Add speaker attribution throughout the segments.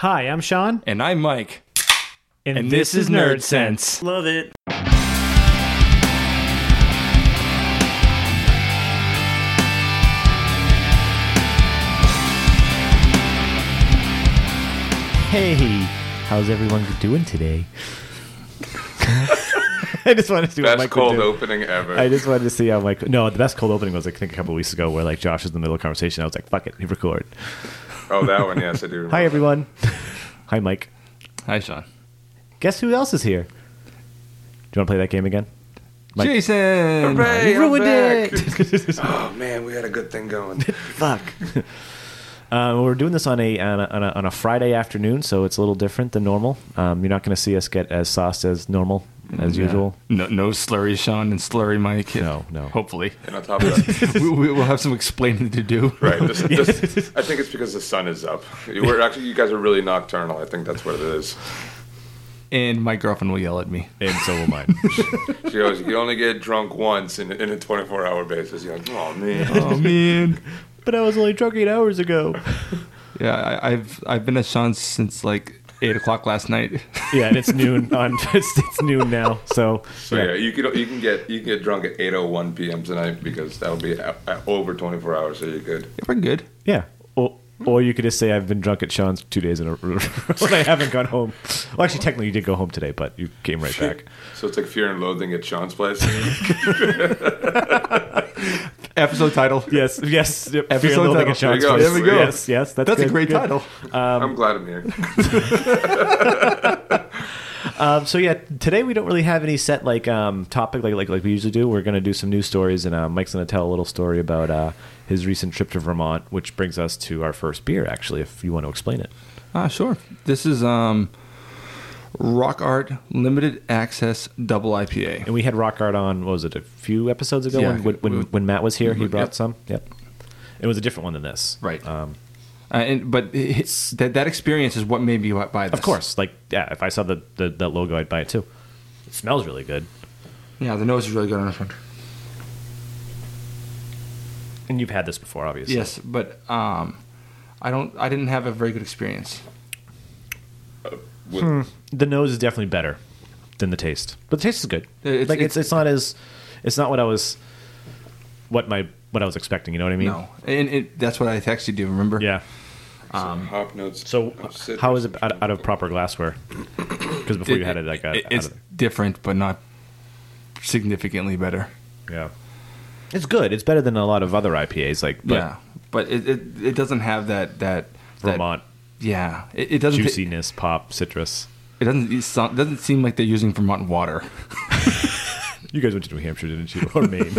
Speaker 1: Hi, I'm Sean,
Speaker 2: And I'm Mike.
Speaker 1: and,
Speaker 2: And this, is Nerd Sense.
Speaker 3: Love it.
Speaker 4: Hey, how's everyone doing today? I just wanted to see what
Speaker 5: Best
Speaker 4: Mike would
Speaker 5: cold
Speaker 4: do.
Speaker 5: opening ever.
Speaker 4: I just wanted to see how Mike. No, the best cold opening was I think a couple of weeks ago, where like Josh was in the middle of a conversation. I was like, "Fuck it, hit record."
Speaker 5: oh, that one. Yes, I do. Remember.
Speaker 4: Hi everyone. Hi Mike.
Speaker 2: Hi, Sean.
Speaker 4: Guess who else is here? Do you want to play that game again? Mike.
Speaker 2: Jason.
Speaker 5: Hooray,
Speaker 4: You
Speaker 5: I'm
Speaker 4: ruined
Speaker 5: back. oh man, we had a good thing going.
Speaker 4: Fuck. Uh, we're doing this on a on a, on a on a Friday afternoon, so it's a little different than normal. Um, you're not going to see us get as sauced as normal as usual.
Speaker 2: No, no slurry, Sean, and slurry, Mike.
Speaker 4: No, no.
Speaker 2: Hopefully,
Speaker 5: And on top of that,
Speaker 2: we, we will have some explaining to do.
Speaker 5: right? This, this, I think it's because the sun is up. You were actually, you guys are really nocturnal. I think that's what it is.
Speaker 2: And my girlfriend will yell at me.
Speaker 4: And so will mine.
Speaker 5: She goes, you only get drunk once in, in a 24-hour basis. You're like, oh man.
Speaker 2: Oh man.
Speaker 4: but I was only drunk eight hours ago.
Speaker 2: Yeah, I, I've I've been at Sean's since like eight o'clock last night.
Speaker 4: Yeah, and it's noon on it's, it's noon now. So,
Speaker 5: So yeah, you can you can get you can get drunk at 8:01 p.m. tonight because that'll be a, a- over 24 hours. So you could.
Speaker 2: We're good.
Speaker 4: yeah. Or, or you could just say I've been drunk at Sean's two days in a row and I haven't gone home. Well, actually, technically, you did go home today, but you came right back.
Speaker 5: So it's like fear and loathing at Sean's place.
Speaker 2: Episode title.
Speaker 4: Yes, yes. Yep.
Speaker 2: Episode
Speaker 4: Fear and loathing
Speaker 2: title.
Speaker 4: at Sean's
Speaker 5: There you go.
Speaker 4: place.
Speaker 5: There we go.
Speaker 4: Yes, yes. That's,
Speaker 2: That's a
Speaker 4: good,
Speaker 2: great
Speaker 4: good.
Speaker 2: title.
Speaker 5: I'm glad I'm here.
Speaker 4: Um, so yeah, today we don't really have any set like um, topic like, like like we usually do. We're gonna do some news stories, and uh, Mike's gonna tell a little story about uh, his recent trip to Vermont, which brings us to our first beer. Actually, if you want to explain it.
Speaker 2: Ah, sure. This is um, Rock Art Limited Access Double IPA.
Speaker 4: And we had Rock Art on, what was it, a few episodes ago
Speaker 2: Yeah,
Speaker 4: when, when, when,
Speaker 2: we-
Speaker 4: when Matt was here? He
Speaker 2: we-
Speaker 4: brought
Speaker 2: yep.
Speaker 4: some? Yep. It was a different one than this.
Speaker 2: Right.
Speaker 4: Um,
Speaker 2: Uh, and, but it's, that that experience is what made me buy this.
Speaker 4: of course. Like, yeah, if I saw the, the that logo, I'd buy it too. It smells really good.
Speaker 2: Yeah, the nose is really good on this one.
Speaker 4: And you've had this before, obviously.
Speaker 2: Yes, but um, I don't. I didn't have a very good experience.
Speaker 4: The nose is definitely better than the taste. But the taste is good.
Speaker 2: It's-
Speaker 4: like, it's,
Speaker 2: it's-
Speaker 4: it's not as, it's not what I was, what my, what I was expecting. You know what I mean?
Speaker 2: No, and it, that's what I texted you. Remember?
Speaker 4: Yeah.
Speaker 5: Hop notes.
Speaker 4: um, So
Speaker 5: of citrus
Speaker 4: how is it
Speaker 5: and
Speaker 4: out, out of proper glassware? Because before you had it, like, uh, out
Speaker 2: it's
Speaker 4: of-
Speaker 2: different, but not significantly better.
Speaker 4: yeah. It's good. It's better than a lot of other IPAs. Like, but
Speaker 2: yeah, but it, it it doesn't have that that that-
Speaker 4: Vermont
Speaker 2: yeah, it, it doesn't.
Speaker 4: juiciness, pop, citrus.
Speaker 2: It doesn't. It so- doesn't seem like they're using Vermont water.
Speaker 4: You guys went to New Hampshire, didn't you? Or Maine?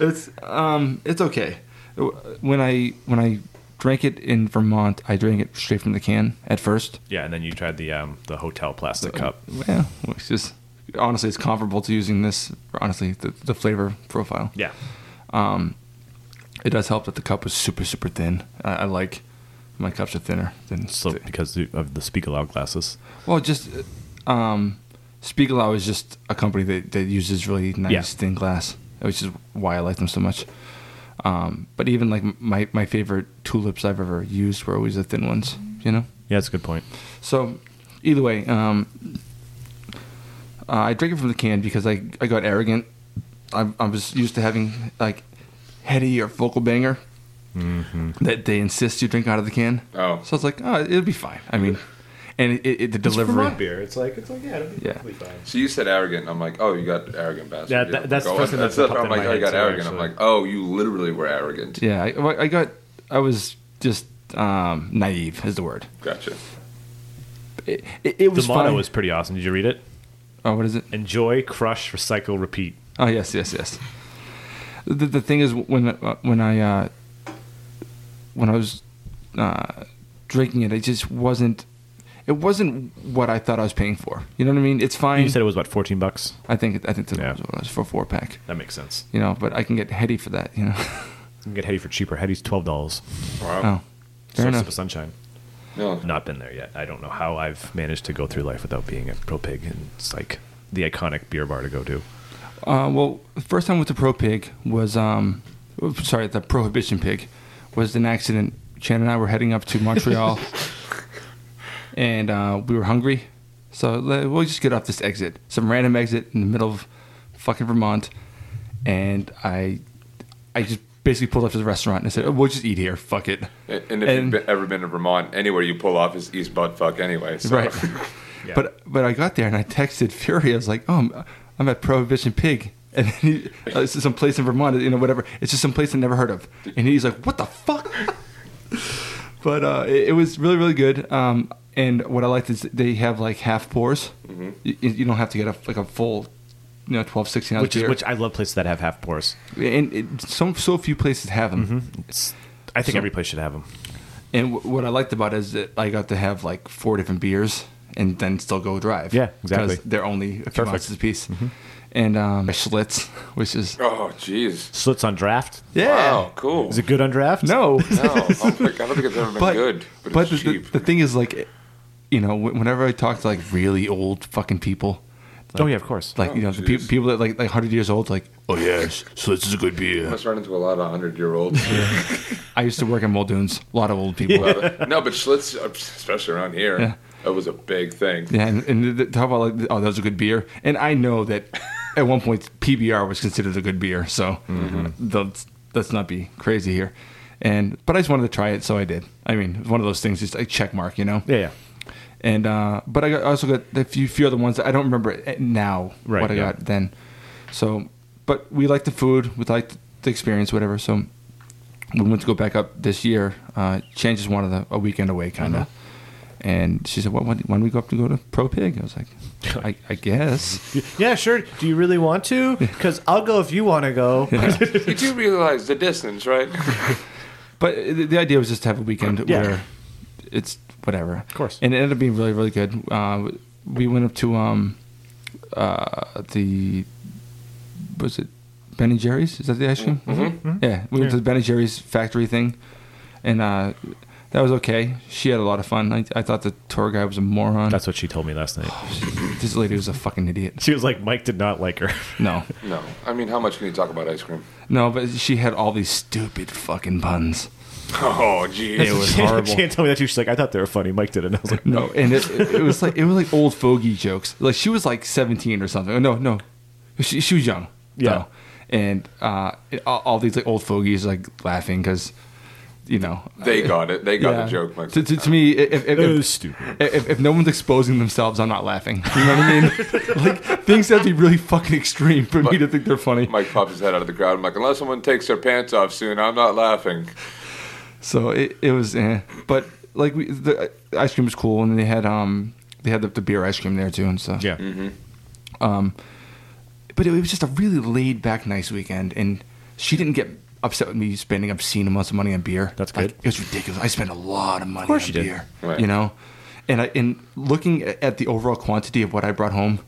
Speaker 2: It's um, it's okay. When I when I drank it in Vermont, I drank it straight from the can at first.
Speaker 4: yeah, and then you tried the um, the hotel plastic cup.
Speaker 2: Yeah, it's just honestly, it's comparable to using this. Honestly, the, the flavor profile.
Speaker 4: Yeah,
Speaker 2: It does help that the cup was super super thin. I, I like my cups are thinner than.
Speaker 4: so
Speaker 2: thi-
Speaker 4: because of the Spiegelau glasses.
Speaker 2: well, just uh, um, Spiegelau is just a company that that uses really nice
Speaker 4: Yeah.
Speaker 2: thin glass, which is why I like them so much. Um, but even like my my favorite tulips I've ever used were always the thin ones. You know.
Speaker 4: Yeah, that's a good point.
Speaker 2: So, either way, um, uh, I drank it from the can because I, I got arrogant. I, I was used to having like heady or vocal banger that they insist you drink out of the can.
Speaker 5: Oh.
Speaker 2: so I was like, oh, it'll be fine. I mean, and it, it, the delivery.
Speaker 4: beer. It's like it's like yeah, it'll be
Speaker 2: Yeah.
Speaker 4: perfectly fine.
Speaker 5: So you said arrogant. and I'm like, oh, you got arrogant bastard.
Speaker 4: Yeah, that- that's the first thing that
Speaker 5: what
Speaker 4: popped
Speaker 5: I'm
Speaker 4: in
Speaker 5: like,
Speaker 4: my
Speaker 5: oh, you
Speaker 4: head,
Speaker 5: got
Speaker 4: too,
Speaker 5: arrogant. I'm
Speaker 4: actually.
Speaker 5: like, oh, you literally were arrogant.
Speaker 2: Yeah, I, well, I got. I was just um, naive is the word.
Speaker 5: Gotcha.
Speaker 2: It, it, it
Speaker 4: The
Speaker 2: was
Speaker 4: motto
Speaker 2: fine.
Speaker 4: was pretty awesome. Did you read it?
Speaker 2: oh, what is it?
Speaker 4: Enjoy, crush, recycle, repeat.
Speaker 2: Oh yes, yes, yes. The, the thing is, when uh, when I uh, when I was uh, drinking it, it just wasn't. It wasn't what I thought I was paying for. You know what I mean? It's fine.
Speaker 4: You said it was what fourteen bucks.
Speaker 2: I think I think that
Speaker 4: Yeah.
Speaker 2: was what it was for a four pack.
Speaker 4: That makes sense.
Speaker 2: You know, but I can get heady for that. You know.
Speaker 4: You can get Hetty for cheaper. Hetty's twelve dollars.
Speaker 5: Wow.
Speaker 2: oh, fair
Speaker 4: Sip
Speaker 2: enough.
Speaker 4: of sunshine.
Speaker 5: No.
Speaker 4: Not been there yet. I don't know how I've managed to go through life without being a pro pig, and it's like the iconic beer bar to go to.
Speaker 2: Uh, well, the first time with the pro pig was um, oops, sorry, the prohibition pig was an accident Shannon and I were heading up to Montreal, and uh, we were hungry, so le- we'll just get off this exit, some random exit in the middle of fucking Vermont, and I, I just basically pulled up to the restaurant and I said, oh, "We'll just eat here. Fuck it."
Speaker 5: And and if
Speaker 2: And-
Speaker 5: you've been, ever been to Vermont, anywhere you pull off is East Buttfuck anyway. So.
Speaker 2: Right. But but I got there and I texted Fury. I was like, oh, I'm, I'm at Prohibition Pig. And then he, uh, this is some place in Vermont, you know, whatever. It's just some place I never heard of. And he's like, what the fuck? but uh, it, it was really, really good. Um, and what I liked is they have like half pours. You, you don't have to get a, like a full, you know, 12, 16 ounce
Speaker 4: which is
Speaker 2: beer.
Speaker 4: which I love places that have half pours.
Speaker 2: and it, so, so few places have them.
Speaker 4: It's, I think
Speaker 2: So-
Speaker 4: every place should have them.
Speaker 2: And w- what I liked about it is that I got to have like four different beers and then still go drive.
Speaker 4: Yeah, exactly.
Speaker 2: Because they're only a few
Speaker 4: Perfect. Mm-hmm.
Speaker 2: ounces apiece. And um, Schlitz, which is
Speaker 5: Oh, jeez.
Speaker 4: Slits on draft.
Speaker 2: yeah,
Speaker 5: Wow, cool.
Speaker 4: Is it good on draft?
Speaker 2: no,
Speaker 5: no, I don't think I don't think it's ever been
Speaker 2: but
Speaker 5: good. But,
Speaker 2: but
Speaker 5: it's
Speaker 2: the,
Speaker 5: cheap.
Speaker 2: the thing is like, you know, wh- whenever I talk to like really old fucking people,
Speaker 4: Oh yeah, of course.
Speaker 2: like you
Speaker 5: Oh,
Speaker 2: know, the pe-
Speaker 5: jeez.
Speaker 2: people that like like hundred years old, like oh yes, Schlitz is a good
Speaker 5: I
Speaker 2: beer.
Speaker 5: must run into a lot of hundred-year-olds.
Speaker 2: I used to work in Muldoon's, a lot of old people. Yeah.
Speaker 5: no, but Schlitz, especially around here,
Speaker 2: Yeah.
Speaker 5: that was a big thing.
Speaker 2: and, and th- talk about like, oh, that was a good beer. And I know that at one point PBR was considered a good beer, so let's let's not be crazy here. And but I just wanted to try it, so I did. I mean, it was one of those things, just a check mark, you know.
Speaker 4: Yeah, yeah.
Speaker 2: And uh, but I got, I also got a few few other ones that I don't remember it now
Speaker 4: Right,
Speaker 2: what I
Speaker 4: yeah.
Speaker 2: got then. So, but we liked the food, we liked the experience, whatever. So we went to go back up this year. Uh, Chan just wanted a, a weekend away, kind
Speaker 4: Uh-huh.
Speaker 2: of. And she said, "What? When, when we go up to go to Pro Pig?" I was like, "I, I guess."
Speaker 4: Yeah, sure. Do you really want to? Because I'll go if you want to go.
Speaker 5: You do realize the distance, right?
Speaker 2: But the, the idea was just to have a weekend
Speaker 4: Yeah.
Speaker 2: where it's whatever. Of
Speaker 4: course.
Speaker 2: And it ended up being really, really good. Uh, we went up to um, uh, the was it Ben and Jerry's? Is that the ice cream? Mm-hmm. Yeah, we went to the Ben and Jerry's factory thing, and uh, that was okay. She had a lot of fun. I, I thought the tour guy was a moron.
Speaker 4: That's what she told me last night.
Speaker 2: this lady was a fucking idiot.
Speaker 4: She was like, Mike did not like her.
Speaker 2: No,
Speaker 5: no, I mean, how much can you talk about ice cream?
Speaker 2: no, but she had all these stupid fucking puns.
Speaker 5: Oh, geez.
Speaker 2: It was horrible.
Speaker 4: she didn't tell me that too. She's like, I thought they were funny. Mike did it. And I was like,
Speaker 2: No, and it, it was like it was like old fogey jokes. Like she was like seventeen or something. No, no, she, she was young.
Speaker 4: Yeah.
Speaker 2: though. and uh, it- all, all these like old fogies like laughing because you know
Speaker 5: They got it. They got
Speaker 2: yeah.
Speaker 5: the joke. Mike.
Speaker 2: To, to, to me, if if,
Speaker 4: it
Speaker 2: if,
Speaker 4: was stupid.
Speaker 2: if if no one's exposing themselves, I'm not laughing. You know what I mean? like things have to be really fucking extreme for me to think they're funny.
Speaker 5: Mike pops his head out of the crowd. I'm like, unless someone takes their pants off soon, I'm not laughing.
Speaker 2: So it, it was, eh. but like we, the ice cream was cool, and they had um they had the, the beer ice cream there too and stuff.
Speaker 4: Yeah.
Speaker 2: but it was just a really laid back, nice weekend, and she didn't get upset with me spending obscene amounts of money on beer.
Speaker 4: That's
Speaker 2: Like,
Speaker 4: good.
Speaker 2: it was ridiculous. I spent a lot of money
Speaker 4: course
Speaker 2: on
Speaker 4: you did.
Speaker 2: beer,
Speaker 5: Right.
Speaker 2: you know, and I and looking a- at the overall quantity of what I brought home,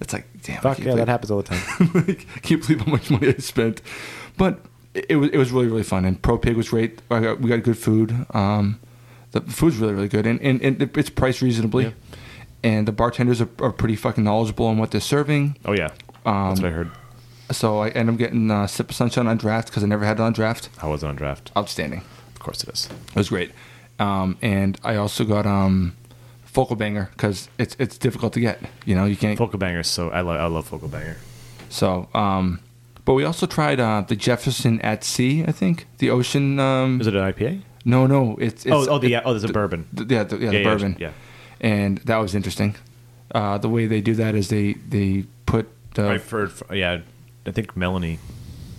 Speaker 2: it's like damn, I
Speaker 4: Fuck
Speaker 2: can't
Speaker 4: yeah, that
Speaker 2: believe-
Speaker 4: happens all the time.
Speaker 2: like, I can't believe how much money I spent, but it, it was it was really really fun. And Pro Pig was great. I got, we got good food. Um, the food's really really good, and and, and it- it's priced reasonably.
Speaker 4: Yeah.
Speaker 2: And the bartenders are, are pretty fucking knowledgeable on what they're serving.
Speaker 4: Oh yeah, that's what I heard.
Speaker 2: So I end up getting uh, Sip of Sunshine on draft because I never had it on draft.
Speaker 4: I was on draft.
Speaker 2: Outstanding.
Speaker 4: Of course it is.
Speaker 2: It was great. Um, and I also got um, Focal Banger because it's it's difficult to get. You know, you can't.
Speaker 4: Focal banger. So I love I love focal banger.
Speaker 2: So, um, but we also tried uh, the Jefferson at Sea. I think the Ocean. Um,
Speaker 4: Is it an IPA?
Speaker 2: no, no, it's, it's
Speaker 4: oh, oh, the
Speaker 2: it-
Speaker 4: yeah, oh, there's a bourbon.
Speaker 2: th- yeah, the, yeah, the
Speaker 4: Yeah, yeah,
Speaker 2: bourbon.
Speaker 4: yeah.
Speaker 2: And that was interesting. Uh, the way they do that is they they put the
Speaker 4: I've heard. Yeah, I think Melanie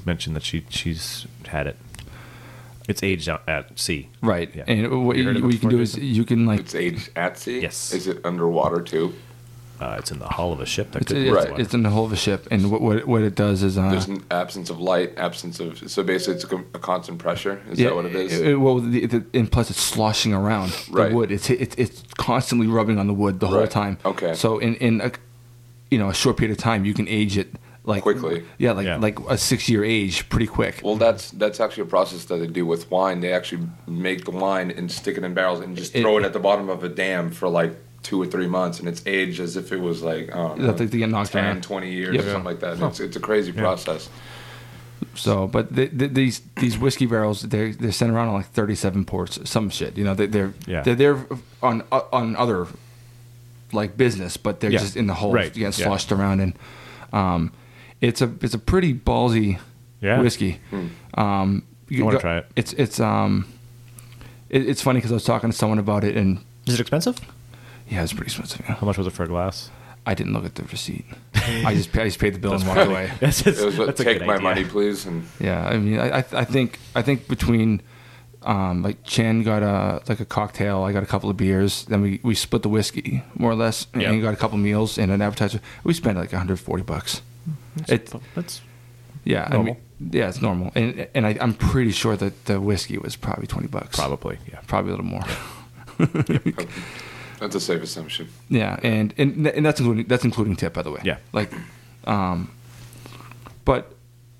Speaker 4: mentioned that she she's had it. It's aged out at sea.
Speaker 2: right,
Speaker 4: Yeah.
Speaker 2: and what
Speaker 4: You
Speaker 2: you,
Speaker 4: heard of it
Speaker 2: what you can
Speaker 4: before,
Speaker 2: do is
Speaker 4: Jason?
Speaker 2: you can like
Speaker 5: It's aged at sea.
Speaker 4: Yes.
Speaker 5: Is it underwater too?
Speaker 4: Uh, it's in the hull of a ship. That
Speaker 2: It's,
Speaker 4: could be
Speaker 2: it's,
Speaker 4: underwater.
Speaker 2: it's in the hull of a ship, and what what, what it does is uh,
Speaker 5: There's an absence of light, absence of so basically it's a, con- a constant pressure. Is that what it is?
Speaker 2: it- well, the, the, and plus it's sloshing around
Speaker 5: Right.
Speaker 2: the wood. It's it's it's constantly rubbing on the wood the whole
Speaker 5: Right.
Speaker 2: time.
Speaker 5: Okay.
Speaker 2: So in in a you know a short period of time, you can age it like
Speaker 5: Quickly.
Speaker 2: Yeah, like
Speaker 4: Yeah.
Speaker 2: like a six year age, pretty quick.
Speaker 5: well, that's that's actually a process that they do with wine. They actually make the wine and stick it in barrels and just
Speaker 2: It-
Speaker 5: throw it at the bottom of a dam for like two or three months, and it's aged as if it was like I don't
Speaker 2: That
Speaker 5: know,
Speaker 2: they- they get knocked
Speaker 5: 10,
Speaker 2: around.
Speaker 5: 20 years
Speaker 2: Yep.
Speaker 5: or something like that. It's, it's a crazy process.
Speaker 2: So, but th th these these whiskey barrels, they they're sent around on like thirty seven ports, some shit. You know, they, they're
Speaker 4: Yeah.
Speaker 2: they're there on on other like business, but they're
Speaker 4: Yeah.
Speaker 2: just in the hole,
Speaker 4: Right.
Speaker 2: getting
Speaker 4: Yeah.
Speaker 2: sloshed around, and um, it's a it's a pretty ballsy
Speaker 4: Yeah.
Speaker 2: whiskey. Um, you
Speaker 4: I wanna
Speaker 2: go-
Speaker 4: try it.
Speaker 2: It's it's um, it, it's funny because I was talking to someone about it, and
Speaker 4: Is it expensive?
Speaker 2: yeah, it's pretty expensive. Yeah.
Speaker 4: How much was it for a glass?
Speaker 2: I didn't look at the receipt. I just I just paid the bill and walked away.
Speaker 4: That's,
Speaker 5: It was like, take my money, please. And
Speaker 2: Yeah, I mean, I I I think I think between um, like Chen got a like a cocktail, I got a couple of beers, then we, we split the whiskey more or less, and
Speaker 4: Yeah.
Speaker 2: you got a couple meals and an appetizer. We spent like 140 bucks. It,
Speaker 4: That's
Speaker 2: yeah, I mean,
Speaker 4: normal.
Speaker 2: yeah, it's normal, and and I, I'm pretty sure that the whiskey was probably 20 bucks,
Speaker 4: probably yeah.
Speaker 2: probably a little more.
Speaker 5: that's a safe assumption.
Speaker 2: Yeah, and and, and that's including that's including tip, by the way.
Speaker 4: Yeah.
Speaker 2: Like, um, but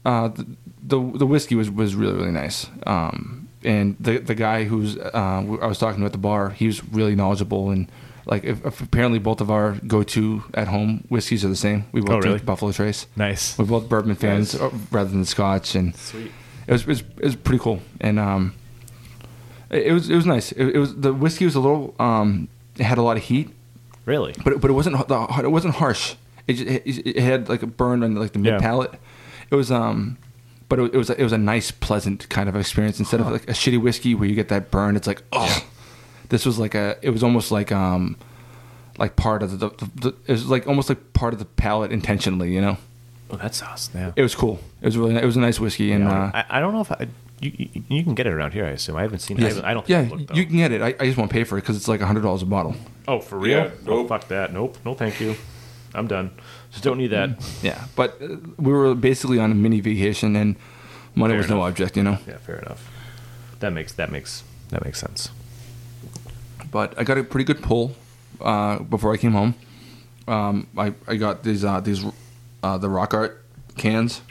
Speaker 2: uh, the, the the whiskey was was really really nice. Um, and the the guy who's uh, I was talking to at the bar, he was really knowledgeable and like if, if apparently both of our go to at home whiskeys are the same. We both
Speaker 4: Oh, really?
Speaker 2: drink Buffalo Trace.
Speaker 4: Nice.
Speaker 2: We're both bourbon fans uh rather than Scotch, and
Speaker 4: Sweet.
Speaker 2: it was, it was it was pretty cool, and um, it it was it was nice. It, it was the whiskey was a little um, it had a lot of heat,
Speaker 4: Really?
Speaker 2: but it, but it wasn't h- the, it wasn't harsh. It, just, it, it had like a burn on like the mid
Speaker 4: Yeah.
Speaker 2: palate. It was um, but it, it was it was a nice, pleasant kind of experience instead of like a shitty whiskey where you get that burn. It's like oh, this was like a. It was almost like um, like part of the, the, the it was like almost like part of the palate intentionally. You know,
Speaker 4: Oh, that's awesome. Yeah.
Speaker 2: it was cool. It was really it was a nice whiskey and.
Speaker 4: Yeah,
Speaker 2: uh,
Speaker 4: I, I don't know if I, you, you, you can get it around here. I assume I haven't seen. it. I,
Speaker 2: Yes.
Speaker 4: haven't, I don't.
Speaker 2: Yeah,
Speaker 4: Think I looked, though.
Speaker 2: you can get it. I, I just won't pay for it because it's like hundred dollars a bottle.
Speaker 4: Oh, for real?
Speaker 5: Yeah,
Speaker 4: Oh,
Speaker 5: nope.
Speaker 4: fuck that. Nope. No, thank you. I'm done. Just don't need that.
Speaker 2: Yeah, but uh, we were basically on a mini vacation, and money
Speaker 4: Fair
Speaker 2: was no
Speaker 4: enough.
Speaker 2: object, you know.
Speaker 4: Yeah, fair enough. That makes that makes that makes sense.
Speaker 2: But I got a pretty good pull uh, before I came home. Um, I I got these uh, these uh, the rock art cans.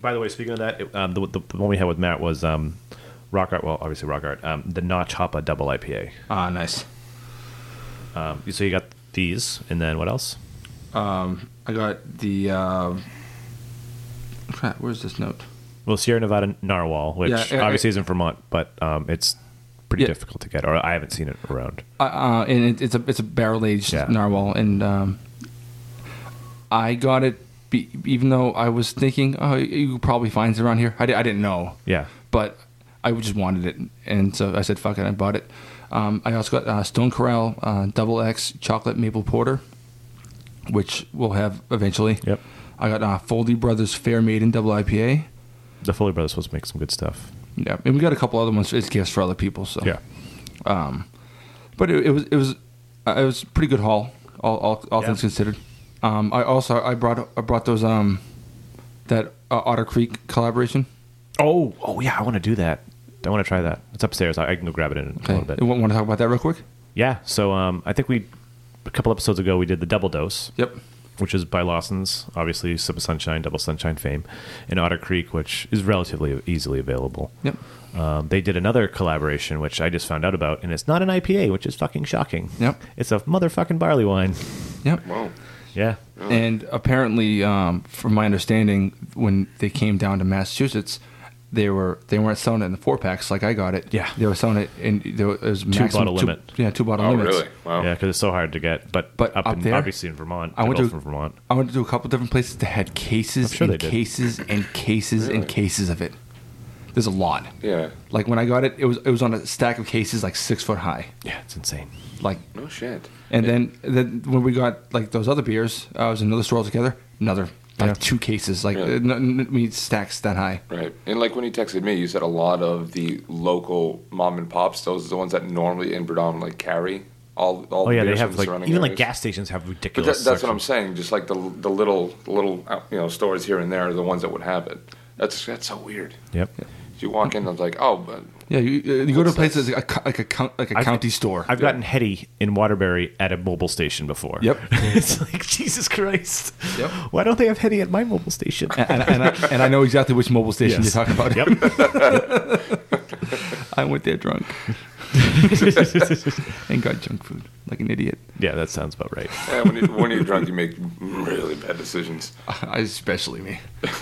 Speaker 4: By the way, speaking of that, it, um, the, the, the one we had with Matt was um, rock art. Well, obviously rock art. Um, the Notch Hoppa Double IPA.
Speaker 2: Ah, nice.
Speaker 4: Um, so you got these, and then what else?
Speaker 2: Um, I got the. Uh, crap, where's this note?
Speaker 4: Well, Sierra Nevada Narwhal, which
Speaker 2: Yeah, I-
Speaker 4: obviously is in Vermont, but um, it's pretty
Speaker 2: Yeah.
Speaker 4: difficult to get, or I haven't seen it around.
Speaker 2: Uh, uh, and it, it's a it's a barrel aged
Speaker 4: Yeah.
Speaker 2: narwhal, and um, I got it. Be, even though I was thinking, oh, you could probably find it around here. I, di- I didn't know.
Speaker 4: Yeah.
Speaker 2: But I just wanted it, and so I said, "Fuck it," I bought it. Um, I also got uh, Stone Corral uh, Double X Chocolate Maple Porter, which we'll have eventually.
Speaker 4: Yep.
Speaker 2: I got uh, Foldy Brothers Fair Maiden Double IPA.
Speaker 4: The Foley Brothers was make some good stuff.
Speaker 2: Yeah, and we got a couple other ones. It's gifts for other people. So
Speaker 4: Yeah.
Speaker 2: but it, it was it was uh, it was a pretty good haul, all all, all
Speaker 4: Yeah.
Speaker 2: things considered. Um, I also I brought I brought those um that uh, Otter Creek collaboration.
Speaker 4: Oh, oh yeah, I want to do that. I want to try that. It's upstairs. I, I can go grab it in a little bit.
Speaker 2: want to talk about that real quick?
Speaker 4: Yeah. So um, I think we a couple episodes ago we did the double dose.
Speaker 2: Yep.
Speaker 4: Which is by Lawson's, obviously some sunshine, double sunshine fame, and Otter Creek, which is relatively easily available.
Speaker 2: Yep.
Speaker 4: Um, they did another collaboration, which I just found out about, and it's not an IPA, which is fucking shocking.
Speaker 2: Yep.
Speaker 4: It's a motherfucking barley wine.
Speaker 2: Yep.
Speaker 5: Wow.
Speaker 4: Yeah.
Speaker 2: And apparently, um, from my understanding, when they came down to Massachusetts, they were they weren't selling it in the four packs like I got it.
Speaker 4: Yeah.
Speaker 2: They were selling it in there was maximum
Speaker 4: bottle limit.
Speaker 2: Yeah, two bottle
Speaker 5: Oh,
Speaker 2: limits.
Speaker 5: really? Wow.
Speaker 4: Yeah, because it's so hard to get. But,
Speaker 2: But
Speaker 4: up,
Speaker 2: up
Speaker 4: in,
Speaker 2: there?
Speaker 4: obviously in Vermont,
Speaker 2: I went
Speaker 4: they're
Speaker 2: to
Speaker 4: both from Vermont.
Speaker 2: I went to a couple different places that had cases
Speaker 4: I'm sure they
Speaker 2: and
Speaker 4: did.
Speaker 2: cases and cases
Speaker 5: Really?
Speaker 2: and cases of it. There's a lot.
Speaker 5: Yeah.
Speaker 2: Like when I got it, it was it was on a stack of cases like six foot high.
Speaker 4: Yeah, it's insane.
Speaker 2: Like
Speaker 5: No shit.
Speaker 2: and then then when we got like those other beers, uh, it was another store altogether. Another like
Speaker 4: Yeah.
Speaker 2: two cases, like
Speaker 5: Yeah.
Speaker 2: uh, n- n- I mean, stacks that high.
Speaker 5: Right. And like when you texted me, you said a lot of the local mom and pops, those are the ones that normally and predominantly carry all all
Speaker 4: Oh
Speaker 5: the
Speaker 4: yeah, they
Speaker 5: beers
Speaker 4: have
Speaker 5: from
Speaker 4: like
Speaker 5: surrounding
Speaker 4: even like
Speaker 5: areas.
Speaker 4: gas stations have
Speaker 5: But
Speaker 4: ridiculous.
Speaker 5: that, that's what I'm saying. Just like the the little the little uh, you know stores here and there are the ones that would have it. That's that's so weird.
Speaker 4: Yep.
Speaker 5: You walk in, I was like, oh, but
Speaker 2: Yeah, you, uh, you go to
Speaker 5: What's
Speaker 2: places like a, co- like a, co- like a
Speaker 4: I've-
Speaker 2: county store.
Speaker 4: I've gotten heady in Waterbury at a mobile station before.
Speaker 2: Yep.
Speaker 4: it's like Jesus Christ.
Speaker 2: Yep.
Speaker 4: Why don't they have heady at my mobile station?
Speaker 2: and, and, I, and I know exactly which mobile station
Speaker 4: Yes.
Speaker 2: you're talking about.
Speaker 4: yep.
Speaker 2: I went there drunk and got junk food like an idiot.
Speaker 4: yeah, that sounds about right.
Speaker 5: yeah, when, you, when you're drunk, you make really bad decisions.
Speaker 2: Especially me.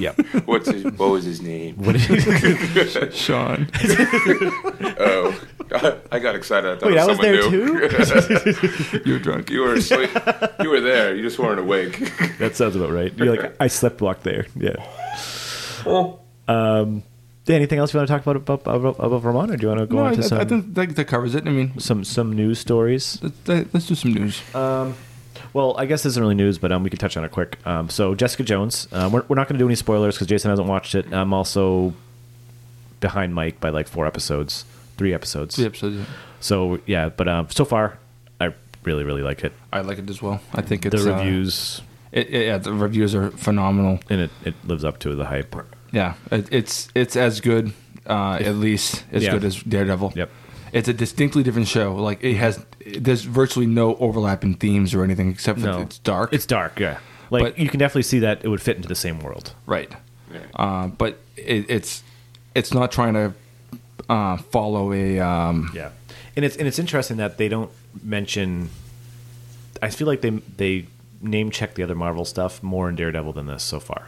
Speaker 4: Yep.
Speaker 5: What's his, what was his name?
Speaker 4: What is
Speaker 2: Sean.
Speaker 5: Oh, I got excited. I thought
Speaker 4: Wait,
Speaker 5: it
Speaker 4: I was
Speaker 5: someone
Speaker 4: there
Speaker 5: new.
Speaker 2: You're drunk.
Speaker 5: you were asleep. You were there. You just weren't awake.
Speaker 4: That sounds about right. You're like, I slept walk there. Yeah.
Speaker 5: Oh.
Speaker 4: Dan, anything else you want to talk about about, about, about Vermont, or do you want to go
Speaker 2: No,
Speaker 4: on
Speaker 2: I,
Speaker 4: to some,
Speaker 2: I think that, that covers it. I mean,
Speaker 4: some some news stories?
Speaker 2: let- let- let's do some news.
Speaker 4: Well, I guess this isn't really news, but um, we could touch on it quick. Um, so Jessica Jones, um, we're, we're not going to do any spoilers because Jason hasn't watched it. I'm also behind Mike by like four episodes, three episodes.
Speaker 2: the episode. yeah.
Speaker 4: So yeah, but um, so far I really really like it.
Speaker 2: I like it as well. I think it's
Speaker 4: the
Speaker 2: uh,
Speaker 4: reviews
Speaker 2: it, it- yeah, the reviews are phenomenal.
Speaker 4: and it, it lives up to the hype.
Speaker 2: Yeah, it, it's it's as good, uh, at least as
Speaker 4: Yeah.
Speaker 2: good as Daredevil.
Speaker 4: Yep.
Speaker 2: It's a distinctly different show. Like it has, there's virtually no overlap in themes or anything except for it's dark.
Speaker 4: It's dark. Yeah, like
Speaker 2: But-
Speaker 4: you can definitely see that it would fit into the same world.
Speaker 2: right.
Speaker 5: Yeah.
Speaker 2: Uh, but it, it's it's not trying to uh, follow a um,
Speaker 4: Yeah, and it's and it's interesting that they don't mention. I feel like they they name check the other Marvel stuff more in Daredevil than this so far.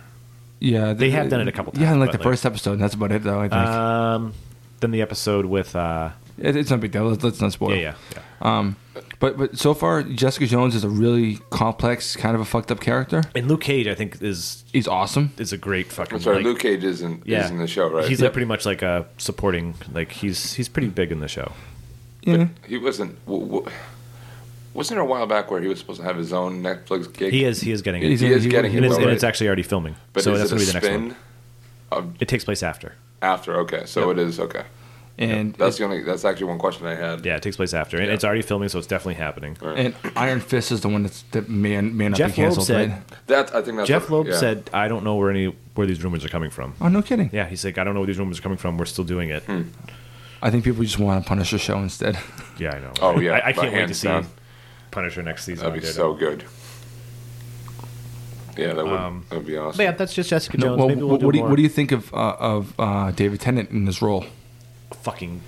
Speaker 2: yeah.
Speaker 4: They have done it a couple
Speaker 2: Yeah,
Speaker 4: times,
Speaker 2: in like the
Speaker 4: but, like-
Speaker 2: first episode. And that's about it, though. I think
Speaker 4: Um, than the episode with uh,
Speaker 2: it, it's not a big deal. Let's, let's not spoil.
Speaker 4: yeah, yeah, yeah.
Speaker 2: Um, but but so far, Jessica Jones is a really complex, kind of a fucked up character.
Speaker 4: and Luke Cage I think is
Speaker 2: He's awesome.
Speaker 4: is a great fucking.
Speaker 5: I'm sorry,
Speaker 4: like-
Speaker 5: Luke Cage isn't
Speaker 4: Yeah,
Speaker 5: is in the show, right?
Speaker 4: He's like pretty much like a supporting, like he's he's pretty big in the show.
Speaker 2: Yeah.
Speaker 5: he wasn't. W- w- wasn't there a while back where he was supposed to have his own Netflix gig?
Speaker 4: He is he is getting it,
Speaker 5: He
Speaker 2: He's in-
Speaker 5: is
Speaker 2: he-
Speaker 5: getting
Speaker 4: and,
Speaker 5: it,
Speaker 4: it's,
Speaker 5: though,
Speaker 4: and
Speaker 5: right?
Speaker 4: it's actually already filming.
Speaker 5: But
Speaker 4: so
Speaker 5: is
Speaker 4: that's
Speaker 5: it a
Speaker 4: gonna be the next
Speaker 5: spin
Speaker 4: one. It takes place after.
Speaker 5: after? Okay, so it is okay.
Speaker 2: And
Speaker 5: That's the only. That's actually one question I had.
Speaker 4: Yeah, it takes place after, and
Speaker 5: Yeah.
Speaker 4: it's already filming, so it's definitely happening.
Speaker 5: Right.
Speaker 2: and Iron Fist is the one that's that may may not
Speaker 4: Jeff
Speaker 2: be
Speaker 4: Loeb
Speaker 2: canceled.
Speaker 4: said,
Speaker 2: right?
Speaker 5: That I think that's
Speaker 4: Jeff
Speaker 5: what-
Speaker 4: Loeb
Speaker 5: yeah.
Speaker 4: said, "I don't know where any where these rumors are coming from."
Speaker 2: "Oh, no kidding!
Speaker 4: Yeah, he's like, "I don't know where these rumors are coming from. We're still doing it."
Speaker 5: Hmm.
Speaker 2: I think people just want to punish the show instead."
Speaker 4: Yeah, I know.
Speaker 5: Oh,
Speaker 4: right?
Speaker 5: yeah,
Speaker 4: I, I
Speaker 5: but
Speaker 4: can't wait to
Speaker 5: hands
Speaker 4: see
Speaker 5: down.
Speaker 4: Punisher next season.
Speaker 5: that'd
Speaker 4: on
Speaker 5: be so
Speaker 4: Daredevil.
Speaker 5: good. Yeah, that would
Speaker 4: Um,
Speaker 5: that'd be awesome.
Speaker 4: But yeah, that's just Jessica
Speaker 2: No,
Speaker 4: Jones.
Speaker 2: well,
Speaker 4: Maybe we'll
Speaker 2: what,
Speaker 4: do
Speaker 2: what do you,
Speaker 4: more.
Speaker 2: what do you think of uh, of uh, David Tennant in this role?
Speaker 4: fucking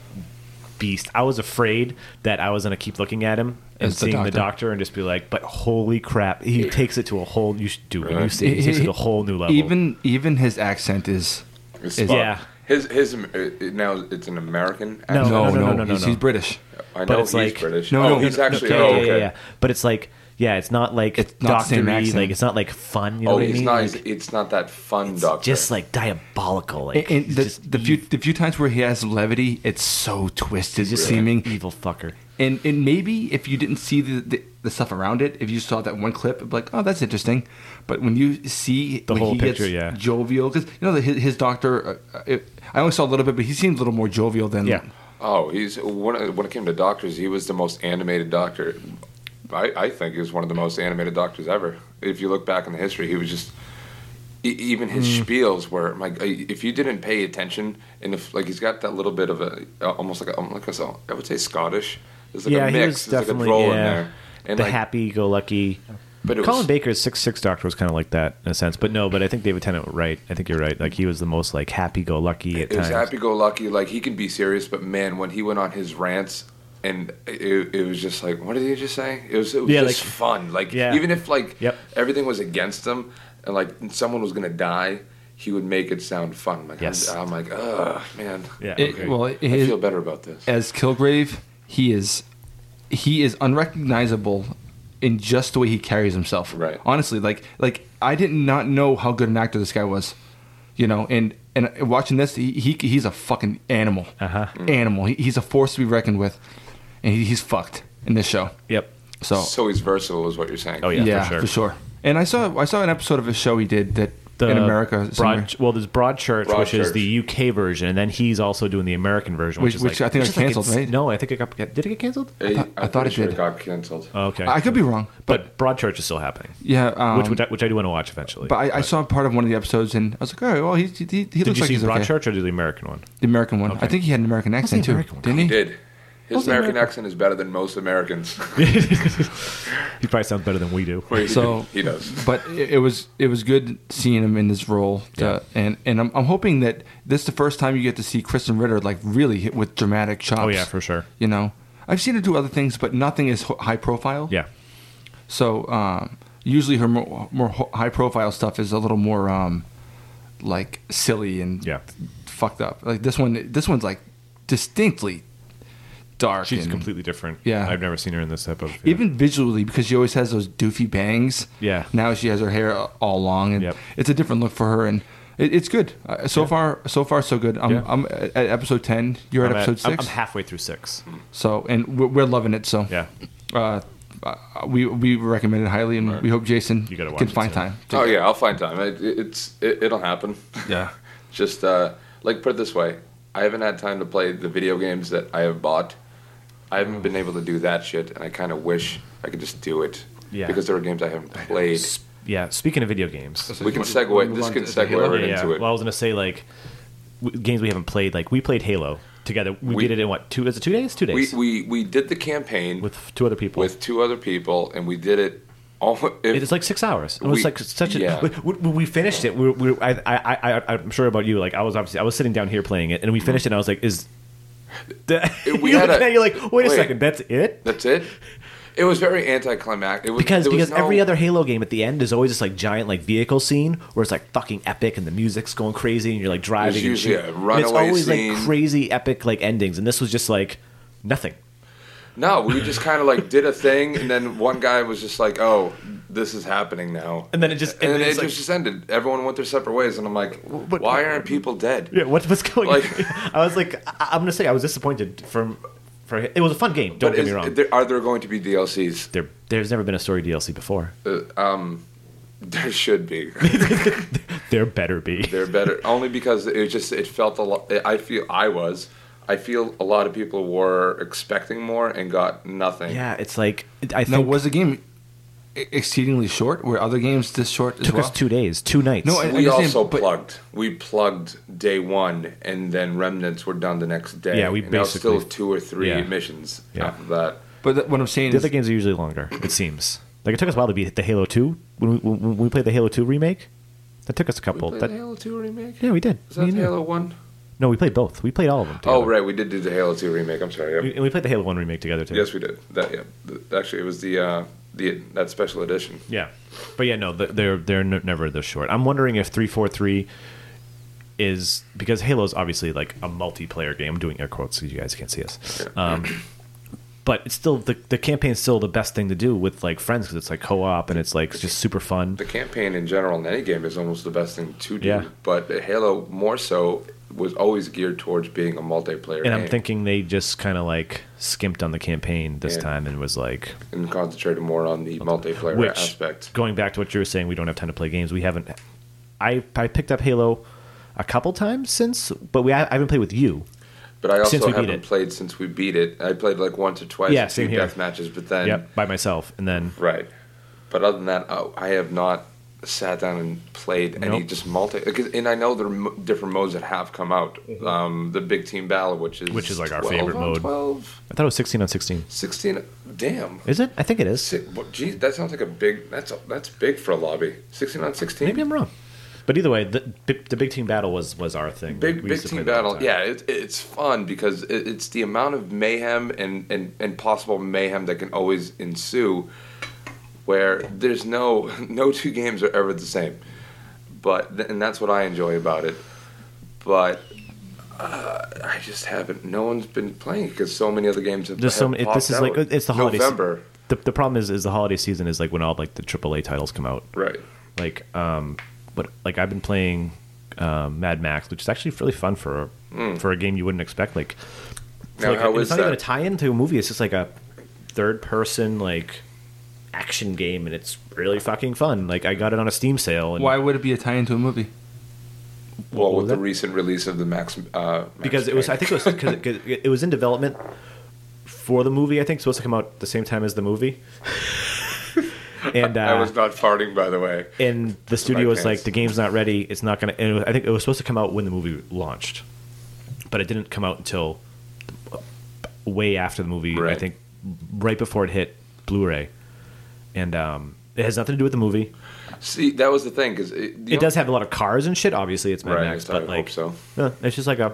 Speaker 4: beast. I was afraid that I was gonna keep looking at him and
Speaker 2: As the
Speaker 4: seeing the
Speaker 2: doctor.
Speaker 4: doctor and just be like, "But holy crap, he takes it to a whole you should do what you
Speaker 5: Right.
Speaker 4: say. He takes it to a whole new level."
Speaker 2: Even even his accent is
Speaker 5: It's
Speaker 2: is-
Speaker 5: spot-
Speaker 4: yeah.
Speaker 5: His his uh, uh, now it's an American.
Speaker 4: No,
Speaker 5: accent?
Speaker 4: no, no, no, no, no,
Speaker 2: he's,
Speaker 4: no.
Speaker 2: he's British.
Speaker 5: I know
Speaker 4: but it's
Speaker 5: he's
Speaker 4: like-
Speaker 5: British.
Speaker 2: No,
Speaker 5: oh,
Speaker 2: no,
Speaker 5: he's
Speaker 2: no,
Speaker 5: actually.
Speaker 4: yeah,
Speaker 5: oh,
Speaker 4: yeah,
Speaker 5: okay.
Speaker 4: yeah, yeah. But it's like, yeah, it's not like
Speaker 2: It's not the same
Speaker 4: doctor
Speaker 2: accent.
Speaker 4: like it's not like fun. You know
Speaker 5: Oh,
Speaker 4: what I
Speaker 5: he's
Speaker 4: mean?
Speaker 5: not.
Speaker 4: Like,
Speaker 5: it's- it's not that fun
Speaker 4: it's
Speaker 5: doctor.
Speaker 4: just like diabolical. Like
Speaker 2: And, and
Speaker 4: he's
Speaker 2: the,
Speaker 4: just
Speaker 2: the few the few times where he has levity, it's so twisted seeming.
Speaker 4: evil fucker.
Speaker 2: And and maybe if you didn't see the, the, the stuff around it, if you saw that one clip, it'd be like, oh, that's interesting. But when you see
Speaker 4: The
Speaker 2: when
Speaker 4: whole
Speaker 2: he
Speaker 4: picture, yeah.
Speaker 2: jovial because you know that his, his doctor. Uh, it, I only saw a little bit, but he seemed a little more jovial than
Speaker 4: Yeah.
Speaker 5: Oh, he's when, when it came to doctors, he was the most animated doctor. I, I think he was one of the most animated doctors ever. If you look back in the history, he was just e- even his
Speaker 4: Hmm.
Speaker 5: spiels were like if you didn't pay attention and if like he's got that little bit of a almost like a, like a, I would say Scottish. There's like
Speaker 4: yeah,
Speaker 5: a
Speaker 4: he was
Speaker 5: mix, there's like a
Speaker 4: definitely
Speaker 5: roll in
Speaker 4: yeah,
Speaker 5: there. And
Speaker 4: the
Speaker 5: like,
Speaker 4: happy-go-lucky.
Speaker 5: But it
Speaker 4: Colin
Speaker 5: was-
Speaker 4: Baker's Six Six Doctor was kind of like that in a sense, but no. But I think David Tennant, right? I think you're right. Like he was the most like happy-go-lucky at
Speaker 5: It was
Speaker 4: times.
Speaker 5: happy go lucky. Like he can be serious, but man, when he went on his rants, and it, it was just like, what did he just say? It was, it was
Speaker 4: Yeah,
Speaker 5: just
Speaker 4: like-
Speaker 5: fun. Like
Speaker 4: Yeah.
Speaker 5: even if like
Speaker 4: Yep.
Speaker 5: everything was against him, and like someone was gonna die, he would make it sound fun. Like
Speaker 4: Yes.
Speaker 5: I'm, I'm like, ugh, man.
Speaker 4: Yeah.
Speaker 2: It-
Speaker 5: Okay.
Speaker 2: well,
Speaker 5: I
Speaker 2: his-
Speaker 5: feel better about this.
Speaker 2: as Kilgrave. He is he is unrecognizable in just the way he carries himself.
Speaker 5: Right.
Speaker 2: Honestly, like like I did not know how good an actor this guy was. You know, and and watching this, he, he he's a fucking animal.
Speaker 4: Uh-huh.
Speaker 2: Animal. He, he's a force to be reckoned with, and he, he's fucked in this show.
Speaker 4: Yep.
Speaker 2: So,
Speaker 5: So he's versatile, is what you're saying.
Speaker 4: Oh, yeah.
Speaker 2: yeah,
Speaker 4: for
Speaker 2: for,
Speaker 4: sure.
Speaker 2: sure. And I saw I saw an episode of a show he did that
Speaker 4: The
Speaker 2: in America. somewhere,
Speaker 4: Broad, well, there's Broadchurch, which is the UK version, and then he's also doing the American version, which,
Speaker 2: Which-
Speaker 4: is
Speaker 2: which
Speaker 4: like,
Speaker 2: I think
Speaker 4: which
Speaker 2: got
Speaker 4: is like
Speaker 2: canceled,
Speaker 4: it's-
Speaker 2: right?
Speaker 4: No, I think it got did it get canceled?
Speaker 5: I,
Speaker 2: thought- I
Speaker 5: I'm
Speaker 2: thought
Speaker 5: pretty
Speaker 2: it
Speaker 5: sure
Speaker 2: did.
Speaker 5: got canceled.
Speaker 4: Okay,
Speaker 2: I could be wrong,
Speaker 4: but
Speaker 2: but,
Speaker 4: Broadchurch is still happening,
Speaker 2: yeah, um,
Speaker 4: which, which I, which I do want to watch eventually.
Speaker 2: But I, I saw part of one of the episodes, and I was like, "All right, well, he he, he
Speaker 4: did
Speaker 2: looks
Speaker 4: you
Speaker 2: like
Speaker 4: see
Speaker 2: he's okay."
Speaker 4: Broadchurch or did the American one?
Speaker 2: The American one. I think he had an American accent too,
Speaker 4: American one?
Speaker 2: didn't he?
Speaker 5: He did. His
Speaker 2: Wasn't
Speaker 5: American
Speaker 2: American-
Speaker 5: accent is better than most Americans.
Speaker 4: He probably sounds better than we do.
Speaker 2: So-
Speaker 5: he does.
Speaker 2: But it, it was it was good seeing him in this role, uh, and and I'm, I'm hoping that this is the first time you get to see Kristen Ritter like really hit with dramatic chops.
Speaker 4: Oh yeah, for sure.
Speaker 2: You know, I've seen her do other things, but nothing is ho- high profile.
Speaker 4: Yeah,
Speaker 2: So um, usually her more, more high profile stuff is a little more um, like silly and
Speaker 4: Yeah.
Speaker 2: fucked up. Like this one, this one's like distinctly dark.
Speaker 4: She's
Speaker 2: and-
Speaker 4: completely different.
Speaker 2: Yeah.
Speaker 4: I've never seen her in this type of. yeah.
Speaker 2: even visually because she always has those doofy bangs.
Speaker 4: Yeah.
Speaker 2: Now she has her hair all long, and
Speaker 4: Yep.
Speaker 2: it's a different look for her, and it, it's good uh, so far. So far, so good. I'm,
Speaker 4: Yeah.
Speaker 2: I'm at episode ten. You're at
Speaker 4: I'm at-
Speaker 2: episode
Speaker 4: I'm-
Speaker 2: 6
Speaker 4: I'm halfway through six.
Speaker 2: so, and we're, we're loving it. So,
Speaker 4: Yeah.
Speaker 2: Uh, uh, we we recommend it highly, and we hope Jason
Speaker 4: You gotta watch
Speaker 2: can
Speaker 4: it
Speaker 2: find
Speaker 4: soon.
Speaker 2: time. to-
Speaker 5: Oh yeah, I'll find time. It, it's it, it'll happen.
Speaker 2: Yeah.
Speaker 5: Just uh, like put it this way, I haven't had time to play the video games that I have bought. I haven't been able to do that shit, and I kind of wish I could just do it.
Speaker 4: Yeah.
Speaker 5: Because there are games I haven't played.
Speaker 4: S- Yeah. Speaking of video games.
Speaker 2: So
Speaker 5: We
Speaker 2: do you
Speaker 5: can
Speaker 2: want to
Speaker 5: segue-
Speaker 2: move
Speaker 5: this
Speaker 2: on
Speaker 5: can
Speaker 2: to
Speaker 5: segue
Speaker 2: Halo?
Speaker 5: right
Speaker 4: Yeah,
Speaker 5: into it.
Speaker 4: Well, I was gonna say like w- games we haven't played. Like we played Halo together. We,
Speaker 5: We-
Speaker 4: did it in what two? Is it two days? Two
Speaker 5: We
Speaker 4: days
Speaker 5: we we did the campaign with,
Speaker 4: with two other people.
Speaker 5: two other people, and we did it. All, if,
Speaker 4: it's like six hours. It was
Speaker 5: We-
Speaker 4: like such a.
Speaker 5: yeah.
Speaker 4: When when we finished it, we, we, I, I, I, I- I'm sure about you. Like I was obviously, I was sitting down here playing it, and we finished it. and I was like, "Is that,
Speaker 5: We
Speaker 4: you
Speaker 5: had
Speaker 4: look
Speaker 5: a-
Speaker 4: at it, you're like, wait, a
Speaker 5: wait.
Speaker 4: second, that's it?"
Speaker 5: that's it. It was very anticlimactic. It was,
Speaker 4: Because
Speaker 5: there was
Speaker 4: because
Speaker 5: no-
Speaker 4: every other Halo game at the end is always this like giant like vehicle scene where it's like fucking epic and the music's going crazy and you're like driving. and
Speaker 5: usually
Speaker 4: shit.
Speaker 5: a
Speaker 4: And It's
Speaker 5: runaway
Speaker 4: always
Speaker 5: scene.
Speaker 4: like crazy epic like endings, and this was just like nothing.
Speaker 5: No, we just kind of like did a thing, and then one guy was just like, "Oh, this is happening now,"
Speaker 4: And then it just-
Speaker 5: and,
Speaker 4: and
Speaker 5: then
Speaker 4: it's
Speaker 5: it
Speaker 4: like-
Speaker 5: just ended. Everyone went their separate ways, and I'm like,
Speaker 4: but-
Speaker 5: "Why aren't people dead?"
Speaker 4: Yeah, what, what's going?
Speaker 5: Like-
Speaker 4: on? I was like, I, I'm gonna say I was disappointed from for it was a fun game. Don't
Speaker 5: But
Speaker 4: get
Speaker 5: is-
Speaker 4: me wrong.
Speaker 5: there- are there going to be DLCs?
Speaker 4: there there's never been a story DLC before.
Speaker 5: There should be. Uh,
Speaker 4: There better be.
Speaker 5: They're better only because it just it felt a lot. I feel I was. I feel a lot of people were expecting more and got nothing.
Speaker 4: Yeah, it's like I
Speaker 2: Now,
Speaker 4: think
Speaker 2: was the game e- exceedingly short? Were other games this short as
Speaker 4: took
Speaker 2: well?
Speaker 4: us two days, two nights.
Speaker 2: No, I-
Speaker 5: We
Speaker 2: understand,
Speaker 5: also
Speaker 2: but-
Speaker 5: plugged. We plugged day one, and then remnants were done the next day.
Speaker 4: Yeah, we
Speaker 5: and there was
Speaker 4: basically-
Speaker 5: still two or three
Speaker 4: yeah.
Speaker 5: missions
Speaker 4: Yeah.
Speaker 5: after that.
Speaker 2: But th- what I'm saying
Speaker 4: the
Speaker 2: is,
Speaker 4: other games are usually longer. It seems like it took us a while to beat the Halo Two when we, when when we played the Halo Two remake. That took us a couple.
Speaker 5: Played
Speaker 4: That,
Speaker 5: the Halo Two remake.
Speaker 4: yeah, we did.
Speaker 5: Is
Speaker 4: Me
Speaker 5: that
Speaker 4: and
Speaker 5: the
Speaker 4: you.
Speaker 5: Halo One?
Speaker 4: No, we played both. We played all of them. Together.
Speaker 5: Oh right, we did do the Halo Two remake. I'm sorry.
Speaker 4: We-
Speaker 5: Yep.
Speaker 4: and we played the Halo One remake together too.
Speaker 5: Yes, we did. That yeah. Th- Actually, it was the uh, the that special edition.
Speaker 4: Yeah, but yeah, no, th- they're they're n- never this short. I'm wondering if three four three is because Halo's obviously like a multiplayer game. I'm doing air quotes so you guys can't see us. Um, but it's still the the campaign's still the best thing to do with like friends because it's like co op and it's like just super fun.
Speaker 5: The campaign in general in any game is almost the best thing to do.
Speaker 4: Yeah.
Speaker 5: But Halo more so was always geared towards being a multiplayer
Speaker 4: And
Speaker 5: game
Speaker 4: I'm thinking they just kind of like skimped on the campaign this
Speaker 5: Yeah.
Speaker 4: time and was like,
Speaker 5: and concentrated more on the multiplayer
Speaker 4: which
Speaker 5: aspect.
Speaker 4: going back to what you were saying, we don't have time to play games. We haven't. I I picked up Halo a couple times since, but we I, I haven't played with you.
Speaker 5: But I also
Speaker 4: Since we beat
Speaker 5: haven't
Speaker 4: it.
Speaker 5: played since we beat it. I played like once or twice,
Speaker 4: Yeah,
Speaker 5: a few
Speaker 4: same here.
Speaker 5: death matches, but then
Speaker 4: Yep, by myself, and then
Speaker 5: right. But other than that, oh, I have not sat down and played any
Speaker 4: Nope.
Speaker 5: just multi. 'cause- And I know there are mo- different modes that have come out. Um, the big team battle, which is
Speaker 4: Mm-hmm. Which is, like, our
Speaker 5: 12
Speaker 4: favorite
Speaker 5: on
Speaker 4: mode.
Speaker 5: 12,
Speaker 4: I thought it was 16 on 16.
Speaker 5: 16. Damn.
Speaker 4: Is it? I think it is.
Speaker 5: Six, well, geez, that sounds like a big. That's a, that's big for a lobby. 16 on 16.
Speaker 4: Maybe I'm wrong. But either way, the, the big team battle was was our thing.
Speaker 5: Big
Speaker 4: We
Speaker 5: big
Speaker 4: used to play
Speaker 5: team
Speaker 4: that all the
Speaker 5: battle,
Speaker 4: time.
Speaker 5: yeah, it, it's fun because it, it's the amount of mayhem and, and, and possible mayhem that can always ensue, where there's no no two games are ever the same, but th- and that's what I enjoy about it, but uh, I just haven't. No one's been playing because so many other games have.
Speaker 4: There's so
Speaker 5: have
Speaker 4: many-
Speaker 5: popped
Speaker 4: this is like-
Speaker 5: out.
Speaker 4: it's the holiday se-
Speaker 5: November,
Speaker 4: The, the problem is is the holiday season is like when all like the AAA titles come out.
Speaker 5: right?
Speaker 4: Like um, but like I've been playing um, Mad Max, which is actually really fun for for a game you wouldn't expect. Like,
Speaker 5: Hmm. Now,
Speaker 4: like,
Speaker 5: how
Speaker 4: and
Speaker 5: is
Speaker 4: it's not
Speaker 5: that?
Speaker 4: even a tie-in to a movie. It's just like a third person like action game, and it's really fucking fun. Like I got it on a Steam sale. And
Speaker 2: why would it be a tie into a movie?
Speaker 5: Well,
Speaker 4: was
Speaker 5: with the
Speaker 4: that?
Speaker 5: recent release of the Max, uh, Max
Speaker 4: because it was I
Speaker 5: Payne.
Speaker 4: think it was because it, it was in development for the movie. I think supposed to come out the same time as the movie. and uh,
Speaker 5: I was not farting, by the way.
Speaker 4: and the studio
Speaker 5: my
Speaker 4: was
Speaker 5: pants.
Speaker 4: like, the game's not ready. It's not gonna. And it was- I think it was supposed to come out when the movie launched, but it didn't come out until way after the movie. I
Speaker 5: Right.
Speaker 4: think right before it hit Blu-ray, and um, it has nothing to do with the movie.
Speaker 5: See, that was the thing because
Speaker 4: it does have a lot of cars and shit. Obviously, it's Mad
Speaker 5: Right,
Speaker 4: Max,
Speaker 5: I would
Speaker 4: but like,
Speaker 5: hope so.
Speaker 4: no, it's just like a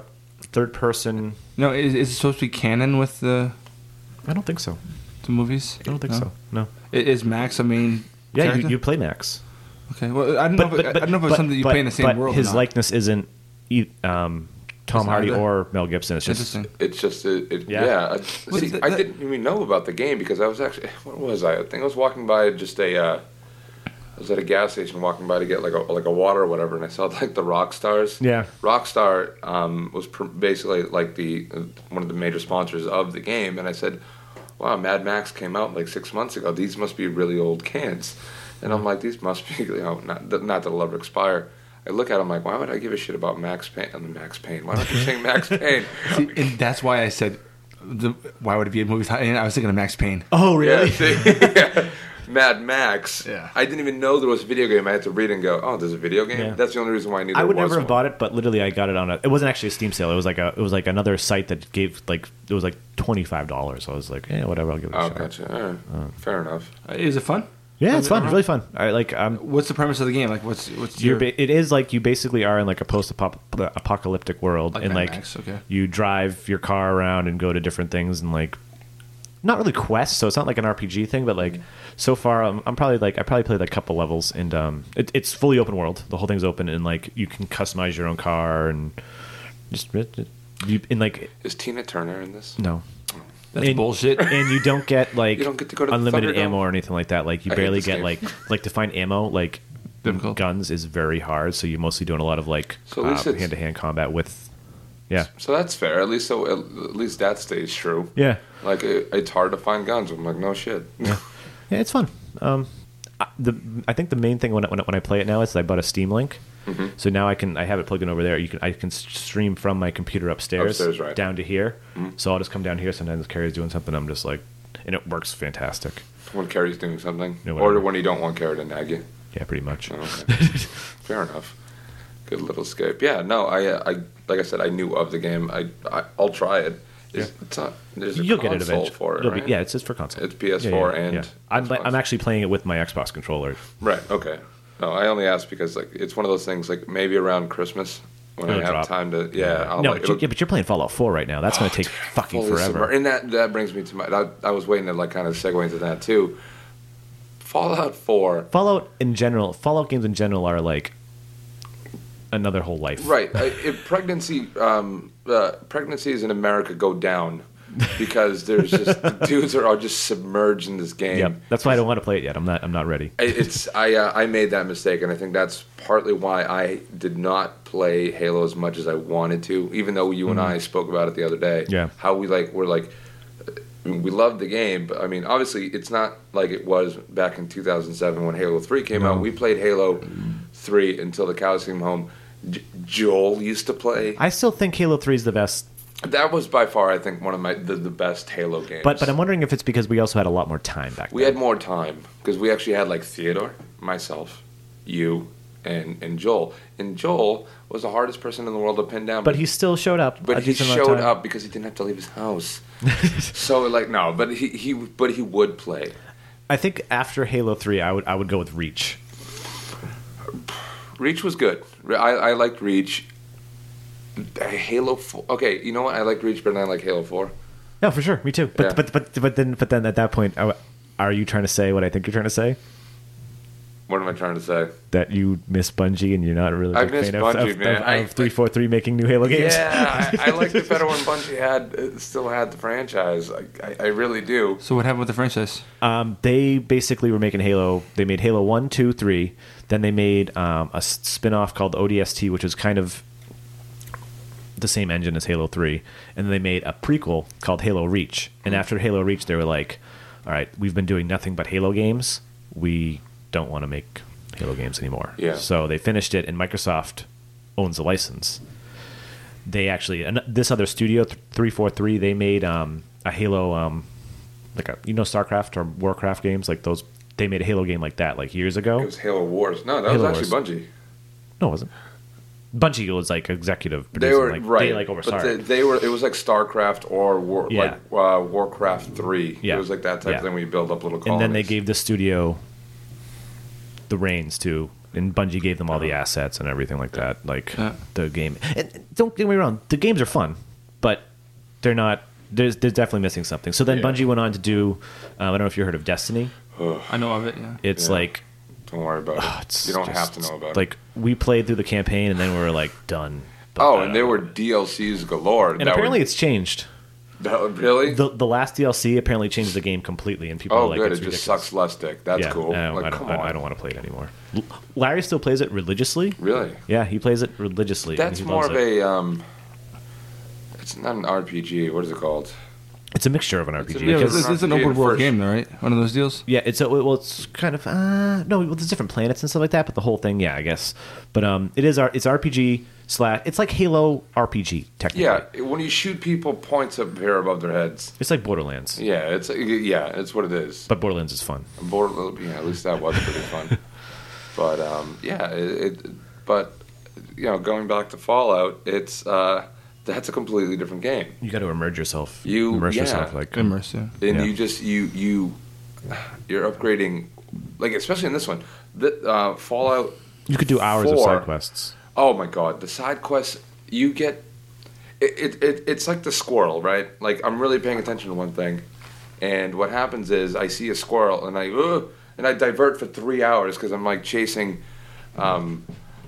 Speaker 4: third-person.
Speaker 2: No, is, is it supposed to be canon with the
Speaker 4: I don't think so.
Speaker 2: the movies?
Speaker 4: I don't think
Speaker 2: No?
Speaker 4: so. No.
Speaker 2: I- Is Max a main?
Speaker 4: Yeah, you,
Speaker 2: character?
Speaker 4: you play Max.
Speaker 2: Okay. Well, I don't know. If, I don't know if it's
Speaker 4: but-
Speaker 2: something you
Speaker 4: but-
Speaker 2: play in the same
Speaker 4: but
Speaker 2: world. or
Speaker 4: His
Speaker 2: not.
Speaker 4: likeness isn't e- um, Tom
Speaker 2: It's not
Speaker 4: Hardy
Speaker 2: either.
Speaker 4: or Mel Gibson. It's just
Speaker 2: Interesting.
Speaker 5: It's just it, it
Speaker 4: Yeah.
Speaker 5: yeah. I,
Speaker 2: Was
Speaker 5: see,
Speaker 2: the-
Speaker 5: I
Speaker 2: the-
Speaker 5: didn't even know about the game because I was actually what was I? I think I was walking by just a. Uh, I was at a gas station walking by to get like a like a water or whatever, and I saw like the rock stars.
Speaker 4: Yeah.
Speaker 5: Rockstar um, was pr- basically like the uh, one of the major sponsors of the game, and I said, "Wow, Mad Max came out like six months ago. These must be really old cans." And
Speaker 4: Mm.
Speaker 5: I'm like, "These must be, you know, not, th- not that it'll ever expire." I look at them like, "Why would I give a shit about Max Payne?" I'm Max Payne. Why do I keep saying Max Payne?
Speaker 2: See, and that's why I said, the, why would it be a movie? tie- And I was thinking of Max Payne.
Speaker 4: oh
Speaker 5: Yeah, see? Mad Max.
Speaker 2: Yeah.
Speaker 5: I didn't even know there was a video game. I had to read and go, "Oh, there's a video game."
Speaker 4: Yeah.
Speaker 5: That's the only reason why I knew. There
Speaker 4: I would
Speaker 5: was
Speaker 4: never have
Speaker 5: one.
Speaker 4: bought it, but literally I got it on a. It wasn't actually a Steam sale. It was like a. It was like another site that gave like it was like twenty five dollars. So I was like, yeah, whatever, I'll give it a
Speaker 5: Oh,
Speaker 4: shot.
Speaker 5: gotcha. All right. Fair enough.
Speaker 2: Uh, Is it fun?
Speaker 4: Yeah, it's fun, really fun. I like. Um,
Speaker 2: What's the premise of the game? Like, what's what's
Speaker 4: you're
Speaker 2: your?
Speaker 4: ba- it is like you basically are in like a post apocalyptic world,
Speaker 2: Like
Speaker 4: and
Speaker 2: Mad
Speaker 4: like
Speaker 2: Max, okay.
Speaker 4: you drive your car around and go to different things and like. Not really quests, so it's not like an RPG thing. But like, so far, I'm, I'm probably like I probably played like a couple levels, and um, it, it's fully open world. The whole thing's open, and like you can customize your own car and just it- it- you and like
Speaker 5: Is Tina Turner in this?
Speaker 4: No.
Speaker 2: That's
Speaker 4: and,
Speaker 2: bullshit.
Speaker 4: And you don't get like
Speaker 5: You don't get to go to the
Speaker 4: unlimited
Speaker 5: Thunderdome.
Speaker 4: ammo or anything like that. Like you
Speaker 5: I hate
Speaker 4: barely
Speaker 5: this
Speaker 4: get
Speaker 5: game.
Speaker 4: like like to find ammo like
Speaker 2: Difficult.
Speaker 4: guns is very hard. So you're mostly doing a lot of like
Speaker 5: So at least it's-
Speaker 4: hand to hand combat with yeah
Speaker 5: So that's fair. At least so at, at least that stays true.
Speaker 4: yeah
Speaker 5: Like it, it's hard to find guns. I'm like, no shit.
Speaker 4: yeah it's fun. Um, I, the I think the main thing when I, when I, when I play it now is I bought a Steam Link.
Speaker 5: Mm-hmm.
Speaker 4: So now I can I have it plugged in over there. You can I can s- stream from my computer upstairs,
Speaker 5: Upstairs, right. Mm-hmm.
Speaker 4: down to here. So I'll just come down here. Sometimes Carrie's doing something. I'm just like, and it works fantastic.
Speaker 5: when Carrie's doing something,
Speaker 4: Yeah,
Speaker 5: or
Speaker 4: whatever.
Speaker 5: when you don't want Carrie to nag you.
Speaker 4: Yeah, pretty much.
Speaker 5: Oh, okay. fair enough. Good little escape. Yeah. No, I, uh, I like I said, I knew of the game. I, I I'll try it. It's, it's not. There's a
Speaker 4: You'll get
Speaker 5: console
Speaker 4: it eventually.
Speaker 5: for it.
Speaker 4: You'll be-
Speaker 5: right?
Speaker 4: yeah, it's just for console.
Speaker 5: It's PS4
Speaker 4: Yeah, yeah,
Speaker 5: and
Speaker 4: yeah. I'm,
Speaker 5: Xbox.
Speaker 4: I'm actually playing it with my Xbox controller.
Speaker 5: Right. Okay. No, I only asked because like it's one of those things. Like maybe around Christmas when I
Speaker 4: It'll
Speaker 5: have
Speaker 4: drop.
Speaker 5: time to. Yeah. I'll,
Speaker 4: no,
Speaker 5: like,
Speaker 4: but, you,
Speaker 5: it'll- Oh,
Speaker 4: yeah, but you're playing Fallout 4 right now. That's going to take fucking
Speaker 5: fully
Speaker 4: forever.
Speaker 5: submer- And that that brings me to my. I, I was waiting to like kind of segue into that too. Fallout Four.
Speaker 4: Fallout in general, Fallout games in general are like another whole life.
Speaker 5: Right. I, if pregnancy um, uh, pregnancies in America go down because there's just the dudes are, are just submerged in this game.
Speaker 4: Yep. That's why I don't want to play it yet. I'm not. I'm not ready.
Speaker 5: I- It's I uh, I made that mistake, and I think that's partly why I did not play Halo as much as I wanted to. Even though you and I spoke about it the other day,
Speaker 4: Mm-hmm. Yeah.
Speaker 5: how we like were like I mean, we loved the game, but I mean, obviously, it's not like it was back in 2007 when Halo Three came out. We played Halo Three until the cows came home. J- Joel used to play.
Speaker 4: I still think Halo 3 is the best,
Speaker 5: That was by far, I think, one of my the, the best Halo games.
Speaker 4: but but I'm wondering if it's because we also had a lot more time back
Speaker 5: We
Speaker 4: then.
Speaker 5: had more time because we actually had like Theodore, myself, you, and and Joel. And Joel was the hardest person in the world to pin down.
Speaker 4: but he still showed up. a
Speaker 5: but he
Speaker 4: decent amount of
Speaker 5: showed
Speaker 4: time.
Speaker 5: up because he didn't have to leave his house. so like no, but he, he but he would play.
Speaker 4: I think after Halo 3, I would I would go with Reach.
Speaker 5: Reach was good. Re- I I liked Reach. Halo four. Okay, you know what? I like Reach better than I like Halo four.
Speaker 4: No, for sure, me too. But
Speaker 5: Yeah.
Speaker 4: but but but then but then at that point, are- are you trying to say what I think you're trying to say?
Speaker 5: What am I trying to say?
Speaker 4: That you miss Bungie and you're not really
Speaker 5: I
Speaker 4: a big
Speaker 5: miss
Speaker 4: fan of,
Speaker 5: Bungie,
Speaker 4: of,
Speaker 5: man.
Speaker 4: of,
Speaker 5: I-
Speaker 4: of three four three making new Halo games.
Speaker 5: Yeah, I, I liked it better when Bungie had uh, still had the franchise. I, I, I really do.
Speaker 2: So what happened with the franchise?
Speaker 4: um, they basically were making Halo. They made Halo one, two, three. Then they made um, a s- spin-off called ODST, which is kind of the same engine as Halo 3, and then they made a prequel called Halo Reach. And after Halo Reach, they were like, "All right, we've been doing nothing but Halo games. We don't want to make Halo games anymore."
Speaker 5: Yeah.
Speaker 4: So they finished it, and Microsoft owns the license. They actually, and this other studio, three four three, they made um, a Halo, um, like a you know StarCraft or WarCraft games, like those. They made a Halo game like that like years ago.
Speaker 5: It was Halo Wars. No, that
Speaker 4: Halo
Speaker 5: was actually Bungie.
Speaker 4: no, it wasn't. Bungie was like executive.
Speaker 5: They
Speaker 4: Producer,
Speaker 5: were
Speaker 4: like,
Speaker 5: right.
Speaker 4: They like oversaw
Speaker 5: but
Speaker 4: it.
Speaker 5: they, they were. It was like StarCraft or War,
Speaker 4: Yeah.
Speaker 5: like uh, Warcraft Three.
Speaker 4: Yeah.
Speaker 5: It was like that type
Speaker 4: Yeah.
Speaker 5: of thing. where you build up little. Colonies.
Speaker 4: and then they gave the studio the reins to and Bungie gave them all
Speaker 5: Oh.
Speaker 4: the assets and everything like that like
Speaker 2: Yeah.
Speaker 4: the game and don't get me wrong the games are fun but they're not there's, they're definitely missing something so then
Speaker 5: Yeah.
Speaker 4: Bungie went on to do um, I don't know if you heard of Destiny
Speaker 2: I know of it. Yeah.
Speaker 4: it's
Speaker 5: Yeah.
Speaker 4: like
Speaker 5: Don't worry about
Speaker 4: Oh,
Speaker 5: it.
Speaker 4: it's
Speaker 5: You don't
Speaker 4: just-
Speaker 5: have to know about it.
Speaker 4: Like we played through the campaign and then we were like done. But,
Speaker 5: Oh, and
Speaker 4: uh,
Speaker 5: there were DLCs galore.
Speaker 4: and apparently it's changed.
Speaker 5: really.
Speaker 4: The the last DLC apparently changed the game completely, and people
Speaker 5: oh,
Speaker 4: are like,
Speaker 5: good. It
Speaker 4: It's
Speaker 5: just
Speaker 4: ridiculous.
Speaker 5: sucks less dick. That's
Speaker 4: yeah,
Speaker 5: cool.
Speaker 4: I don't,
Speaker 5: like,
Speaker 4: I, don't,
Speaker 5: come
Speaker 4: I-
Speaker 5: on.
Speaker 4: I don't want to play it anymore. L- Larry still plays it religiously.
Speaker 5: Really?
Speaker 4: Yeah, he plays it religiously. and
Speaker 5: That's
Speaker 4: he
Speaker 5: more
Speaker 4: loves
Speaker 5: of
Speaker 4: it.
Speaker 5: a. Um, it's not an RPG. What is it called?
Speaker 4: It's a mixture of an RPG.
Speaker 5: a
Speaker 2: Yeah,
Speaker 5: Yeah,
Speaker 2: but
Speaker 5: because
Speaker 2: this
Speaker 5: it's
Speaker 2: is an
Speaker 5: not
Speaker 2: open
Speaker 5: the
Speaker 2: world
Speaker 5: first-
Speaker 2: game, though, right? One of those deals.
Speaker 4: Yeah, it's a, well, it's kind of uh, no, well, there's different planets and stuff like that, but the whole thing, yeah, I guess. But um, it is our it's RPG slash it's like Halo RPG technically.
Speaker 5: Yeah, when you shoot people, points appear above their heads.
Speaker 4: it's like Borderlands,
Speaker 5: Yeah, it's yeah, it's what it is.
Speaker 4: but Borderlands is fun.
Speaker 5: Border, yeah, at least that was pretty fun. But um, yeah, it, it, but you know, going back to Fallout, it's uh, that's a completely different game.
Speaker 4: You got to immerse yourself.
Speaker 5: You-
Speaker 4: immerse
Speaker 5: yeah.
Speaker 4: yourself like
Speaker 2: Immerse, yeah.
Speaker 5: and
Speaker 4: Yeah.
Speaker 5: you just you you you're upgrading like especially in this one the uh, fallout
Speaker 4: you could do hours of
Speaker 5: Four.
Speaker 4: side quests.
Speaker 5: oh my god the side quests you get it, it, it it's like the squirrel right like i'm really paying attention to one thing and what happens is i see a squirrel and i Ugh, and i divert for three hours because i'm like chasing um,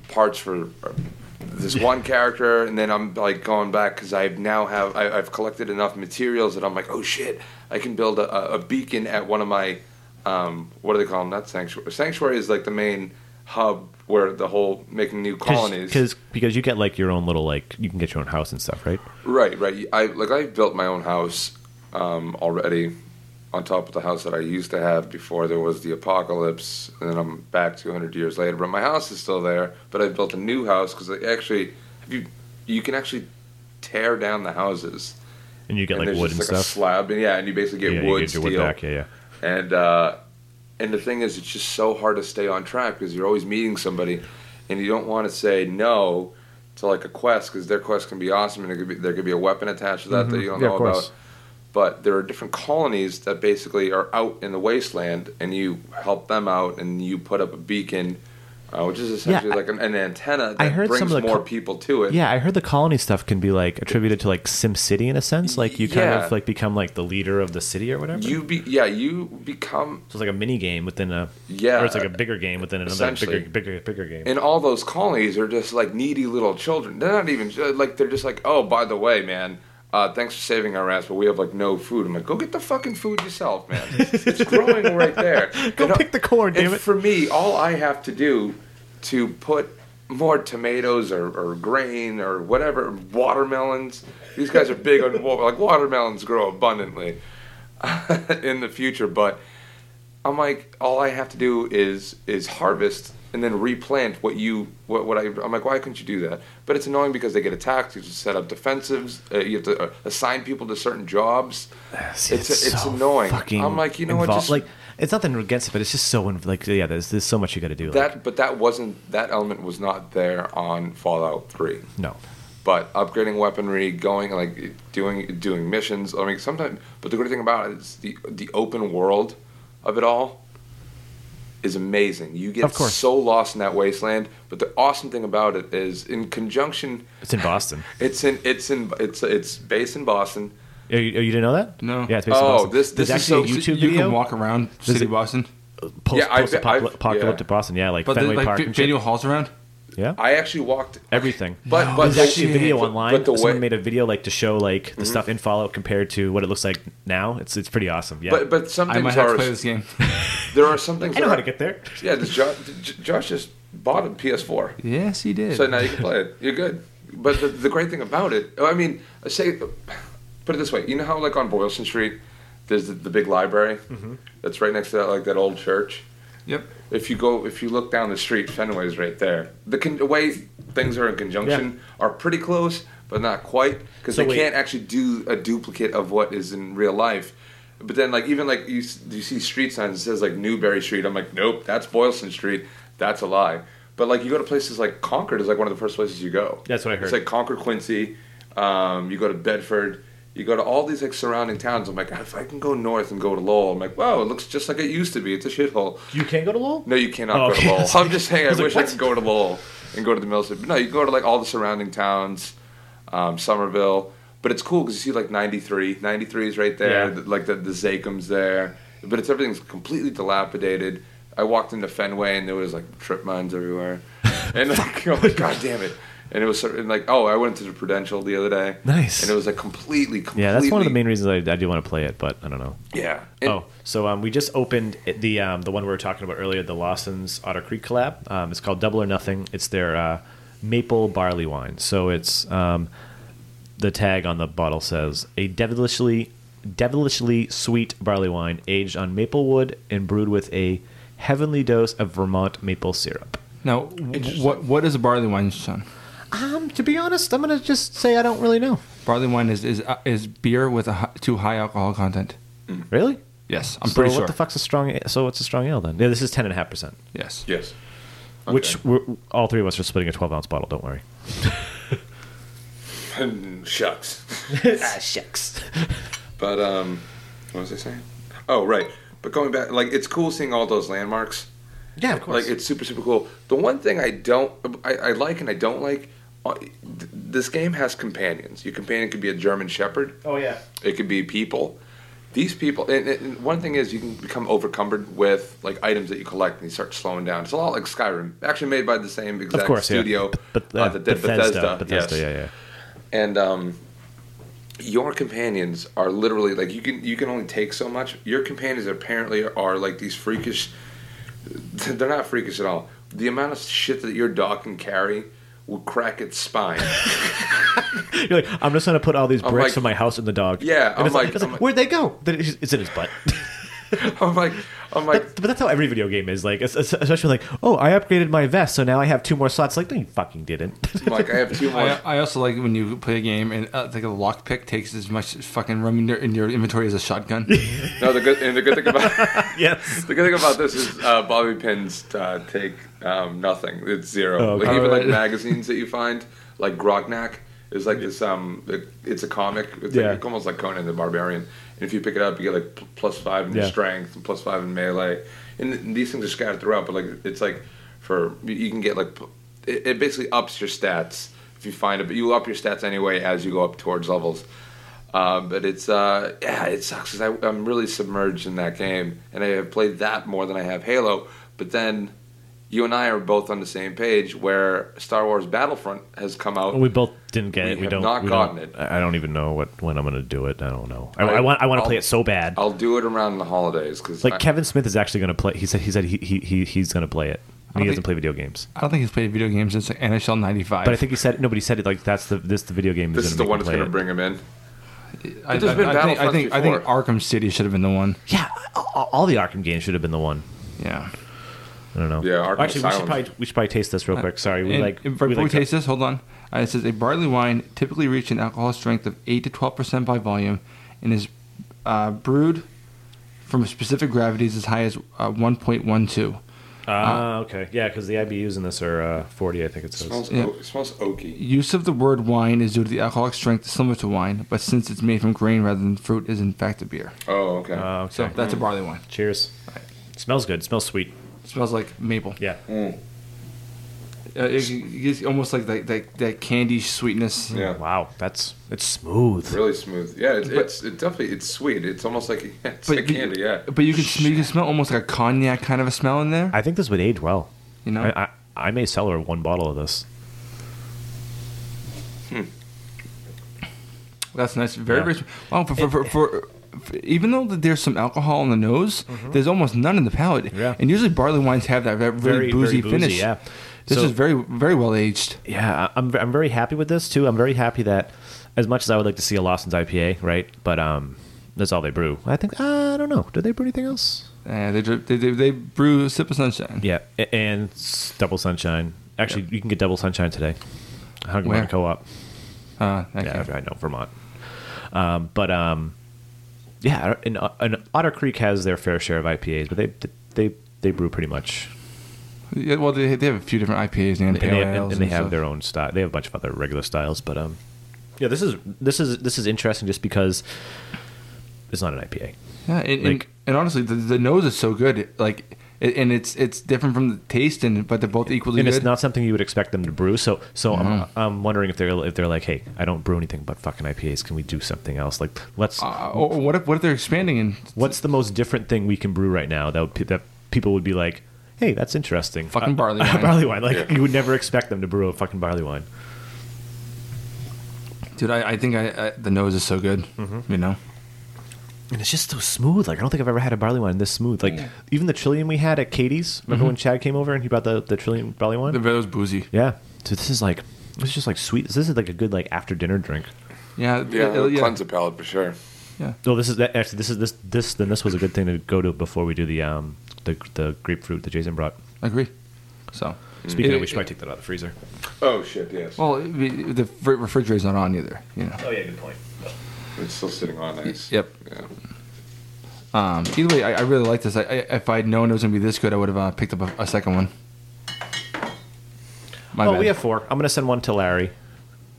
Speaker 5: parts for uh, this one character, and then I'm like going back because I now have I, I've collected enough materials that I'm like, oh shit, I can build a, a- a beacon at one of my um, what do they call them? Not sanctuary. Sanctuary is like the main hub where the whole making new colonies.
Speaker 4: because because you get like your own little like you can get your own house and stuff, right?
Speaker 5: Right, right. I like I built my own house um, already on top of the house that I used to have before there was the apocalypse, and then I'm back 200 years later. But my house is still there. But I built a new house because I actually have you you can actually tear down the houses
Speaker 4: And you get like
Speaker 5: there's
Speaker 4: wood and
Speaker 5: just, like,
Speaker 4: stuff.
Speaker 5: a slab, and yeah, and you basically get
Speaker 4: yeah,
Speaker 5: wood,
Speaker 4: you get your
Speaker 5: steel,
Speaker 4: wood back. Yeah, yeah.
Speaker 5: and uh, and the thing is, it's just so hard to stay on track because you're always meeting somebody, and you don't want to say no to like a quest because their quest can be awesome and it could be, there could be a weapon attached to that that you don't
Speaker 4: Mm-hmm. Yeah,
Speaker 5: know
Speaker 4: of
Speaker 5: about.
Speaker 4: course.
Speaker 5: But there are different colonies that basically are out in the wasteland, and you help them out, and you put up a beacon, uh, which is essentially
Speaker 4: I-
Speaker 5: like an, an antenna that
Speaker 4: I heard
Speaker 5: brings
Speaker 4: some of the
Speaker 5: more
Speaker 4: co-
Speaker 5: people to it.
Speaker 4: Yeah, I heard the colony stuff can be like attributed to like Sim City in a sense. Like you kind
Speaker 5: Yeah.
Speaker 4: of like become like the leader of the city or whatever.
Speaker 5: You be yeah, you become
Speaker 4: so it's like a mini game within a
Speaker 5: Yeah,
Speaker 4: or it's like a bigger game within another
Speaker 5: essentially.
Speaker 4: bigger bigger bigger game.
Speaker 5: and all those colonies are just like needy little children. They're not even like they're just like, oh, by the way, man, uh, thanks for saving our ass, but we have like no food. I'm like, go get the fucking food yourself, man. it's growing right there.
Speaker 4: Go pick the corn, damn
Speaker 5: and
Speaker 4: it.
Speaker 5: For me, all I have to do to put more tomatoes or, or grain or whatever watermelons. These guys are big on wa- like watermelons grow abundantly in the future, but I'm like, all I have to do is is harvest and then replant what you what, what I I'm like, why couldn't you do that? But it's annoying because they get attacked. You have to set up defensives. Uh, you have to uh, assign people to certain jobs.
Speaker 4: See,
Speaker 5: it's it's annoying. I'm like, you know what?
Speaker 4: involved.
Speaker 5: Just
Speaker 4: like it's nothing against it, but it's just so inv- like yeah, there's, there's so much you got to do. Like,
Speaker 5: that, but that wasn't that element was not there on Fallout Three.
Speaker 4: no,
Speaker 5: but upgrading weaponry, going like doing doing missions. I mean, sometimes. But the great thing about it is the the open world of it all is amazing. You get
Speaker 4: Of course.
Speaker 5: so lost in that wasteland. But the awesome thing about it is, in conjunction,
Speaker 4: it's in Boston.
Speaker 5: it's in it's in it's it's based in Boston.
Speaker 4: oh, you, oh, you didn't know that?
Speaker 2: No.
Speaker 4: Yeah, it's based in
Speaker 5: Oh,
Speaker 4: Boston.
Speaker 5: this-
Speaker 4: There's
Speaker 5: this is
Speaker 4: actually
Speaker 5: so-
Speaker 4: a YouTube
Speaker 2: you
Speaker 4: video.
Speaker 2: can walk around
Speaker 4: Does
Speaker 2: City
Speaker 4: it-
Speaker 2: Boston,
Speaker 4: post,
Speaker 5: Yeah, I've-
Speaker 4: post-apocal-
Speaker 5: I've-
Speaker 4: apocalyptic
Speaker 5: yeah.
Speaker 4: Boston. Yeah, like
Speaker 2: but there's
Speaker 4: Fenway
Speaker 2: like
Speaker 4: Park.
Speaker 2: vi-
Speaker 4: and shit.
Speaker 2: video halls around.
Speaker 4: yeah,
Speaker 5: I actually walked.
Speaker 4: everything.
Speaker 5: But but
Speaker 4: There's actually a
Speaker 5: shit,
Speaker 4: video
Speaker 5: but-
Speaker 4: online.
Speaker 5: But the
Speaker 4: Someone
Speaker 5: way, Mm-hmm.
Speaker 4: made a video like to show like the stuff in Fallout compared to what it looks like now. It's it's pretty awesome. Yeah,
Speaker 5: but but some
Speaker 2: I might
Speaker 5: things
Speaker 2: have to
Speaker 5: are
Speaker 2: play this game.
Speaker 5: there are some things.
Speaker 4: I know
Speaker 5: that
Speaker 4: how
Speaker 5: are-
Speaker 4: to get there.
Speaker 5: Yeah, this Josh, Josh just bought a PS4.
Speaker 2: yes, he did.
Speaker 5: So now you can play it. You're good. But the, the great thing about it, oh, I mean, say, put it this way. You know how like on Boylston Street, there's the, the big library that's right next to that like that old church.
Speaker 2: yep.
Speaker 5: If you go, if you look down the street, Fenway's right there. The, con- the way things are in conjunction are pretty close, but not quite, because
Speaker 4: So
Speaker 5: they
Speaker 4: wait.
Speaker 5: can't actually do a duplicate of what is in real life. But then, like even like you, s- you see street signs that says like Newberry Street. I'm like, nope, that's Boylston Street. That's a lie. But like you go to places like Concord is like one of the first places you go.
Speaker 4: That's what I heard.
Speaker 5: It's like Concord, Quincy. Um, you go to Bedford. You go to all these like surrounding towns. I'm like, if I can go north and go to Lowell, I'm like, wow, it looks just like it used to be. It's a shithole.
Speaker 4: You can go to Lowell.
Speaker 5: No, you cannot
Speaker 4: Oh,
Speaker 5: go to
Speaker 4: okay. I
Speaker 5: Lowell.
Speaker 4: was
Speaker 5: I'm just saying, I,
Speaker 4: I was like,
Speaker 5: wish I
Speaker 4: what?
Speaker 5: could go to Lowell and go to the mill city. But no, you can go to like all the surrounding towns, um, Somerville. But it's cool because you see like 93. 93 is right there,
Speaker 4: Yeah.
Speaker 5: th- like the, the Zacum's there. But it's everything's completely dilapidated. I walked into Fenway and there was like trip mines everywhere, and like, I'm like, God damn it! And it was sort of- and like, oh, I went to the Prudential the other day.
Speaker 4: Nice.
Speaker 5: And it was like completely, completely.
Speaker 4: Yeah, that's one of the main reasons I, I do want to play it, but I don't know.
Speaker 5: Yeah. And-
Speaker 4: oh, so um, we just opened it- the um, the one we were talking about earlier, the Lawson's Otter Creek collab. Um, it's called Double or Nothing. It's their uh, maple barley wine. So it's um, the tag on the bottle says a devilishly devilishly sweet barley wine aged on maple wood and brewed with a heavenly dose of Vermont maple syrup.
Speaker 2: Now, w- what what is a barley wine, son?
Speaker 4: Um, to be honest, I'm gonna just say I don't really know.
Speaker 2: Barley wine is is uh, is beer with a hi- too high alcohol content.
Speaker 4: Really?
Speaker 2: Yes, I'm
Speaker 4: so
Speaker 2: pretty
Speaker 4: what
Speaker 2: sure.
Speaker 4: the fuck's a strong? a- So what's a strong ale then? Yeah, this is ten and a half percent.
Speaker 2: yes.
Speaker 5: Yes.
Speaker 4: Which we're, all three of us are splitting a 12 ounce bottle. Don't worry.
Speaker 5: Shucks.
Speaker 4: ah, shucks.
Speaker 5: But um, what was I saying? Oh, right. But going back, like it's cool seeing all those landmarks.
Speaker 4: Yeah, of
Speaker 5: Like it's super super cool. The one thing I don't I, I like and I don't like uh, th- this game has companions. Your companion could be a German Shepherd.
Speaker 4: oh yeah.
Speaker 5: It could be people. These people, and, and one thing is, you can become overcumbered with like items that you collect, and you start slowing down. It's a lot like Skyrim, actually made by the same exact
Speaker 4: Of course,
Speaker 5: studio,
Speaker 4: yeah. B- But,
Speaker 5: uh,
Speaker 4: uh,
Speaker 5: that did
Speaker 4: Bethesda,
Speaker 5: Bethesda.
Speaker 4: Bethesda,
Speaker 5: yes.
Speaker 4: yeah, yeah.
Speaker 5: and um, your companions are literally like you can you can only take so much. Your companions apparently are like these freakish. They're not freakish at all. The amount of shit that your dog can carry will crack its spine.
Speaker 4: You're like, I'm just gonna put all these
Speaker 5: I'm
Speaker 4: bricks
Speaker 5: like-
Speaker 4: in my house and the dog.
Speaker 5: Yeah,
Speaker 4: And
Speaker 5: I'm
Speaker 4: it's
Speaker 5: like-
Speaker 4: it's
Speaker 5: I'm like-
Speaker 4: where'd they go? Then It's it's in his butt.
Speaker 5: I'm like, I'm like,
Speaker 4: but that's how every video game is. Like, es- es- especially like, oh, I upgraded my vest, so now I have two more slots. Like, no, you fucking didn't.
Speaker 5: I'm like, I have two more.
Speaker 2: I, I also like when you play a game and uh, like a lockpick takes as much fucking room in your, in your inventory as a shotgun.
Speaker 5: No, the good and the good thing about
Speaker 4: yes.
Speaker 5: the good thing about this is uh, Bobby Pin's uh, take um, nothing. It's zero.
Speaker 4: Oh,
Speaker 5: like,
Speaker 4: okay.
Speaker 5: even like
Speaker 2: Alright.
Speaker 5: magazines that you find, like Grognak, is like this. Um, it- it's a comic. It's
Speaker 4: Yeah.
Speaker 5: like, almost like Conan the Barbarian. And if you pick it up, you get like pl- plus five in
Speaker 4: Yeah.
Speaker 5: strength and plus five in melee. And, th- these things are scattered throughout. But like it's like for you- you can get like p- it, it basically ups your stats if you find it. But you up your stats anyway as you go up towards levels. Uh, but it's uh, yeah, it sucks because I'm really submerged in that game, and I have played that more than I have Halo. But then you and I are both on the same page where Star Wars Battlefront has come out.
Speaker 4: Oh, We both didn't get
Speaker 5: We
Speaker 4: it. We
Speaker 5: have
Speaker 4: don't.
Speaker 5: not
Speaker 4: we don't-
Speaker 5: gotten it.
Speaker 4: I I don't even know what when I'm gonna do it. I don't know. I,
Speaker 5: I-
Speaker 4: I want. I want to
Speaker 5: I'll-
Speaker 4: play it so bad.
Speaker 5: I'll do it around the holidays because
Speaker 4: like Kevin Smith is actually gonna play. He said. He said he he, he he's gonna play it. And
Speaker 2: don't
Speaker 4: he
Speaker 2: think-
Speaker 4: doesn't play video games.
Speaker 2: I don't think he's played video games since like, NHL '95.
Speaker 4: But I think he said nobody said it like that's the this the video game.
Speaker 5: this
Speaker 4: is
Speaker 5: is the
Speaker 4: gonna
Speaker 5: one
Speaker 4: make
Speaker 5: that's
Speaker 4: him
Speaker 5: going to
Speaker 4: play
Speaker 5: bring him in.
Speaker 2: I,
Speaker 5: there's
Speaker 2: I-
Speaker 5: been
Speaker 2: I think, I
Speaker 5: Battlefronts
Speaker 2: think, I think
Speaker 5: before.
Speaker 2: Arkham City should have been the one.
Speaker 4: it. Yeah, all, all the Arkham games should have been the one.
Speaker 2: Yeah.
Speaker 4: I don't know.
Speaker 5: Yeah, Arkham
Speaker 4: actually, we should
Speaker 5: Asylum.
Speaker 4: probably we should probably taste this real quick. Sorry, we
Speaker 2: And
Speaker 4: like
Speaker 2: before
Speaker 4: we
Speaker 2: we
Speaker 4: like
Speaker 2: taste this, hold on. Uh, it says a barley wine typically reaches an alcohol strength of eight to twelve percent by volume, and is uh, brewed from specific gravities as high as uh, one point one two.
Speaker 4: Ah, okay, yeah, because the IBUs in this are uh, forty, I think it
Speaker 5: It
Speaker 4: says.
Speaker 5: smells,
Speaker 2: Yeah.
Speaker 5: o- it smells oaky.
Speaker 2: Use of the word wine is due to the alcoholic strength similar to wine, but since it's made from grain rather than fruit, is in fact a beer.
Speaker 5: Oh, okay.
Speaker 4: Ah, okay.
Speaker 2: So that's a barley wine.
Speaker 4: Cheers. Smells good. Smells sweet.
Speaker 2: smells like maple. Mm.
Speaker 4: Yeah.
Speaker 2: Uh, it, it gives almost like that, that that candy sweetness.
Speaker 5: yeah.
Speaker 4: Wow, that's it's smooth.
Speaker 5: Really smooth. Yeah, it, it's it definitely it's sweet. It's almost like it's like
Speaker 2: you-
Speaker 5: candy. Yeah.
Speaker 2: But you can sm- you can smell almost like a cognac kind of a smell in there.
Speaker 4: I think this would age well.
Speaker 2: You know.
Speaker 4: I, I I may sell her one bottle of this.
Speaker 2: That's nice. Very,
Speaker 4: Yeah.
Speaker 2: very. sm- Wow, for, for, for, for, for- even though that there's some alcohol in the nose, there's almost none in the palate.
Speaker 4: Mm-hmm. Yeah.
Speaker 2: And usually barley wines have that very,
Speaker 4: Very, very
Speaker 2: boozy
Speaker 4: boozy,
Speaker 2: finish.
Speaker 4: yeah.
Speaker 2: This
Speaker 4: So-
Speaker 2: is very, very well aged.
Speaker 4: yeah, I- I'm I'm very happy with this too. I'm very happy that as much as I would like to see a Lawson's IPA, right? But um, that's all they brew. I think I don't know. Do they brew anything else?
Speaker 2: Uh, they, dri- they, they they brew a sip of sunshine.
Speaker 4: Yeah, a- and s- Double Sunshine. Actually, you can get Double Sunshine today. Hunger
Speaker 2: Where?
Speaker 4: Mountain Co-op.
Speaker 2: Uh, I
Speaker 4: Yeah,
Speaker 2: can't-
Speaker 4: I know Vermont. Um, but um, yeah, and, uh, and Otter Creek has their fair share of IPAs, but they they they brew pretty much.
Speaker 2: yeah, well, they, they have a few different IPAs and,
Speaker 4: and
Speaker 2: pale
Speaker 4: they have, and-
Speaker 2: ales
Speaker 4: and they have
Speaker 2: stuff.
Speaker 4: their own style. They have a bunch of other regular styles, but um, yeah, this is this is this is interesting just because it's not an IPA.
Speaker 2: Yeah, and, and,
Speaker 4: like-
Speaker 2: and honestly, the, the nose is so good. Like, it, and it's it's different from the taste, and but they're both equally
Speaker 4: and
Speaker 2: good. Mm-hmm.
Speaker 4: it's not something you would expect them to brew. So, so I'm, I'm wondering if they're if they're like, hey, I don't brew anything but fucking IPAs. Can we do something else? Like, let's.
Speaker 2: Uh, or or oh, what if what if they're expanding and
Speaker 4: what's the most different thing we can brew right now that would, pe- that people would be like, "Hey, that's interesting." Uh,
Speaker 2: Fucking barley wine.
Speaker 4: barley wine. Like
Speaker 5: Yeah.
Speaker 4: you would never expect them to brew a fucking barley wine.
Speaker 2: dude. I, I think I, I the nose is so good.
Speaker 4: Mm-hmm.
Speaker 2: You know,
Speaker 4: And it's just so smooth. Like I don't think I've ever had a barley wine this smooth. Like even the trillium we had at Katie's. Remember when Chad came over and he brought the the trillium barley wine?
Speaker 2: Mm-hmm. the was boozy.
Speaker 4: yeah. So this is like this is just like sweet. This is like a good like after dinner drink.
Speaker 2: Yeah,
Speaker 5: Yeah,
Speaker 2: it-
Speaker 5: it'll
Speaker 2: yeah.
Speaker 5: cleanse the palate for sure.
Speaker 4: No, this is that actually this is this this then this was a good thing to go to before we do the um the the grapefruit that Jason brought.
Speaker 2: I agree. So
Speaker 4: Speaking
Speaker 2: Mm. It-
Speaker 4: of which, we should probably take that out of the freezer.
Speaker 5: Oh shit! Yes,
Speaker 2: well, it- it- the fr- refrigerator's not on either. You know.
Speaker 4: yeah, good point.
Speaker 5: it's still sitting on ice.
Speaker 2: Yep.
Speaker 5: Yeah.
Speaker 2: Um, either way, I, I really like this. I, I, if I'd known it was gonna be this good, I would have uh, picked up a, a second one. My
Speaker 4: oh,
Speaker 2: bad.
Speaker 4: we have four. I'm gonna send one to Larry.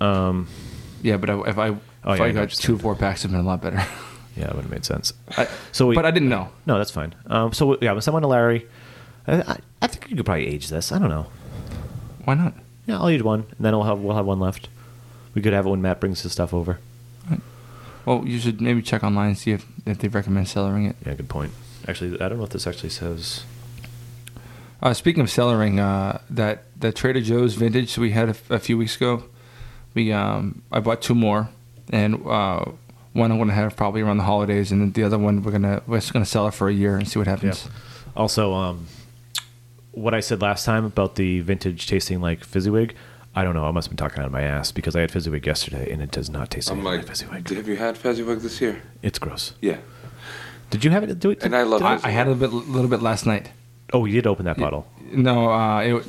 Speaker 2: yeah, but I, if I
Speaker 4: Oh,
Speaker 2: if
Speaker 4: yeah, I
Speaker 2: I
Speaker 4: know
Speaker 2: got
Speaker 4: what you're
Speaker 2: two four packs, it'd been a lot better.
Speaker 4: Yeah, that would have made sense.
Speaker 2: I,
Speaker 4: So we,
Speaker 2: but I didn't know.
Speaker 4: No, that's fine. Um, so yeah, I'm gonna send one to Larry. I, I, I think you could probably age this. I don't know.
Speaker 2: Why not?
Speaker 4: Yeah, I'll age one, and then we'll have we'll have one left. We could have it when Matt brings his stuff over.
Speaker 2: Well, you should maybe check online and see if, if they recommend cellaring it.
Speaker 4: Yeah, good point. Actually, I don't know if this actually says.
Speaker 2: Uh, speaking of cellaring, uh, that that Trader Joe's vintage we had a, a few weeks ago, we um, I bought two more, and uh, one I'm gonna have probably around the holidays, and then the other one we're gonna we're just gonna sell it for a year and see what happens.
Speaker 4: Also, um, what I said last time about the vintage tasting like Fizzywig, I don't know. I must have been talking out of my ass because I had Fizzywig yesterday and it does not taste
Speaker 5: I'm
Speaker 4: anything like
Speaker 5: like,
Speaker 4: Fizzywig.
Speaker 5: have you had Fezziwig this year?
Speaker 4: it's gross.
Speaker 5: Yeah.
Speaker 4: Did you have it? Do it
Speaker 5: And I love
Speaker 4: did
Speaker 5: it.
Speaker 2: I, I had a bit, little bit last night.
Speaker 4: Oh, you did open that bottle.
Speaker 2: No, uh, it,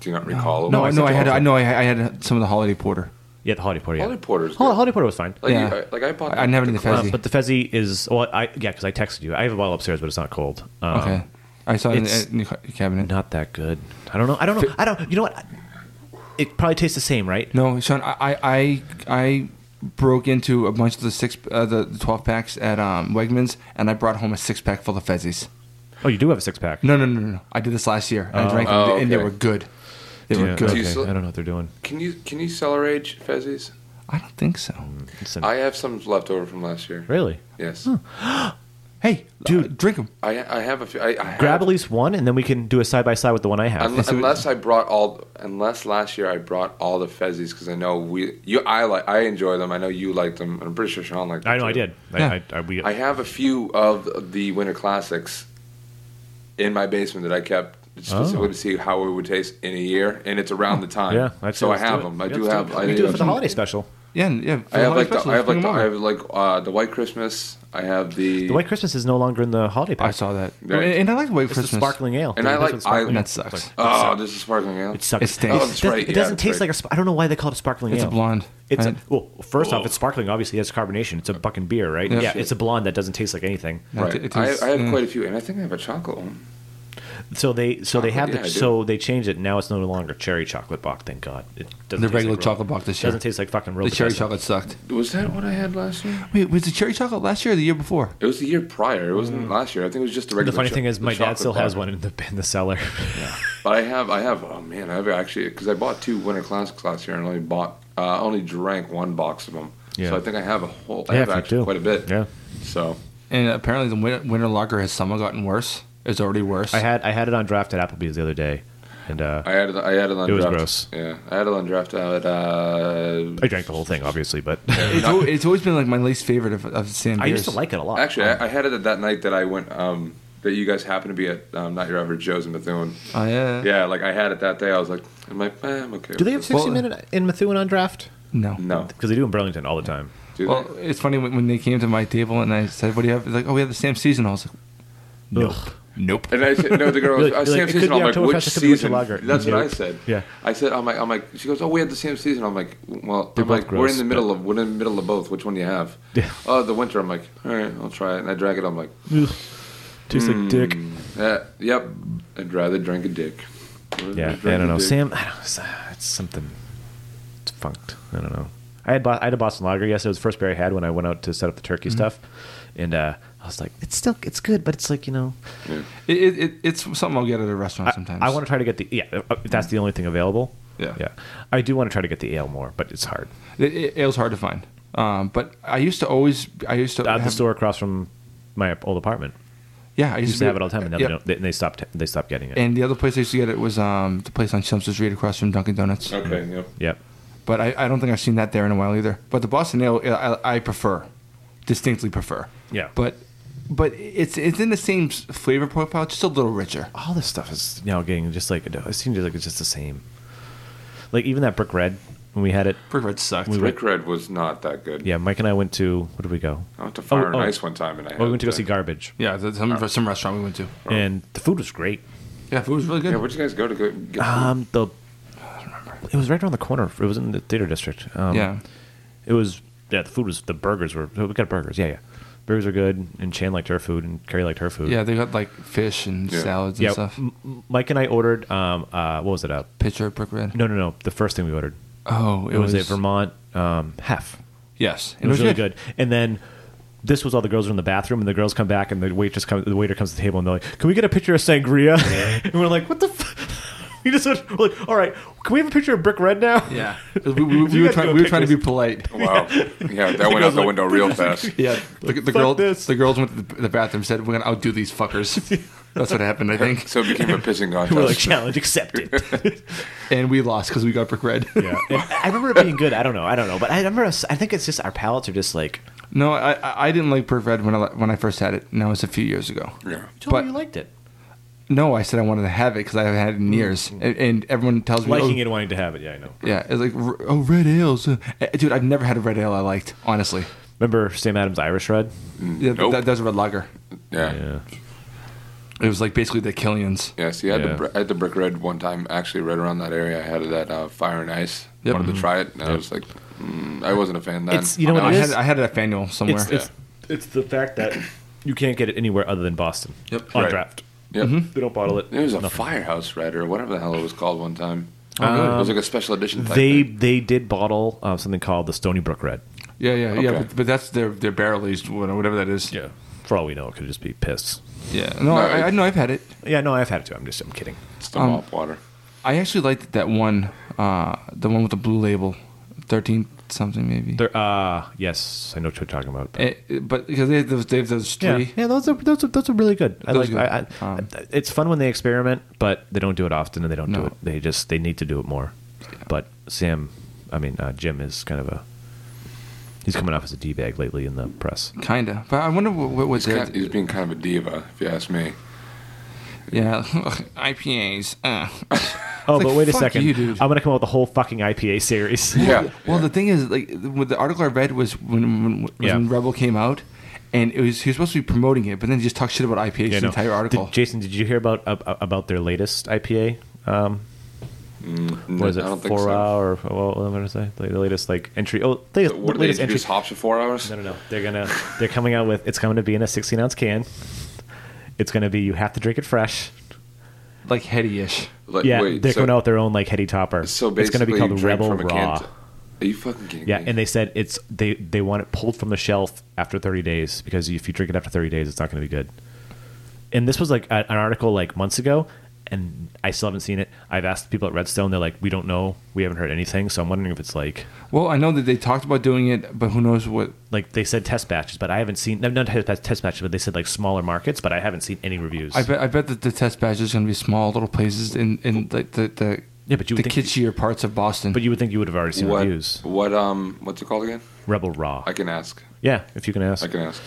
Speaker 5: Do you not recall?
Speaker 2: no, I
Speaker 5: it?
Speaker 2: know I had, I know I, I had some of the holiday porter.
Speaker 4: Yeah, the Holiday Porter. Yeah.
Speaker 5: Holiday Porter's
Speaker 4: Hol-
Speaker 5: good.
Speaker 4: Holiday Porter was fine.
Speaker 5: Like,
Speaker 2: Yeah.
Speaker 5: you, I, like I bought.
Speaker 2: I didn't have any of the
Speaker 4: Uh,
Speaker 2: Fezzi.
Speaker 4: but the Fezzi is well, I yeah, because I texted you. I have a bottle upstairs, but it's not cold. Um,
Speaker 2: okay, I saw it in
Speaker 4: it's
Speaker 2: the, in the ca- cabinet.
Speaker 4: not that good. I don't know. I don't know. I don't. You know what? It probably tastes the same, right?
Speaker 2: No, Sean, I, I, I broke into a bunch of the six, uh, the, the twelve packs at um, Wegmans, and I brought home a six pack full of fezzies.
Speaker 4: Oh, you do have a six pack.
Speaker 2: No, no, no, no, no. I did this last year. and I drank them,
Speaker 5: Oh,
Speaker 2: and they
Speaker 5: okay.
Speaker 2: were good. They
Speaker 4: Yeah,
Speaker 2: were good.
Speaker 5: Do you
Speaker 4: okay.
Speaker 5: still-
Speaker 4: I don't know what they're doing.
Speaker 5: Can you can you cellar age Fezzies?
Speaker 2: I don't think so.
Speaker 4: It's an-
Speaker 5: I have some left over from last year.
Speaker 4: really?
Speaker 5: Yes.
Speaker 2: Hey,
Speaker 5: Uh,
Speaker 2: dude, drink them.
Speaker 5: I I have a few. I, I have-
Speaker 4: Grab at least one, and then we can do a side by side with the one I have.
Speaker 5: Unle- Unless I brought all, unless last year I brought all the fezzies because I know we, you, I like, I enjoy them. I know you like them. and I'm pretty sure Sean liked. them
Speaker 4: I know I
Speaker 5: too.
Speaker 4: did. I,
Speaker 2: Yeah.
Speaker 4: I, I, we,
Speaker 5: I have a few of the Winter Classics in my basement that I kept specifically
Speaker 4: Oh.
Speaker 5: to see how it would taste in a year, and it's around the time.
Speaker 4: yeah, I'd say
Speaker 5: so I
Speaker 4: let's
Speaker 5: have
Speaker 4: do it.
Speaker 5: them. I
Speaker 4: Yeah,
Speaker 5: do
Speaker 4: let's
Speaker 5: have. I
Speaker 4: We
Speaker 5: do
Speaker 4: do it for
Speaker 5: have
Speaker 4: the
Speaker 5: some-
Speaker 4: holiday special.
Speaker 2: Yeah, and- yeah. for
Speaker 5: I have
Speaker 2: holiday
Speaker 5: like the,
Speaker 2: specials,
Speaker 5: I have
Speaker 2: bring
Speaker 5: like the,
Speaker 2: 'em
Speaker 5: I
Speaker 2: over.
Speaker 5: have like uh, the White Christmas. I have the,
Speaker 4: The White Christmas is no longer in the holiday pack.
Speaker 2: I saw that,
Speaker 5: Right.
Speaker 2: and, and I like white
Speaker 4: It's
Speaker 2: Christmas.
Speaker 4: the sparkling ale.
Speaker 5: And I
Speaker 4: They
Speaker 5: like-
Speaker 4: replaced it with sparkling
Speaker 5: I-
Speaker 2: That
Speaker 4: ale.
Speaker 2: sucks.
Speaker 5: Oh, this is sparkling ale.
Speaker 4: It sucks.
Speaker 2: It stinks.
Speaker 5: Oh,
Speaker 4: It
Speaker 5: that's
Speaker 4: doesn't-
Speaker 5: right.
Speaker 4: It
Speaker 5: Yeah,
Speaker 4: doesn't
Speaker 5: that's
Speaker 4: taste
Speaker 5: right.
Speaker 4: like a. sp- I don't know why they call it a sparkling
Speaker 2: It's a
Speaker 4: ale.
Speaker 2: blonde,
Speaker 4: It's a,
Speaker 2: right?
Speaker 4: well. First
Speaker 5: Whoa.
Speaker 4: off, it's sparkling. Obviously, it's carbonation. It's a fucking beer, right?
Speaker 2: Yeah.
Speaker 4: Yeah, it's a blonde that doesn't taste like anything.
Speaker 5: Right.
Speaker 2: It- it
Speaker 5: I,
Speaker 2: tastes-
Speaker 5: I have
Speaker 2: yeah.
Speaker 4: mm.
Speaker 5: quite a few, and I think I have a chocolate one.
Speaker 4: So they so they
Speaker 5: Chocolate,
Speaker 4: have
Speaker 5: yeah, I
Speaker 4: the
Speaker 5: do.
Speaker 4: so they changed it. Now it's no longer cherry chocolate box. Thank God. It doesn't
Speaker 2: The
Speaker 4: taste
Speaker 2: regular
Speaker 4: like real-
Speaker 2: chocolate box this year.
Speaker 4: doesn't taste like fucking real.
Speaker 2: The cherry
Speaker 4: Bethesda.
Speaker 2: chocolate sucked.
Speaker 5: Was that what I had last year?
Speaker 2: Wait, was the cherry chocolate last year or the year before?
Speaker 5: It was the year prior. It wasn't
Speaker 4: Mm.
Speaker 5: last year. I think it was just the
Speaker 4: The
Speaker 5: regular.
Speaker 4: funny
Speaker 5: cho-
Speaker 4: thing is,
Speaker 5: the
Speaker 4: my dad
Speaker 5: chocolate
Speaker 4: still has
Speaker 5: bar.
Speaker 4: one in the in the cellar.
Speaker 5: But I have, I have. Oh man, I have actually because I bought two Winter Classics last year and only bought, uh, only drank one box of them.
Speaker 4: Yeah.
Speaker 5: So I think I have a whole. I
Speaker 4: Yeah,
Speaker 5: have
Speaker 4: if you
Speaker 5: actually
Speaker 4: do.
Speaker 5: quite a bit.
Speaker 4: Yeah.
Speaker 5: So
Speaker 2: And apparently, the winter, winter lager has somewhat gotten worse. It's already worse.
Speaker 4: I had I had it on draft at Applebee's the other day, and uh,
Speaker 5: I had, it- I had it on.
Speaker 4: It was
Speaker 5: draft.
Speaker 4: gross.
Speaker 5: Yeah, I had it on draft out. Uh,
Speaker 4: I drank the whole thing, obviously. But
Speaker 2: it's, al- it's always been like my least favorite of, of Sam.
Speaker 4: I used to
Speaker 2: beers.
Speaker 4: like it a lot.
Speaker 5: actually, I, I had it at that night that I went. Um, that you guys happened to be at um, not your average Joe's in Bethune.
Speaker 2: Oh yeah.
Speaker 5: Yeah, like I had it that day. I was like, I'm like, eh, I'm okay.
Speaker 4: do they have
Speaker 5: with
Speaker 4: sixty
Speaker 2: Well-
Speaker 4: minute in Methuen on draft?
Speaker 2: No.
Speaker 5: it. No.
Speaker 4: Because they do in Burlington all the time.
Speaker 5: Do they?
Speaker 2: Well, it's funny when, when they came to my table and I said, "What do you have?" It's like, "Oh, we have the Sam season." I was like,
Speaker 4: Nope.
Speaker 2: "Nope."
Speaker 5: And I said, no, the girl
Speaker 4: You're
Speaker 5: goes,
Speaker 4: like-
Speaker 5: uh,
Speaker 4: you're
Speaker 5: same
Speaker 4: like, it could
Speaker 5: season.
Speaker 4: be
Speaker 5: I'm like,
Speaker 4: Oktoberfest,
Speaker 5: which
Speaker 4: it could be Winter
Speaker 5: season?
Speaker 4: Lager.
Speaker 5: That's what I
Speaker 4: Nope.
Speaker 5: said.
Speaker 4: Yeah.
Speaker 5: I said, I'm like, I'm like, she goes, oh, we had the same season. I'm like, well,
Speaker 4: They're
Speaker 5: I'm like,
Speaker 4: both
Speaker 5: we're
Speaker 4: gross,
Speaker 5: in the middle of, we're in the middle of both. Which one do you have?
Speaker 4: Yeah.
Speaker 5: Oh, the winter. I'm like, all right, I'll try it. And I drank it. I'm like,
Speaker 4: Tastes like dick.
Speaker 5: eh, yep, I'd rather drink a dick. I'd
Speaker 4: Yeah,
Speaker 5: rather
Speaker 4: I
Speaker 5: drink
Speaker 4: don't
Speaker 5: a
Speaker 4: know.
Speaker 5: dick.
Speaker 4: Sam, I don't, it's, uh, it's something. It's funked. I don't know. I had, Bo- I had a Boston Lager yesterday. It was the first beer I had when I went out to set up the turkey stuff, and uh, I was like, it's still it's good, but it's like you know,
Speaker 2: It, it, it, it's something I'll get at a restaurant
Speaker 4: I-
Speaker 2: sometimes.
Speaker 4: I, want to try to get the yeah. uh, If that's the only thing available,
Speaker 2: Yeah.
Speaker 4: yeah. I do want to try to get the ale more, but it's hard.
Speaker 2: It, it, ale's hard to find, um, but I used to always. I used to
Speaker 4: At the
Speaker 2: have-
Speaker 4: store across from my old apartment.
Speaker 2: Yeah, I
Speaker 4: used, to have it all the time, and now
Speaker 2: Yep.
Speaker 4: they don't. They, they stopped. They stopped getting it.
Speaker 2: And the other place I used to get it was um, the place on Chelmsford Street across from Dunkin' Donuts.
Speaker 5: Okay, yep.
Speaker 4: yep.
Speaker 2: But I, I don't think I've seen that there in a while either. But the Boston Ale, I, I prefer, distinctly prefer.
Speaker 4: Yeah.
Speaker 2: But but it's it's in the same s- flavor profile, just a little richer.
Speaker 4: all this stuff is now getting just like it seems like it's just the same. Like even that brick red when we had it.
Speaker 2: Brick Red sucks.
Speaker 4: We-
Speaker 5: Rick Red was not that good.
Speaker 4: Yeah, Mike and I went to where did we go?
Speaker 5: I went to Fire and
Speaker 4: oh.
Speaker 5: Ice one time, and I.
Speaker 4: Oh, we
Speaker 5: had,
Speaker 4: went to go
Speaker 5: uh,
Speaker 4: see Garbage,
Speaker 2: yeah, that's some, some restaurant we went to.
Speaker 4: and the food was great.
Speaker 2: Yeah, food was really good.
Speaker 5: Yeah, where'd you guys go to go get?
Speaker 4: Um, the it was right around the corner. It was in the theater district. Um,
Speaker 2: yeah.
Speaker 4: it was. Yeah, the food was the burgers were. We got burgers. Yeah, yeah, burgers are good, and Chan liked her food, and Carrie liked her food.
Speaker 2: Yeah, they got like fish and
Speaker 5: Yeah.
Speaker 2: salads and
Speaker 4: yeah.
Speaker 2: stuff.
Speaker 4: M- M- Mike and I ordered. Um, uh, what was it? Uh,
Speaker 2: Picture of Brick Red.
Speaker 4: no, no, no. The first thing we ordered.
Speaker 2: Oh,
Speaker 4: It, was, a Vermont um, half.
Speaker 2: Yes,
Speaker 4: It, was, really good. And then this was all the girls were in the bathroom, and the girls come back, and the waitress comes, the waiter comes to the table, and they're like, "Can we get a picture of sangria?" and we're like, "What the?" F-? We just went, we're like, "All right, can we have a picture of Brick Red now?"
Speaker 2: Yeah, 'Cause we, we, we
Speaker 4: You
Speaker 2: were
Speaker 4: guys
Speaker 2: trying,
Speaker 4: go
Speaker 2: we were trying to be
Speaker 4: pictures.
Speaker 2: polite.
Speaker 5: wow, yeah, that went out the window real fast.
Speaker 2: Yeah, the, the
Speaker 4: Fuck
Speaker 2: girl,
Speaker 4: this.
Speaker 2: the girls went to the, the bathroom. and Said we're gonna outdo these fuckers. That's what happened, I think.
Speaker 5: So it became a pissing
Speaker 4: We're like,
Speaker 5: contest.
Speaker 4: "Challenge accepted."
Speaker 2: And we lost because we got brick red.
Speaker 4: yeah, and I remember it being good. I don't know. I don't know, but I remember. us- I think it's just our palates are just like.
Speaker 2: no, I- I I didn't like brick red when I when I first had it. And that was a few years ago.
Speaker 5: yeah.
Speaker 4: Told
Speaker 2: But-
Speaker 4: me you liked it,
Speaker 2: No, I said I wanted to have it because I haven't had it in years, and, and everyone tells me
Speaker 4: Mm. liking
Speaker 2: oh,
Speaker 4: it, and wanting to have it. Yeah, I know.
Speaker 2: Yeah, it's like r- oh red ales, Uh, dude. I've never had a red ale I liked. Honestly,
Speaker 4: Remember Sam Adams Irish Red?
Speaker 2: yeah,
Speaker 5: Nope.
Speaker 2: that, that was a red lager.
Speaker 5: yeah, yeah,
Speaker 2: It was like basically the Killians.
Speaker 5: See, I had,
Speaker 4: Yeah.
Speaker 5: The, br- I had the brick red one time, actually, right around that area. I had it at uh, Fire and Ice.
Speaker 2: Yep.
Speaker 5: Wanted to try it, and I was like, mm, I wasn't a fan then.
Speaker 4: Mm-hmm. It's- you know what
Speaker 5: Now
Speaker 4: Oh, it
Speaker 2: I
Speaker 5: I-
Speaker 2: had
Speaker 4: is?
Speaker 2: I had it at Faneuil somewhere.
Speaker 4: It's, it's, it's the fact that you can't get it anywhere other than Boston.
Speaker 2: Yep.
Speaker 4: On
Speaker 5: Right.
Speaker 4: draft.
Speaker 5: Yep.
Speaker 4: They don't bottle it.
Speaker 5: It was a
Speaker 4: Mm-hmm. Nothing. Oh,
Speaker 5: firehouse red or whatever the hell it was called one time.
Speaker 2: really?
Speaker 5: it was like a special edition. Type
Speaker 4: They
Speaker 5: thing.
Speaker 4: they did bottle uh, something called the Stony Brook Red.
Speaker 2: Yeah, yeah, yeah.
Speaker 5: Okay.
Speaker 2: But, but that's their their barrel aged one or whatever that is.
Speaker 4: For all we know, it could just be piss.
Speaker 2: yeah. No, I, I know I've had it.
Speaker 4: Yeah, no, I've had it too. I'm just I'm kidding.
Speaker 5: it's the mop water.
Speaker 2: I actually liked that one, uh, the one with the blue label, thirteen something maybe.
Speaker 4: There, uh yes, I know what you're talking about. but-
Speaker 2: Eh, eh, but because they have those, they have those
Speaker 4: yeah,
Speaker 2: three.
Speaker 4: yeah, those are those are, those are really good. I
Speaker 2: Those
Speaker 4: like.
Speaker 2: are
Speaker 4: I,
Speaker 2: good.
Speaker 4: I,
Speaker 2: Um,
Speaker 4: it's fun when they experiment, but they don't do it often, and they don't
Speaker 2: No.
Speaker 4: do it. They just they need to do it more. But Sam, I mean uh, Jim is kind of a. He's coming off as a d bag lately in the press.
Speaker 2: Kinda, but I wonder what, what was
Speaker 5: He's,
Speaker 2: there.
Speaker 5: kind, he's being kind of a diva, if you ask me.
Speaker 2: yeah, IPAs. Uh.
Speaker 4: Oh,
Speaker 2: It's
Speaker 4: but
Speaker 2: like,
Speaker 4: wait a
Speaker 2: fuck
Speaker 4: second!
Speaker 2: you, dude.
Speaker 4: I'm gonna come out with the whole fucking IPA series.
Speaker 5: Yeah.
Speaker 2: Well, the thing is, like, with the article I read was when when, was
Speaker 4: Yeah.
Speaker 2: when Rebel came out, and it was he was supposed to be promoting it, but then he just talked shit about IPAs
Speaker 4: Yeah,
Speaker 2: the
Speaker 4: no.
Speaker 2: entire article.
Speaker 4: Did, Jason, did you hear about ab- about their latest IPA? Um, what is it?
Speaker 5: I don't think
Speaker 4: Four
Speaker 5: so.
Speaker 4: hour? Or, well, what am I going to say? The, the latest like entry. Oh, the,
Speaker 5: What do they
Speaker 4: latest entry.
Speaker 5: introduce hops for four hours?
Speaker 4: No, no, no. They're gonna they're coming out with. It's going to be in a 16 ounce can. It's going to be you have to drink it fresh.
Speaker 2: like heady-ish.
Speaker 5: Like,
Speaker 4: yeah,
Speaker 5: wait,
Speaker 4: they're
Speaker 5: so-
Speaker 4: coming out with their own like heady topper.
Speaker 5: So
Speaker 4: it's going
Speaker 5: basically,
Speaker 4: to be called
Speaker 5: you drink
Speaker 4: Rebel
Speaker 5: from a can
Speaker 4: Raw.
Speaker 5: to- Are you fucking kidding
Speaker 4: Yeah,
Speaker 5: me?
Speaker 4: and they said it's they they want it pulled from the shelf after 30 days because if you drink it after 30 days, it's not going to be good. And this was like a, an article like months ago, and I still haven't seen it. I've asked people at Redstone; they're like, "We don't know. We haven't heard anything." So I'm wondering if it's like
Speaker 2: Well, I know that they talked about doing it, but who knows what?
Speaker 4: like they said test batches, but I haven't seen no, not test, batch- test batches, but they said like smaller markets, but I haven't seen any reviews.
Speaker 2: I bet I bet that the test batch is going to be small little places in in like the the
Speaker 4: Yeah, but you
Speaker 2: the
Speaker 4: would think-
Speaker 2: kitschier parts of Boston.
Speaker 4: but you would think you would have already seen
Speaker 5: what?
Speaker 4: reviews.
Speaker 5: What um? What's it called again?
Speaker 4: Rebel Raw,
Speaker 5: I can ask.
Speaker 4: yeah, if you can ask.
Speaker 5: I can ask.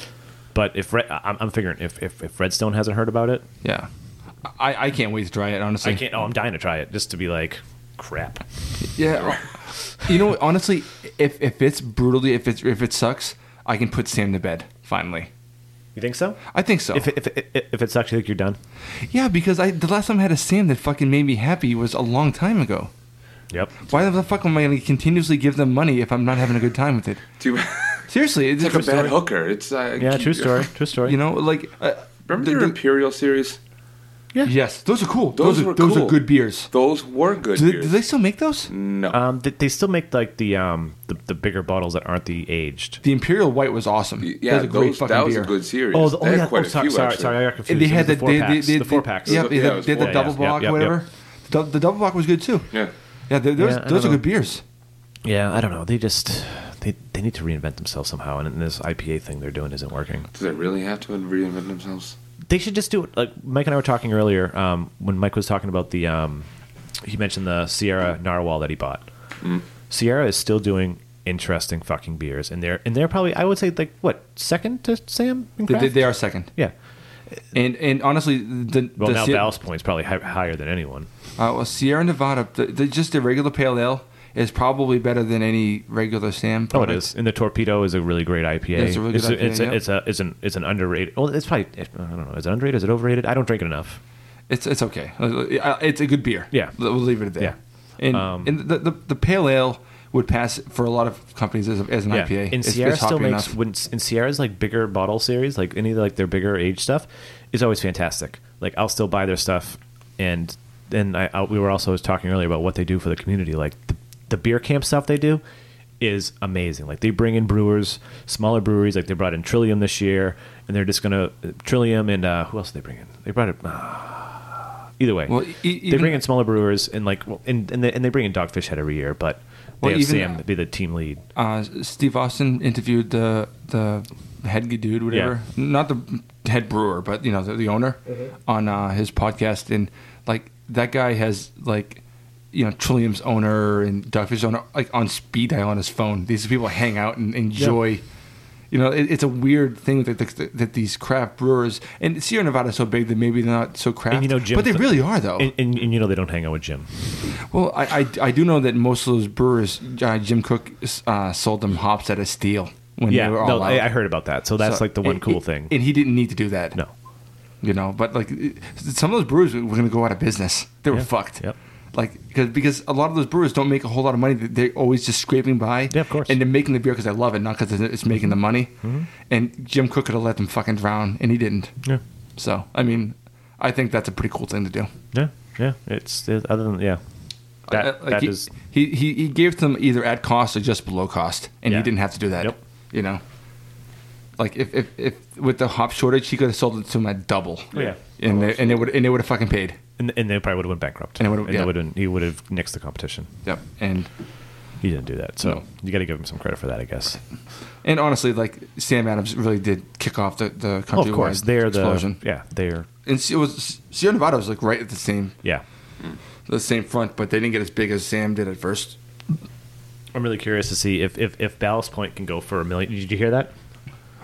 Speaker 4: But if Red, I'm, I'm figuring if, if if Redstone hasn't heard about it,
Speaker 2: yeah, I I can't wait to try it. Honestly,
Speaker 4: I can't. Oh, I'm dying to try it just to be like crap.
Speaker 2: Yeah, uh, you know, what, honestly, if if it's brutally, if it's if it sucks, I can put Sam to bed finally.
Speaker 4: You think so?
Speaker 2: I think so.
Speaker 4: If it, if it, if it sucks, you think you're done?
Speaker 2: Yeah, because I the last time I had a Sam that fucking made me happy was a long time ago.
Speaker 4: Yep.
Speaker 2: Why the fuck am I going to continuously give them money if I'm not having a good time with it?
Speaker 5: Do you,
Speaker 2: Seriously, it's,
Speaker 5: it's like a bad
Speaker 2: story.
Speaker 5: hooker. It's uh,
Speaker 4: Yeah.
Speaker 5: keep-
Speaker 4: True story. True story.
Speaker 2: You know, like uh,
Speaker 5: Remember
Speaker 2: the-
Speaker 5: their
Speaker 2: the-
Speaker 5: Imperial series?
Speaker 2: yes, those are cool. Those,
Speaker 5: Those
Speaker 2: are
Speaker 5: were
Speaker 2: those
Speaker 5: cool.
Speaker 2: are good beers.
Speaker 5: Those were good Mm.
Speaker 2: Do they,
Speaker 5: beers.
Speaker 2: do they still make those?
Speaker 5: no.
Speaker 4: um, they, they still make like the um the, the bigger bottles that aren't the aged.
Speaker 2: The Imperial White was awesome.
Speaker 5: yeah,
Speaker 2: that was a great
Speaker 5: those,
Speaker 2: fucking
Speaker 5: that was
Speaker 2: beer.
Speaker 5: a good series.
Speaker 4: Oh, the, oh
Speaker 5: they had
Speaker 4: yeah.
Speaker 5: quite
Speaker 4: oh,
Speaker 5: a
Speaker 4: sorry,
Speaker 5: few,
Speaker 4: sorry,
Speaker 5: actually.
Speaker 4: sorry. I got
Speaker 2: And
Speaker 4: confused.
Speaker 2: they
Speaker 4: It was
Speaker 2: had
Speaker 4: the
Speaker 2: the,
Speaker 4: four
Speaker 2: they, they,
Speaker 4: packs.
Speaker 2: they-
Speaker 4: the four packs.
Speaker 2: Yeah, they
Speaker 5: Yeah, it
Speaker 2: had,
Speaker 5: was
Speaker 2: they had
Speaker 5: four
Speaker 2: the
Speaker 5: packs.
Speaker 2: double
Speaker 4: Yep,
Speaker 2: block,
Speaker 4: yep,
Speaker 2: whatever.
Speaker 4: yep.
Speaker 2: The, the double block was good too.
Speaker 5: Yeah.
Speaker 2: yeah, there- there was-
Speaker 4: Yeah, I don't
Speaker 2: those are
Speaker 4: know.
Speaker 2: good beers.
Speaker 4: Yeah, I don't know. They just they, they need to reinvent themselves somehow, and this IPA thing they're doing isn't working.
Speaker 5: Do they really have to reinvent themselves?
Speaker 4: They should just do it. Like Mike and I were talking earlier um, when Mike was talking about the. Um, he mentioned the Sierra Narwhal that he bought.
Speaker 2: Mm-hmm.
Speaker 4: Sierra is still doing interesting fucking beers, and they're and they're probably I would say like what second to Sam. in
Speaker 2: They, they,
Speaker 4: craft?
Speaker 2: they are second,
Speaker 4: yeah.
Speaker 2: and and honestly, the,
Speaker 4: Well,
Speaker 2: the
Speaker 4: now
Speaker 2: Sier-
Speaker 4: Ballast Point's probably hi- higher than anyone.
Speaker 2: uh, well, Sierra Nevada, the, the, just the regular pale ale is probably better than any regular Sam.
Speaker 4: Oh, it
Speaker 2: product.
Speaker 4: is. And the torpedo is a really great IPA.
Speaker 2: It's a really good
Speaker 4: It's
Speaker 2: IPA,
Speaker 4: a,
Speaker 2: yeah.
Speaker 4: it's, a, it's an it's an underrated. Well, it's probably I don't know. Is it underrated? Is it overrated? I don't drink it enough.
Speaker 2: It's it's okay. Uh, It's a good beer.
Speaker 4: Yeah.
Speaker 2: we'll leave it there.
Speaker 4: Yeah.
Speaker 2: and,
Speaker 4: Um,
Speaker 2: and the, the the pale ale would pass for a lot of companies as, as an IPA.
Speaker 4: And
Speaker 2: It's-
Speaker 4: Sierra
Speaker 2: it's
Speaker 4: still
Speaker 2: hoppy
Speaker 4: makes
Speaker 2: enough.
Speaker 4: when in Sierra's like bigger bottle series, like any of like their bigger age stuff, is always fantastic. Like I'll still buy their stuff, and then I, I we were also talking earlier about what they do for the community. Like the, the beer camp stuff they do is amazing. Like they bring in brewers, smaller breweries. Like they brought in Trillium this year, and they're just gonna Trillium and uh, who else did they bring in? They brought it. either way,
Speaker 2: Well, e-
Speaker 4: they
Speaker 2: even-
Speaker 4: bring in smaller brewers and like well, and and they, and they bring in Dogfish Head every year, but. They
Speaker 2: Well,
Speaker 4: have
Speaker 2: even-
Speaker 4: Sam be the team lead.
Speaker 2: uh, Steve Austin interviewed the the head dude, whatever, not the head brewer, but you know the, the owner,
Speaker 4: Mm-hmm.
Speaker 2: on uh, his podcast, and like that guy has like you know Trillium's owner and Duckfish owner like on speed dial on his phone. These people hang out and enjoy. You know, it, it's a weird thing that, that that these craft brewers and Sierra Nevada's so big that maybe they're not so craft,
Speaker 4: And you know, Jim
Speaker 2: but they really are though.
Speaker 4: And, and, and you know they don't hang out with Jim.
Speaker 2: Well, I, I, I do know that most of those brewers, uh, Jim Cook uh, sold them hops at a steal when
Speaker 4: Yeah,
Speaker 2: they were all
Speaker 4: no,
Speaker 2: out.
Speaker 4: I, I heard about that. So that's
Speaker 2: So
Speaker 4: like the one
Speaker 2: it-
Speaker 4: cool
Speaker 2: it-
Speaker 4: thing.
Speaker 2: and he didn't need to do that.
Speaker 4: no,
Speaker 2: you know, but like it- some of those brewers were going to go out of business. They were
Speaker 4: Yeah,
Speaker 2: fucked.
Speaker 4: yep.
Speaker 2: Like because because a lot of those brewers don't make a whole lot of money. They- They're always just scraping by.
Speaker 4: Yeah, of course. Mm-hmm.
Speaker 2: And they're making the beer because they love it, not because it's making the money. And Jim Cook could have let them fucking drown, and he didn't.
Speaker 4: yeah,
Speaker 2: So I mean, I think that's a pretty cool thing to do.
Speaker 4: yeah, yeah. It's it, other than yeah, that
Speaker 2: Uh, like
Speaker 4: that
Speaker 2: he,
Speaker 4: is-
Speaker 2: he, he he gave them either at cost or just below cost, and
Speaker 4: Yeah.
Speaker 2: he didn't have to do that.
Speaker 4: Yep.
Speaker 2: You know, like if, if if with the hop shortage, he could have sold it to him at double.
Speaker 4: Oh, yeah.
Speaker 2: and they, and they would and they would have fucking paid.
Speaker 4: and, and they probably would have went bankrupt.
Speaker 2: And it would've-
Speaker 4: and
Speaker 2: yeah.
Speaker 4: would have he would have nixed the competition.
Speaker 2: Yep. And
Speaker 4: He didn't do that. So
Speaker 2: No.
Speaker 4: you got to give him some credit for that, I guess.
Speaker 2: and honestly, like Sam Adams really did kick off the the
Speaker 4: Oh,
Speaker 2: country
Speaker 4: of course, they're the
Speaker 2: explosion.
Speaker 4: yeah, they're
Speaker 2: And it was Sierra Nevada was like right at the same
Speaker 4: yeah.
Speaker 2: the same front, but they didn't get as big as Sam did at first.
Speaker 4: I'm really curious to see if if if Ballast Point can go for a million. Did you hear that?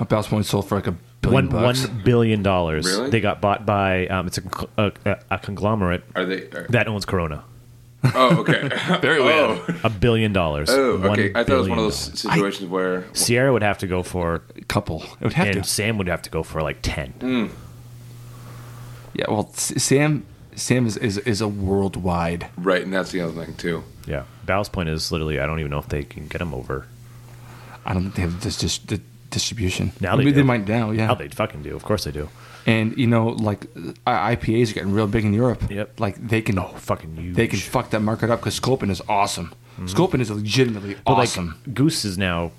Speaker 2: Ballast Point sold for like a
Speaker 4: One
Speaker 2: billion bucks.
Speaker 4: one billion dollars.
Speaker 5: Really?
Speaker 4: They got bought by um, it's a, con- a, a, a conglomerate
Speaker 5: Are they? Are,
Speaker 4: that owns Corona.
Speaker 5: oh, okay.
Speaker 2: Very well.
Speaker 5: Oh,
Speaker 4: A billion dollars.
Speaker 5: oh
Speaker 4: One
Speaker 5: okay. I thought it was one
Speaker 4: billion
Speaker 5: of
Speaker 4: dollars.
Speaker 5: those situations where
Speaker 4: Sierra would have to go for,
Speaker 2: couple. It would have
Speaker 4: and
Speaker 2: to.
Speaker 4: Sam would have to go for like
Speaker 5: Mm.
Speaker 4: ten.
Speaker 2: Yeah. Well, S- Sam Sam is is, is a worldwide.
Speaker 5: right, and that's the other thing too.
Speaker 4: Yeah, Ballast Point is literally. I don't even know if they can get him over.
Speaker 2: I don't think they have this just the distribution.
Speaker 4: Now
Speaker 2: Maybe
Speaker 4: they do.
Speaker 2: might now, yeah.
Speaker 4: How they fucking do? Of course they do.
Speaker 2: And you know, like I- IPAs are getting real big in Europe.
Speaker 4: Yep.
Speaker 2: Like they can
Speaker 4: Oh, fucking huge.
Speaker 2: they can fuck that market up because Sculpin is awesome. Sculpin is legitimately
Speaker 4: Mm-hmm. But like,
Speaker 2: awesome.
Speaker 4: Goose is now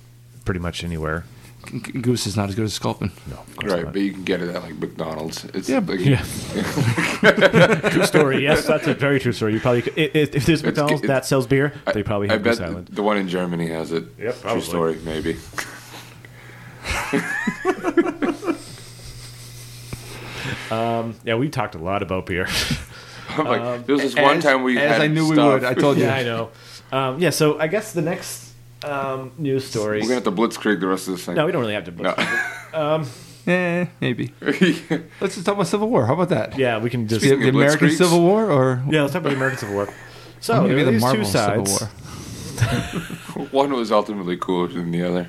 Speaker 4: pretty much anywhere.
Speaker 2: G- G- Goose is not as good as Sculpin.
Speaker 4: No, of course
Speaker 5: Right,
Speaker 4: not.
Speaker 5: but you can get it at like McDonald's. It's
Speaker 2: Yeah,
Speaker 5: like,
Speaker 4: yeah. true story. Yes, that's a very true story. You probably could, i- i- if there's McDonald's
Speaker 5: it's-
Speaker 4: that sells beer,
Speaker 5: I-
Speaker 4: they probably
Speaker 5: I
Speaker 4: have Goose
Speaker 5: bet
Speaker 4: Island.
Speaker 5: the one in Germany has it.
Speaker 4: Yep,
Speaker 5: True
Speaker 4: probably.
Speaker 5: story, maybe.
Speaker 4: Yeah, we talked a lot about beer.
Speaker 5: I'm like,
Speaker 4: Um,
Speaker 5: there was this one
Speaker 2: as-
Speaker 5: time we
Speaker 2: as
Speaker 5: had
Speaker 2: I knew we
Speaker 5: stuff.
Speaker 2: would, I told you.
Speaker 4: yeah, I know. Um, yeah, so I guess the next um, news story.
Speaker 5: We're gonna have to blitzkrieg the rest of this thing.
Speaker 4: no, we don't really have to.
Speaker 5: No.
Speaker 2: Eh, maybe. Let's just talk about Civil War. How about that?
Speaker 4: Yeah, we can just.
Speaker 2: The,
Speaker 5: Speaking
Speaker 2: the
Speaker 5: of
Speaker 2: American
Speaker 5: blitzkriegs.
Speaker 2: Civil War, or
Speaker 4: Yeah, let's talk about the American Civil War. So
Speaker 2: maybe the
Speaker 4: there's
Speaker 2: Marvel
Speaker 4: two sides.
Speaker 2: Civil War.
Speaker 5: one was ultimately cooler than the other.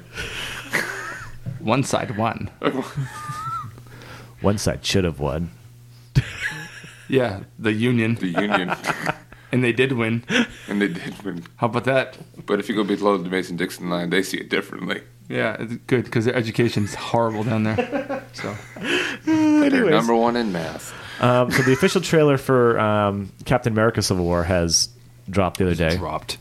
Speaker 2: One side won.
Speaker 4: One side should have won.
Speaker 2: Yeah, the Union,
Speaker 5: The Union,
Speaker 2: and they did win.
Speaker 5: and they did win.
Speaker 2: How about that?
Speaker 5: But if you go below the Mason-Dixon line, they see it differently.
Speaker 2: Yeah, it's good because their education's horrible down there. So
Speaker 5: They're
Speaker 4: Anyways.
Speaker 5: number one in math.
Speaker 4: Um, so the official trailer for um, Captain America: Civil War has dropped the other day.
Speaker 2: dropped.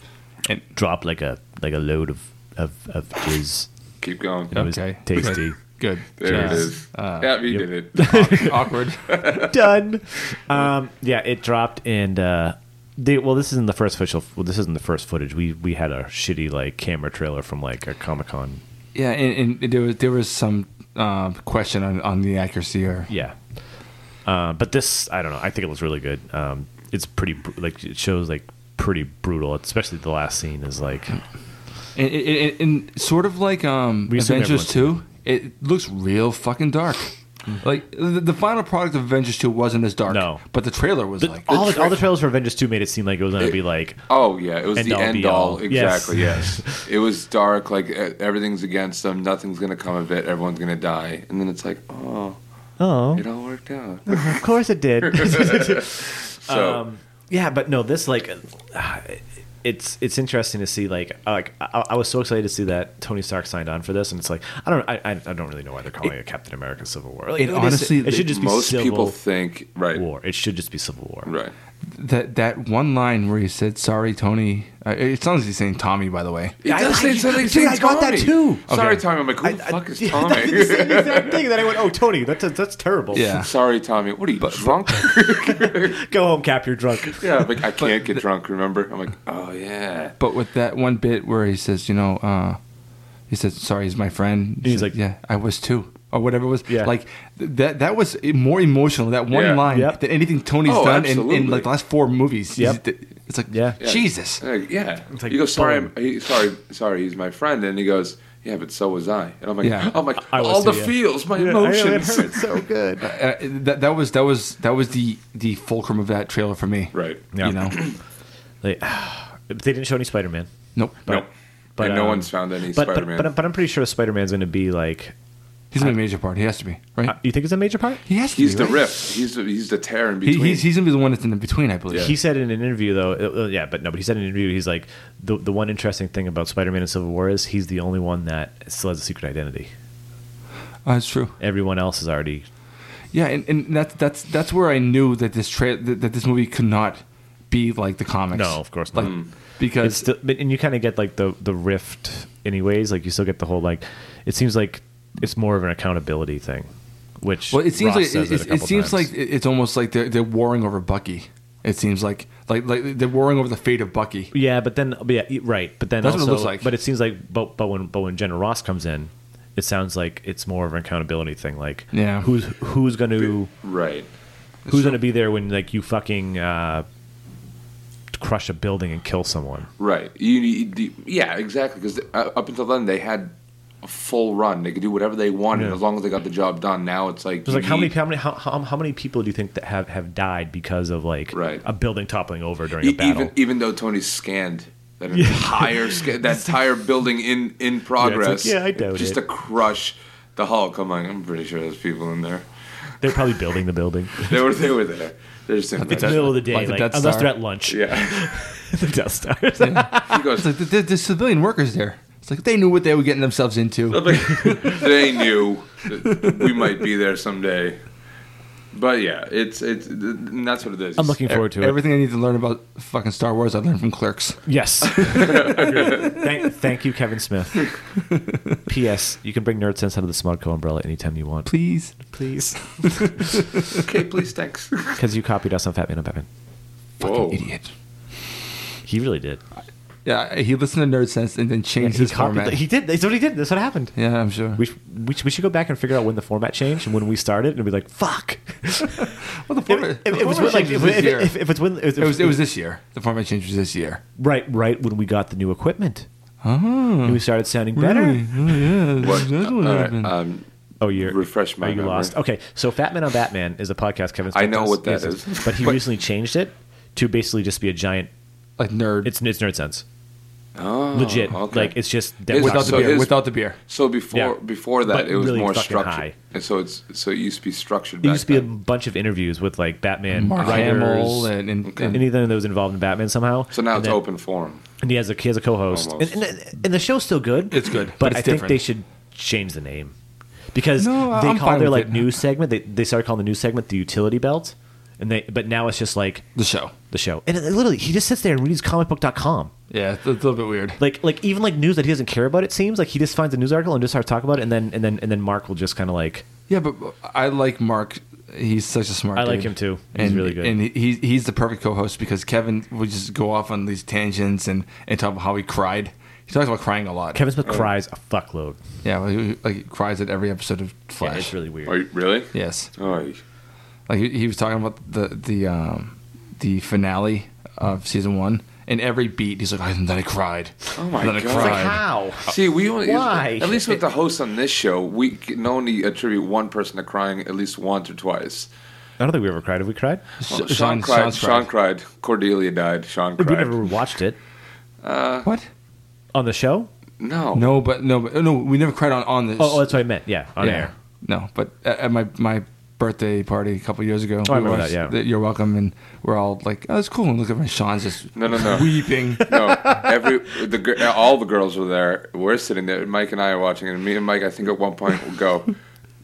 Speaker 2: And
Speaker 4: Dropped like a like a load of of, of jizz.
Speaker 5: Keep going.
Speaker 4: It was uh,
Speaker 2: Okay.
Speaker 4: tasty.
Speaker 2: good.
Speaker 5: There
Speaker 4: Yes.
Speaker 5: it is. yeah, we did it.
Speaker 2: Awkward.
Speaker 4: Done. Um, yeah, it dropped and. Uh, they, well, this isn't the first official. Well, this isn't the first footage. We we had a shitty like camera trailer from like a Comic Con.
Speaker 2: yeah, and, and there was there was some uh, question on, on the accuracy or
Speaker 4: Yeah, Uh, but this, I don't know. I think it looks really good. Um, it's pretty br- like it shows like pretty brutal, especially the last scene is like
Speaker 2: And, and, and- and sort of like um,
Speaker 4: We assume
Speaker 2: Avengers
Speaker 4: everyone's-
Speaker 2: 2, it looks real fucking dark. Like the, the final product of Avengers 2 wasn't as dark.
Speaker 4: No.
Speaker 2: But the trailer was
Speaker 4: the,
Speaker 2: like
Speaker 4: all the,
Speaker 5: tra-
Speaker 4: all the trailers for Avengers Two made it seem like it was going to be like
Speaker 5: Oh yeah, it was
Speaker 4: End
Speaker 5: the
Speaker 4: all,
Speaker 5: end
Speaker 4: be
Speaker 5: all.
Speaker 4: all.
Speaker 5: Exactly.
Speaker 4: Yes.
Speaker 5: Yes. it was dark. Like e- everything's against them. Nothing's gonna come of it. Everyone's gonna die. And then it's like, oh,
Speaker 4: oh,
Speaker 5: it all worked out.
Speaker 4: of course it did.
Speaker 5: So
Speaker 4: um, yeah, but no, this like uh, it's it's interesting to see like I- like I, I was so excited to see that Tony Stark signed on for this, and it's like I don't I, I, I don't really know why they're calling it, Captain America Civil War. Like,
Speaker 2: it
Speaker 4: is-
Speaker 2: honestly-
Speaker 4: it should just be
Speaker 5: most
Speaker 4: Civil
Speaker 5: people think right,
Speaker 4: War. It should just be Civil War.
Speaker 5: right.
Speaker 2: that that one line where he said, "Sorry, Tony." Uh, it sounds like he's saying Tommy, by the way.
Speaker 5: It
Speaker 4: I-
Speaker 5: does
Speaker 4: I-
Speaker 5: say something.
Speaker 4: dude, I got that too.
Speaker 5: Sorry,
Speaker 2: Okay.
Speaker 5: Tommy. I'm like, who
Speaker 4: I-
Speaker 5: the fuck is
Speaker 4: yeah, that's the same
Speaker 5: Tommy?
Speaker 4: exact thing. Then I went, "Oh, Tony, that's that's terrible."
Speaker 2: Yeah.
Speaker 5: Sorry, Tommy. What are you drunk?
Speaker 4: go home, Cap. You're drunk.
Speaker 5: yeah, I'm like I can't get drunk. Remember? I'm like, oh yeah.
Speaker 2: But with that one bit where he says, you know, uh, he says, "Sorry, he's my friend." He
Speaker 4: He's
Speaker 2: said,
Speaker 4: like-
Speaker 2: "Yeah, I was too." Or whatever it was,
Speaker 4: Yeah.
Speaker 2: like th- that. That was e, more emotional. That one
Speaker 5: Yeah.
Speaker 2: line
Speaker 4: Yep.
Speaker 2: than anything Tony's
Speaker 5: Oh,
Speaker 2: done in, in
Speaker 5: absolutely.
Speaker 2: like the last four movies. He's-
Speaker 4: Yep.
Speaker 2: th- It's like,
Speaker 4: Yeah.
Speaker 2: Jesus.
Speaker 5: Like, yeah.
Speaker 4: like,
Speaker 5: you go, sorry,
Speaker 4: boom.
Speaker 5: I'm, he, sorry, sorry, he's my friend. And he goes, yeah, but so was I. And I'm like,
Speaker 2: Yeah.
Speaker 5: I'm like,
Speaker 4: I was
Speaker 5: all
Speaker 4: too,
Speaker 5: the
Speaker 4: yeah.
Speaker 5: feels, my
Speaker 4: Yeah, I know, it
Speaker 5: emotions.
Speaker 4: hurts so good.
Speaker 2: Uh, that that was that was that was the the fulcrum of that trailer for me.
Speaker 5: right.
Speaker 4: Yeah.
Speaker 2: You know.
Speaker 4: Like, but they didn't show any Spider Man.
Speaker 2: nope.
Speaker 5: No.
Speaker 4: but,
Speaker 5: and no
Speaker 4: um,
Speaker 5: one's found any
Speaker 4: But, but,
Speaker 5: Spider-Man.
Speaker 4: but, I'm- but I'm pretty sure Spider Man's going to be like.
Speaker 2: He's gonna be a major part. He has to be right.
Speaker 4: Uh, you think it's a major part?
Speaker 2: he has to.
Speaker 5: he's
Speaker 2: be,
Speaker 5: the
Speaker 2: right?
Speaker 5: rift. He's the, he's the tear in
Speaker 2: He,
Speaker 5: between.
Speaker 2: he's he's gonna be the one that's in the between, I believe.
Speaker 4: He said in an interview, though, uh, yeah, but no, but he said in an interview, he's like, the, the one interesting thing about Spider Man and Civil War is he's the only one that still has a secret identity.
Speaker 2: Uh, it's true.
Speaker 4: Everyone else is already.
Speaker 2: Yeah, and, and that's that's that's where I knew that this tra- that, that this movie could not be like the comics.
Speaker 4: No, of course
Speaker 2: Like,
Speaker 5: Hmm.
Speaker 4: not. It's
Speaker 2: Because
Speaker 4: still, but- and you kind of get like the, the rift, anyways. Like, you still get the whole, like, it seems like it's more of an accountability thing, which.
Speaker 2: well, it seems
Speaker 4: Ross
Speaker 2: like
Speaker 4: says it,
Speaker 2: it, it,
Speaker 4: a
Speaker 2: it
Speaker 4: couple
Speaker 2: seems
Speaker 4: times.
Speaker 2: like it- it's almost like they're they're warring over Bucky. It seems like like like they're warring over the fate of Bucky.
Speaker 4: Yeah, but then but yeah, y- right. But then
Speaker 2: That's what it
Speaker 4: also,
Speaker 2: looks like.
Speaker 4: but it seems like but but when but when Jenna Ross comes in, it sounds like it's more of an accountability thing. Like
Speaker 2: Yeah.
Speaker 4: who's who's going to
Speaker 5: right.
Speaker 4: who's going to be there when like you fucking uh, crush a building and kill someone?
Speaker 5: Right. You, need you yeah, exactly. Because up until then, they had a full run. They could do whatever they wanted
Speaker 4: Yeah.
Speaker 5: as long as they got the job done. Now it's like,
Speaker 4: It's
Speaker 5: you
Speaker 4: like how many
Speaker 5: need-
Speaker 4: how many how, how, how many people do you think that have have died because of like
Speaker 5: Right.
Speaker 4: a building toppling over during a
Speaker 5: E-
Speaker 4: battle?
Speaker 5: Even even though Tony's scanned that entire sca- that entire building in in progress.
Speaker 4: Yeah, I doubt
Speaker 5: just
Speaker 4: it.
Speaker 5: to crush the Hulk. I'm like, I'm pretty sure there's people in there.
Speaker 4: They're probably building the building.
Speaker 5: They were they were there. They're just in
Speaker 4: It's
Speaker 5: there.
Speaker 4: middle of the day,
Speaker 2: Like
Speaker 4: like
Speaker 2: the Death
Speaker 4: unless
Speaker 2: Star.
Speaker 4: they're at lunch.
Speaker 5: Yeah,
Speaker 4: the Death Star.
Speaker 5: he goes.
Speaker 2: It's like the, the, the civilian workers there. It's like they knew what they were getting themselves into.
Speaker 5: they knew that we might be there someday. But yeah, it's it's and that's what it is.
Speaker 4: I'm looking forward to it.
Speaker 2: Everything I need to learn about fucking Star Wars, I learned from Clerks.
Speaker 4: Yes. thank, thank you, Kevin Smith. P.S. You can bring Nerd Sense under the Smodco umbrella anytime you want.
Speaker 2: Please.
Speaker 4: Please.
Speaker 5: Okay, please, thanks.
Speaker 4: Because you copied us on Fat Man and Batman.
Speaker 5: Whoa,
Speaker 2: Idiot.
Speaker 4: He really did.
Speaker 2: Yeah, he listened to Nerd Sense and then changed
Speaker 4: he
Speaker 2: his format.
Speaker 4: the- He did. That's what he did. That's what happened.
Speaker 2: yeah, I'm sure.
Speaker 4: We, sh- we, sh- we should go back and figure out when the format changed and when we started and be like, fuck.
Speaker 2: well, the
Speaker 4: If,
Speaker 2: format,
Speaker 4: if-
Speaker 2: the
Speaker 4: if it's
Speaker 2: format
Speaker 4: when, like,
Speaker 2: changes
Speaker 4: if,
Speaker 2: this
Speaker 4: if-
Speaker 2: year.
Speaker 4: if- if it's when if-
Speaker 2: It was it was this year. The format change was this year.
Speaker 4: right right when we got the new equipment
Speaker 2: Oh,
Speaker 4: and we started sounding better.
Speaker 2: yeah.
Speaker 5: what?
Speaker 2: That would
Speaker 5: all
Speaker 2: have
Speaker 5: right,
Speaker 2: been-
Speaker 5: um,
Speaker 4: Oh, you're
Speaker 5: Refresh my
Speaker 4: are you
Speaker 5: memory.
Speaker 4: lost? Okay, so Fat Man on Batman is a podcast Kevin. Smith
Speaker 5: I know
Speaker 4: does.
Speaker 5: what that
Speaker 4: Yes,
Speaker 5: is.
Speaker 4: yes. but he recently changed it to basically just be a giant.
Speaker 2: like nerd.
Speaker 4: It's it's nerd sense,
Speaker 5: oh,
Speaker 4: legit.
Speaker 5: okay.
Speaker 4: Like it's just
Speaker 5: It's-
Speaker 2: without
Speaker 5: so
Speaker 2: the beer.
Speaker 5: his-
Speaker 2: without the beer.
Speaker 5: So before
Speaker 4: Yeah.
Speaker 5: before that,
Speaker 4: But
Speaker 5: it was
Speaker 4: really
Speaker 5: more
Speaker 4: fucking
Speaker 5: structured,
Speaker 4: high.
Speaker 5: and so it's so it used to be structured.
Speaker 4: It
Speaker 5: back
Speaker 4: used to be a
Speaker 5: then.
Speaker 4: bunch of interviews with like Batman
Speaker 2: Mark
Speaker 4: writers,
Speaker 2: Hamill and, and, and-
Speaker 4: anything that was involved in Batman somehow.
Speaker 5: so now
Speaker 4: And
Speaker 5: it's
Speaker 4: then-
Speaker 5: open forum.
Speaker 4: and he has a he has a co-host, and,
Speaker 5: Almost.
Speaker 4: and, the- and the show's still good.
Speaker 2: It's good,
Speaker 4: but,
Speaker 2: but it's
Speaker 4: I think
Speaker 2: different.
Speaker 4: they should change the name because
Speaker 2: No, I-
Speaker 4: they
Speaker 2: I'm
Speaker 4: call
Speaker 2: fine
Speaker 4: their
Speaker 2: with
Speaker 4: like
Speaker 2: it.
Speaker 4: news segment. They they started calling the news segment the utility belt, and they but now it's just like
Speaker 2: the show.
Speaker 4: the show. And it, literally, he just sits there and reads comicbook.com.
Speaker 2: Yeah, it's, it's a little bit weird.
Speaker 4: Like like even like news that he doesn't care about. It seems like he just finds a news article and just starts talking about it, and then and then and then Mark will just kind of like
Speaker 2: Yeah, but I like Mark. He's such a smart.
Speaker 4: I like
Speaker 2: dude.
Speaker 4: him too. He's
Speaker 2: and,
Speaker 4: really good.
Speaker 2: and he- he's he's the perfect co-host because Kevin would just go off on these tangents and and talk about how he cried. He talks about crying a lot.
Speaker 4: Kevin Smith cries a fuckload.
Speaker 2: yeah, like, he- like he cries at every episode of
Speaker 4: Yeah,
Speaker 2: Flash.
Speaker 4: it's really
Speaker 5: Are
Speaker 4: weird.
Speaker 5: you, really?
Speaker 2: yes,
Speaker 5: Oh,
Speaker 2: Like he, he was talking about the the um, the finale of season one, and every beat he's like, and then I cried.
Speaker 5: Oh my
Speaker 2: and then I
Speaker 5: God.
Speaker 2: cried.
Speaker 5: Like,
Speaker 4: How?
Speaker 5: See, we only
Speaker 4: Uh, Why?
Speaker 5: at least with the hosts on this show, we can only attribute one person to crying at least once or twice.
Speaker 4: I don't think we ever cried. Have we cried?
Speaker 5: Well,
Speaker 2: Sh-
Speaker 5: Sean,
Speaker 2: Sean's-
Speaker 5: cried,
Speaker 2: Sean's
Speaker 5: Sean cried. Cordelia died. Sean
Speaker 4: We
Speaker 5: cried.
Speaker 4: never watched it
Speaker 2: What?
Speaker 4: on the show.
Speaker 5: No.
Speaker 2: No, but no, but, no. We never cried on on this.
Speaker 4: Oh, oh, that's what I meant. Yeah, on
Speaker 2: yeah.
Speaker 4: air.
Speaker 2: No, but at at my my birthday party a couple years ago,
Speaker 4: Oh, I
Speaker 2: we
Speaker 4: remember
Speaker 2: watched
Speaker 4: that, yeah.
Speaker 2: the You're welcome, and we're all like, "Oh, it's cool." And look at my Sean's just
Speaker 5: No, no, no.
Speaker 2: weeping.
Speaker 5: no, every the gir- all the girls were there. We're sitting there. Mike and I are watching, and me and Mike, I think at one point, will go.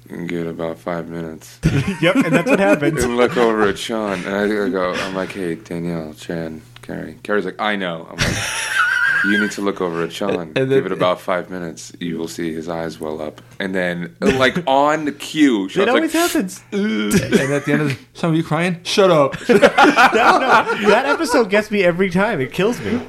Speaker 5: You can get about five minutes
Speaker 4: yep, and that's what happened.
Speaker 5: and look over at Sean, and I go, I'm like, hey, Danielle, Chan, Carrie. Carrie's like, I know. I'm like, you need to look over at Sean.
Speaker 2: then-
Speaker 5: Give it about five minutes. You will see his eyes well up, and then like on cue,
Speaker 4: It
Speaker 5: Sean's like,
Speaker 4: always happens.
Speaker 2: and at the end of the, some of you crying, shut up.
Speaker 4: That episode gets me every time. It kills me.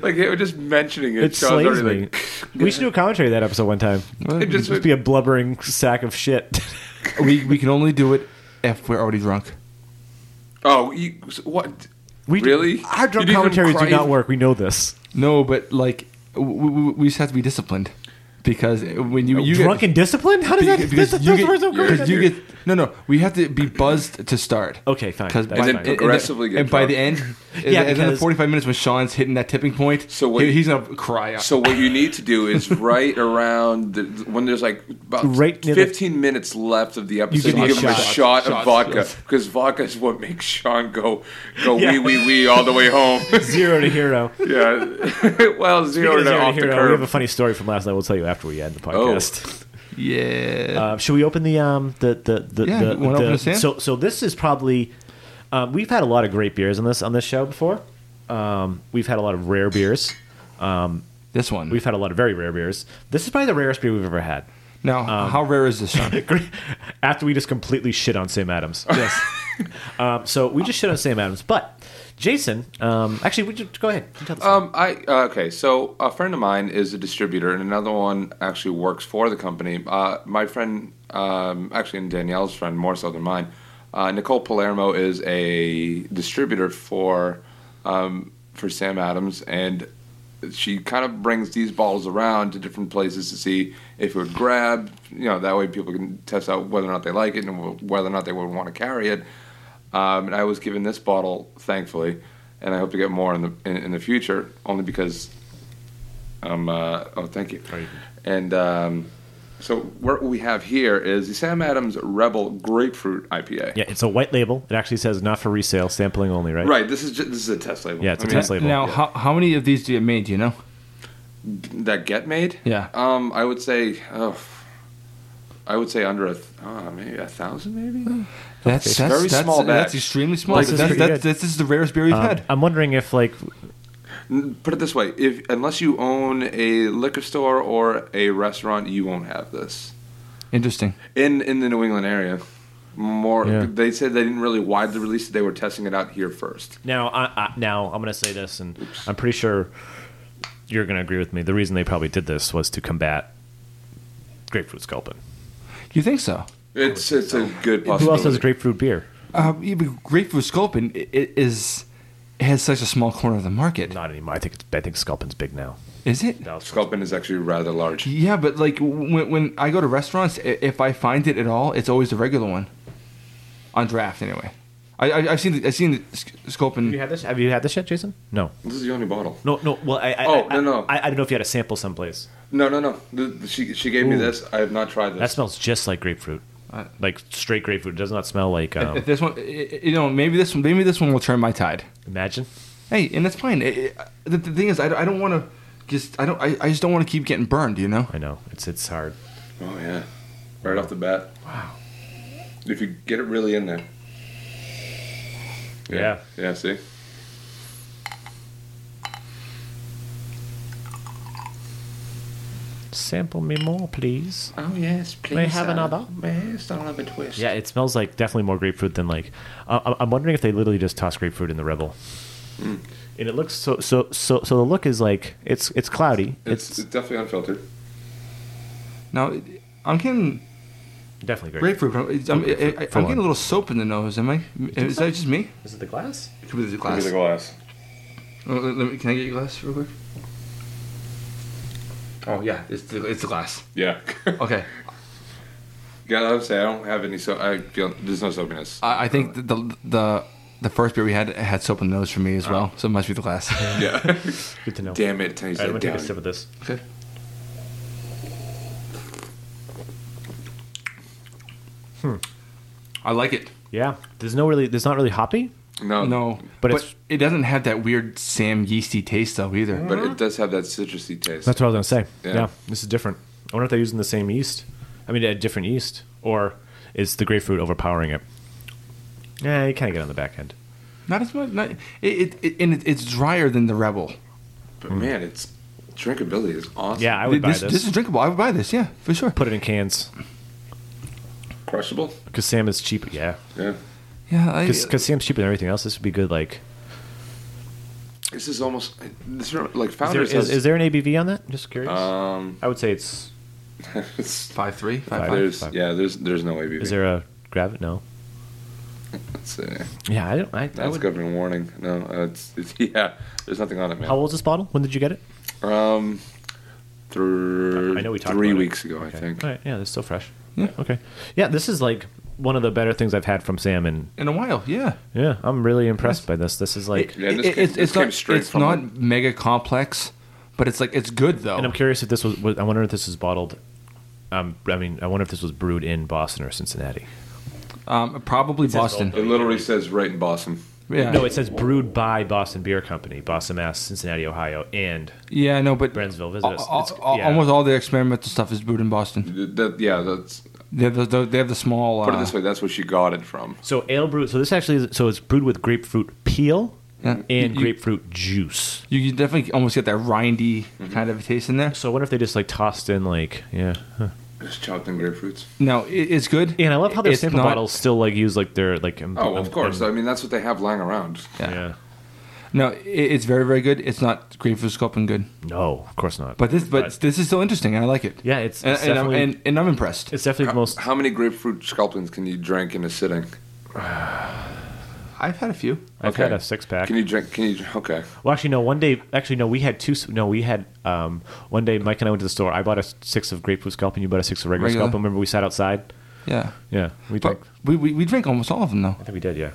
Speaker 5: like they were just mentioning it.
Speaker 4: It
Speaker 5: Sean's
Speaker 4: slays me.
Speaker 5: already like,
Speaker 4: We should do a commentary of that episode one time.
Speaker 5: it just,
Speaker 4: Just be a blubbering sack of shit.
Speaker 2: we we can only do it if we're already drunk.
Speaker 5: oh, you, what?
Speaker 4: We
Speaker 5: Really?
Speaker 4: Our drunk
Speaker 5: You didn't even
Speaker 4: commentaries do
Speaker 5: cry
Speaker 4: not
Speaker 5: even-
Speaker 4: work. We know this.
Speaker 2: No, but like we, we, we just have to be disciplined because when you you
Speaker 4: drunk and disciplined? How does
Speaker 2: get,
Speaker 4: that?
Speaker 2: because
Speaker 4: that's,
Speaker 2: you
Speaker 4: that's the first
Speaker 2: get, because
Speaker 4: word
Speaker 2: you
Speaker 4: you
Speaker 2: get no no we have to be buzzed to start.
Speaker 4: Okay, fine.
Speaker 2: Because
Speaker 4: That's
Speaker 2: by-
Speaker 5: then
Speaker 4: fine.
Speaker 2: and-
Speaker 5: progressively
Speaker 2: and,
Speaker 5: get
Speaker 2: by
Speaker 5: drunk.
Speaker 2: the end,
Speaker 4: Yeah,
Speaker 2: and then the
Speaker 4: because-
Speaker 2: forty-five minutes when Sean's hitting that tipping point,
Speaker 5: So what-
Speaker 2: he- he's gonna cry out.
Speaker 5: So what you need to do is right around the, when there's like about
Speaker 4: Right near the-
Speaker 5: 15 minutes left of the episode,
Speaker 4: give
Speaker 5: you
Speaker 4: him
Speaker 5: give
Speaker 4: a
Speaker 5: him a
Speaker 2: shot.
Speaker 5: shot
Speaker 2: Shots,
Speaker 5: of vodka
Speaker 2: shots.
Speaker 5: because vodka is what makes Sean go go
Speaker 4: Yeah.
Speaker 5: wee wee wee all the way home.
Speaker 4: Zero to hero.
Speaker 5: yeah, well zero
Speaker 4: Zero
Speaker 5: to
Speaker 4: to
Speaker 5: off the Oh.
Speaker 4: hero. We have a
Speaker 5: curve.
Speaker 4: funny story from last night. We'll tell you after we end the podcast.
Speaker 2: yeah,
Speaker 4: Uh, should we open the um the the the,
Speaker 2: Yeah,
Speaker 4: the,
Speaker 2: you wanna
Speaker 4: the-
Speaker 2: open this in?
Speaker 4: so so this is probably um, we've had a lot of great beers on this on this show before. Um, we've had a lot of rare beers. Um,
Speaker 2: this one.
Speaker 4: we've had a lot of very rare beers. This is probably the rarest beer we've ever had.
Speaker 2: now,
Speaker 5: um,
Speaker 2: how rare is this, Sean?
Speaker 4: Great. After we just completely shit on Sam Adams. Yes. um, so we just shit on Sam Adams, but Jason, um, actually, we just go ahead. You tell the story.
Speaker 5: Um, I uh, okay. So a friend of mine is a distributor, and another one actually works for the company. Uh, my friend, um, actually, and Danielle's friend, more so than mine, uh, Nicole Palermo is a distributor for um, for Sam Adams, and she kind of brings these bottles around to different places to see if it would grab. You know, that way people can test out whether or not they like it and whether or not they would want to carry it. Um, and I was given this bottle, thankfully, and I hope to get more in the in, in the future, only because um uh, oh thank you. And um, so what we have here is the Sam Adams Rebel Grapefruit IPA.
Speaker 4: yeah, it's a white label. It actually says not for resale, sampling only, right?
Speaker 5: Right. This is just, this is a test label.
Speaker 4: Yeah, it's a
Speaker 5: a
Speaker 4: test label.
Speaker 2: Now, how, how many of these do you made? Do you know?
Speaker 5: That get made.
Speaker 2: Yeah.
Speaker 5: Um, I would say oh. I would say under a th- oh, maybe a thousand, maybe.
Speaker 2: That's
Speaker 5: It's
Speaker 2: that's,
Speaker 5: very
Speaker 2: that's,
Speaker 5: small
Speaker 2: that's
Speaker 5: batch.
Speaker 2: extremely small.
Speaker 4: This
Speaker 2: but
Speaker 4: is
Speaker 2: that's,
Speaker 4: pretty
Speaker 2: that's,
Speaker 4: good.
Speaker 2: that's, this is the rarest beer we've
Speaker 4: Um,
Speaker 2: had.
Speaker 4: I'm wondering if like
Speaker 5: Put it this way: if unless you own a liquor store or a restaurant, you won't have this.
Speaker 2: Interesting.
Speaker 5: in in the New England area. More,
Speaker 4: Yeah.
Speaker 5: they said they didn't really widely release it. They were testing it out here first.
Speaker 4: now I, I, now I'm going to say this, and I'm pretty sure you're going to agree with me. The reason they probably did this was to combat grapefruit sculpin.
Speaker 2: You think so?
Speaker 5: It's it's a good possibility.
Speaker 4: Oh, Who else has grapefruit beer?
Speaker 2: Um, yeah, but grapefruit sculpin i- i- is it has such a small corner of the market.
Speaker 4: Not anymore. I think it's, I think sculpin's big now.
Speaker 2: Is it?
Speaker 4: That was-
Speaker 5: Sculpin is actually rather large.
Speaker 2: Yeah, but like when when I go to restaurants, i- if I find it at all, it's always the regular one. On draft, anyway. I, I I've seen the, I've seen the sc- sculpin.
Speaker 4: Have you had this? Have you had this yet, Jason? No.
Speaker 5: This is the only bottle.
Speaker 4: No, no. Well, I, I,
Speaker 5: Oh,
Speaker 4: I,
Speaker 5: no, no.
Speaker 4: I, I don't know if you had a sample someplace.
Speaker 5: No, no, no. The- the- she she gave me
Speaker 4: Ooh.
Speaker 5: this. I have not tried this.
Speaker 4: That smells just like grapefruit, like straight grapefruit. It does not smell like. Um,
Speaker 2: If this one, i- i- you know, maybe this one, maybe this one will turn my tide.
Speaker 4: imagine.
Speaker 2: Hey, and that's fine. I- I- the, the thing is, I, don't- I don't want to just I don't I, I just don't want to keep getting burned. You know.
Speaker 4: I know it's it's hard.
Speaker 5: oh yeah, right off the bat. Wow. If you get it really in there.
Speaker 4: Yeah.
Speaker 5: Yeah. See.
Speaker 4: Sample me more, please.
Speaker 5: Oh yes, please.
Speaker 4: May I have another?
Speaker 5: Yes, I'll have a twist.
Speaker 4: Yeah, it smells like definitely more grapefruit than like. I I- I'm wondering if they literally just toss grapefruit in the rebel. Hmm. And it looks so so so so. The look is like it's it's cloudy.
Speaker 5: It's,
Speaker 4: It's,
Speaker 5: it's definitely unfiltered.
Speaker 2: Now, I'm getting
Speaker 4: Definitely great.
Speaker 2: Grapefruit. I'm, I'm, I, am
Speaker 4: Full on.
Speaker 2: getting a little soap in the nose. Am I? Is that just me?
Speaker 4: Is it the glass?
Speaker 2: Could be the
Speaker 5: Give me
Speaker 2: glass.
Speaker 5: the glass.
Speaker 2: Oh, let let me, can I get your glass real quick? Oh yeah, it's the, it's the glass.
Speaker 5: Yeah.
Speaker 4: Oh,
Speaker 2: Okay,
Speaker 5: yeah, I would say I don't have any soap. I feel there's no soapiness.
Speaker 2: I, I think the, the the the first beer we had had soap in the nose for me as well, so it must be the glass.
Speaker 5: yeah.
Speaker 4: Good to know.
Speaker 5: Damn it, Tony's
Speaker 4: All right, I'm
Speaker 5: like,
Speaker 4: gonna take a
Speaker 5: down.
Speaker 4: sip of this.
Speaker 2: okay. Hmm. I like it.
Speaker 4: Yeah, there's no really, there's not really hoppy.
Speaker 5: No,
Speaker 2: No,
Speaker 4: But
Speaker 2: but,
Speaker 4: it's-
Speaker 2: it doesn't have that weird Sam yeasty taste though either.
Speaker 5: but it does have that citrusy taste.
Speaker 4: That's what I was gonna say. Yeah.
Speaker 5: Yeah.
Speaker 4: this is different. I wonder if they're using the same yeast. I mean, a different yeast, or is the grapefruit overpowering it? Yeah, you kind of get on the back end.
Speaker 2: Not as much. Not, it, it, it and it, it's drier than the Rebel.
Speaker 5: but man, it's drinkability is awesome.
Speaker 4: Yeah, I would buy
Speaker 2: this,
Speaker 4: this.
Speaker 2: is drinkable. I would buy this. Yeah, for sure.
Speaker 4: Put it in cans
Speaker 5: crushable.
Speaker 4: because Sam is cheap. Yeah,
Speaker 5: Yeah.
Speaker 2: Yeah, I,
Speaker 4: because Sam's cheaper than everything else. This would be good. Like,
Speaker 5: This is almost this is like
Speaker 4: is there,
Speaker 5: founders.
Speaker 4: is,
Speaker 5: has-
Speaker 4: is there an ABV on that? Just curious.
Speaker 5: um,
Speaker 4: I would say it's.
Speaker 5: it's-
Speaker 2: five three. Five,
Speaker 4: Five.
Speaker 2: five.
Speaker 5: there's yeah, there's there's no ABV.
Speaker 4: Is there a grab it? No.
Speaker 5: It's, uh,
Speaker 4: Yeah, I don't. I, I
Speaker 5: that's
Speaker 4: would.
Speaker 5: government warning. No, uh, it's, it's yeah. There's nothing on it, man.
Speaker 4: How old is this bottle? When did you get it?
Speaker 5: Um, thr-
Speaker 4: I know we talked
Speaker 5: three
Speaker 4: about it.
Speaker 5: weeks ago,
Speaker 4: Okay.
Speaker 5: I think.
Speaker 4: All right. Yeah, it's still fresh.
Speaker 2: Yeah.
Speaker 4: Okay. Yeah, this is like one of the better things I've had from Sam, and
Speaker 2: in a while. Yeah,
Speaker 4: yeah, I'm really impressed by this. This is like,
Speaker 5: Yeah, this
Speaker 2: It-
Speaker 5: came-
Speaker 2: it's-
Speaker 5: this
Speaker 2: it's
Speaker 5: came
Speaker 2: not,
Speaker 5: straight
Speaker 2: it's
Speaker 5: from
Speaker 2: not
Speaker 5: them.
Speaker 2: mega complex, but it's like it's good though.
Speaker 4: and I'm curious if this was. was- I wonder if this was bottled. Um, I mean, I wonder if this was brewed in Boston or Cincinnati.
Speaker 2: um, probably Boston.
Speaker 5: It literally says right in Boston.
Speaker 2: Yeah,
Speaker 4: No, it says brewed by Boston Beer Company, Boston, Mass, Cincinnati, Ohio, and
Speaker 2: yeah, no, but
Speaker 4: Brentsville. Visit us.
Speaker 2: al-
Speaker 4: It's-
Speaker 2: al-
Speaker 4: yeah.
Speaker 2: almost all the experimental stuff is brewed in Boston.
Speaker 5: Th- That, yeah, that's
Speaker 2: They have the, the, they have the small. Uh,
Speaker 5: put it this way. That's where she got it from.
Speaker 4: so ale brew. So this actually, is, so it's brewed with grapefruit peel
Speaker 2: Yeah.
Speaker 4: and
Speaker 2: You- you-
Speaker 4: grapefruit juice.
Speaker 2: you, you definitely almost get that rindy
Speaker 5: Mm-hmm.
Speaker 2: kind of taste in there.
Speaker 4: So I wonder if they just like tossed in like yeah.
Speaker 5: Just chopped in grapefruits.
Speaker 2: No, it, it's good.
Speaker 4: And I love how their
Speaker 2: It's
Speaker 4: sample
Speaker 2: not-
Speaker 4: bottles still like use like their like. em-
Speaker 5: Oh,
Speaker 4: em-
Speaker 5: of course. I
Speaker 4: em-
Speaker 5: mean, that's what they have lying around.
Speaker 2: Yeah.
Speaker 4: yeah.
Speaker 2: No, it, it's very very good. It's not grapefruit sculpin good,
Speaker 4: No, of course not.
Speaker 2: but this but
Speaker 4: But-
Speaker 2: this is still interesting. I like it.
Speaker 4: Yeah, it's-
Speaker 2: and,
Speaker 4: it's
Speaker 2: and I'm,
Speaker 4: definitely-
Speaker 2: and, and I'm impressed.
Speaker 4: it's definitely the most.
Speaker 5: How many grapefruit sculpins can you drink in a sitting?
Speaker 2: I've had a few.
Speaker 4: I've had a six pack.
Speaker 5: Can you drink? Can you? drink- Okay.
Speaker 4: well, actually, no. One day, actually, no. We had two. s- No, we had um, one day. Mike and I went to the store. I bought a s- six of grapefruit scalp, and you bought a six of regular,
Speaker 2: Regular.
Speaker 4: scalp. Remember, we sat outside.
Speaker 2: Yeah,
Speaker 4: Yeah, we
Speaker 2: but
Speaker 4: drank.
Speaker 2: we, we we drank almost all of them though.
Speaker 4: I think we did. Yeah.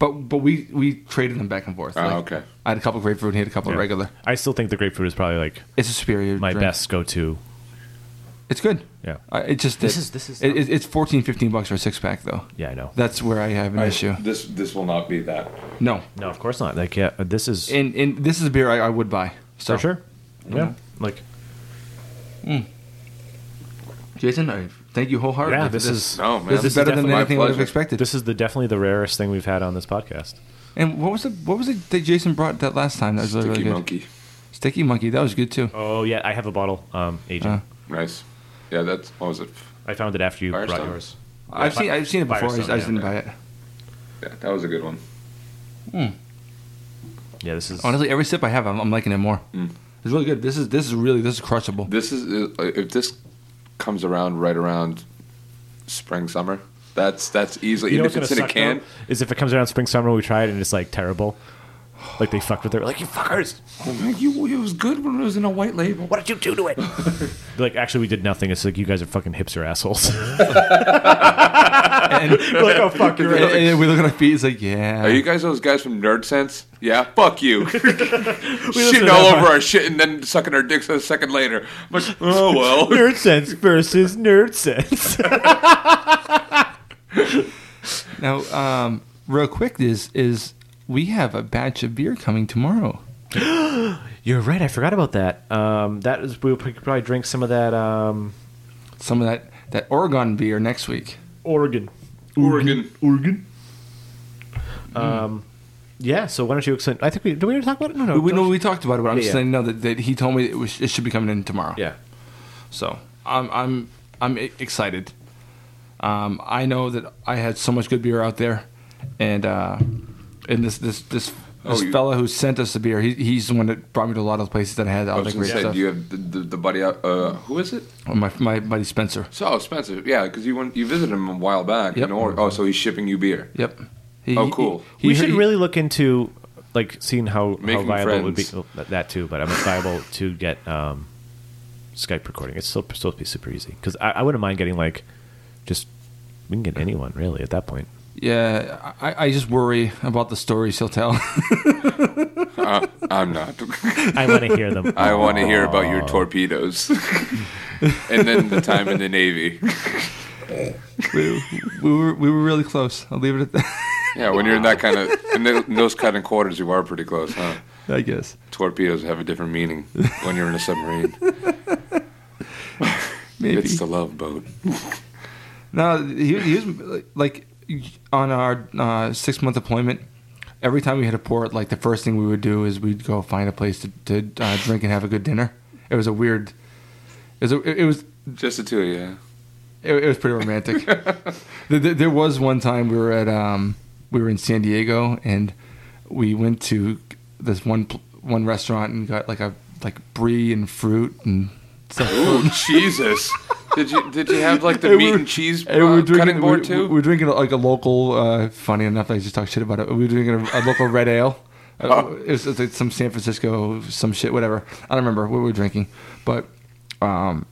Speaker 2: But but we we traded them back and forth.
Speaker 5: Ah, okay.
Speaker 2: I had a couple grapefruit and he had a couple
Speaker 4: Yeah.
Speaker 2: regular.
Speaker 4: I still think the grapefruit is probably like
Speaker 2: It's a superior.
Speaker 4: my
Speaker 2: drink.
Speaker 4: best go to.
Speaker 2: It's good.
Speaker 4: Yeah.
Speaker 2: I it just
Speaker 4: This
Speaker 2: it-
Speaker 4: is- this is- uh,
Speaker 2: it, it- it's 14, 15 bucks for a six pack though.
Speaker 4: Yeah, I know.
Speaker 2: That's where I have an issue.
Speaker 5: This this will not be that.
Speaker 2: No,
Speaker 4: No, of course not. Like, yeah, this is
Speaker 2: and and this is a beer I, I would buy. So
Speaker 4: for sure. Yeah, like
Speaker 2: Jason, I thank you wholeheartedly.
Speaker 4: yeah,
Speaker 2: for
Speaker 4: this is
Speaker 5: No, Oh, man.
Speaker 2: This is better than
Speaker 5: definitely-
Speaker 2: anything I
Speaker 5: My
Speaker 2: would have
Speaker 5: pleasure.
Speaker 2: expected.
Speaker 4: This is the definitely the rarest thing we've had on this podcast.
Speaker 2: and what was the what was it that Jason brought that last time? That was really,
Speaker 5: Sticky
Speaker 2: really good.
Speaker 5: monkey.
Speaker 2: Sticky monkey. That was good too.
Speaker 4: Oh yeah, I have a bottle um, aging.
Speaker 2: Uh,
Speaker 5: Nice. Yeah, that's what was it?
Speaker 4: I found it after you brought
Speaker 5: Firestone.
Speaker 4: yours.
Speaker 2: I've
Speaker 4: Fi-
Speaker 2: seen I've seen it before. I just, I
Speaker 4: Firestone, yeah.
Speaker 2: just didn't buy it.
Speaker 5: Yeah, that was a good one.
Speaker 4: Yeah, this is
Speaker 2: Honestly, every sip I have, I'm, I'm liking it more.
Speaker 5: Mm.
Speaker 2: It's really good. This is this is really this is crushable.
Speaker 5: This is uh, if this comes around right around spring summer. That's that's easily even if
Speaker 4: what's
Speaker 5: it's in a
Speaker 4: gonna
Speaker 5: can.
Speaker 4: suck, though, is if it comes around spring summer we try it and it's like terrible. Like they fucked with it. We're Like you fuckers,
Speaker 5: You, it was good when it was in a white label.
Speaker 4: what did you do to it? They're like actually we did nothing. It's like you guys are fucking hipster assholes. We're like oh fuck you're
Speaker 2: And,
Speaker 4: right.
Speaker 2: and we look at our feet. It's like, yeah.
Speaker 5: Are you guys those guys from Nerd Sense? Yeah, fuck you.
Speaker 4: to
Speaker 5: Shitting
Speaker 4: that
Speaker 5: all
Speaker 4: part.
Speaker 5: over our shit and then sucking our dicks a second later. I'm like, oh well.
Speaker 4: Nerd sense versus nerd sense.
Speaker 2: Now, um, real quick, is is we have a batch of beer coming tomorrow.
Speaker 4: You're right. I forgot about that. Um, that is we could probably drink some of that um,
Speaker 2: Some of that that Oregon beer next week.
Speaker 4: Oregon.
Speaker 5: Oregon.
Speaker 4: Mm-hmm. Oregon. Um, yeah. So why don't you explain? I think we do. We already talk about it. No, no.
Speaker 2: We, we
Speaker 4: don't-
Speaker 2: know we talked about it, but I'm
Speaker 4: Yeah,
Speaker 2: just
Speaker 4: yeah.
Speaker 2: saying no that, that he told me it was it should be coming in tomorrow.
Speaker 4: Yeah.
Speaker 2: So I'm I'm I'm e- excited. Um, I know that I had so much good beer out there, and uh, and this this this This
Speaker 5: Oh, you-
Speaker 2: fella who sent us the beer, he, he's the one that brought me to a lot of places that I had
Speaker 5: I
Speaker 2: all
Speaker 5: was
Speaker 2: that
Speaker 5: gonna
Speaker 2: great
Speaker 5: say,
Speaker 2: stuff.
Speaker 5: do you have the, the, the buddy? out- Uh, who is it?
Speaker 2: Oh, my my buddy Spencer.
Speaker 5: So Spencer, yeah, because you went, you visited him a while back.
Speaker 2: Yep.
Speaker 5: in Or- oh, so he's shipping you beer.
Speaker 2: Yep. He-
Speaker 5: Oh, cool.
Speaker 2: he-
Speaker 4: we
Speaker 2: he-
Speaker 4: should
Speaker 2: he-
Speaker 4: really look into like seeing how, how
Speaker 5: Making
Speaker 4: viable it would be
Speaker 5: friends.
Speaker 4: well, that- that too. But I'm viable to get um, Skype recording. It's still supposed to be super easy because I, I wouldn't mind getting like just we can get anyone really at that point.
Speaker 2: Yeah, I, I just worry about the stories he'll tell.
Speaker 5: Uh, I'm not.
Speaker 4: I want to hear them.
Speaker 5: I want to hear about your
Speaker 4: all.
Speaker 5: torpedoes, and then the time in the Navy.
Speaker 2: we, we were we were really close. I'll leave it at that.
Speaker 5: Yeah, when you're in that kind of in tho- in those kind of quarters, you are pretty close, huh?
Speaker 2: I guess.
Speaker 5: Torpedoes have a different meaning when you're in a submarine.
Speaker 2: Maybe.
Speaker 5: It's the love boat.
Speaker 2: No, he, he was like on our uh, six month deployment. Every time we hit a port, like the first thing we would do is we'd go find a place to, to uh, drink and have a good dinner. It was a weird. It was. A, it was.
Speaker 5: Just the two, of you,
Speaker 2: It, it was pretty romantic. there, there- there was one time we were at. Um, we were in San Diego and we went to this one pl- one restaurant and got like a like brie and fruit and stuff.
Speaker 5: yeah. Ooh, Jesus! Did you did you have like the
Speaker 2: And we
Speaker 5: meat
Speaker 2: were-
Speaker 5: and cheese
Speaker 2: And we
Speaker 5: uh,
Speaker 2: were drinking,
Speaker 5: cutting board
Speaker 2: we,
Speaker 5: too?
Speaker 2: we were drinking like a local. Uh, funny enough, I just talked shit about it. We were drinking a, a local red ale. Uh,
Speaker 5: Oh.
Speaker 2: It was, it's like some San Francisco, some shit, whatever. I don't remember what we were drinking, but um,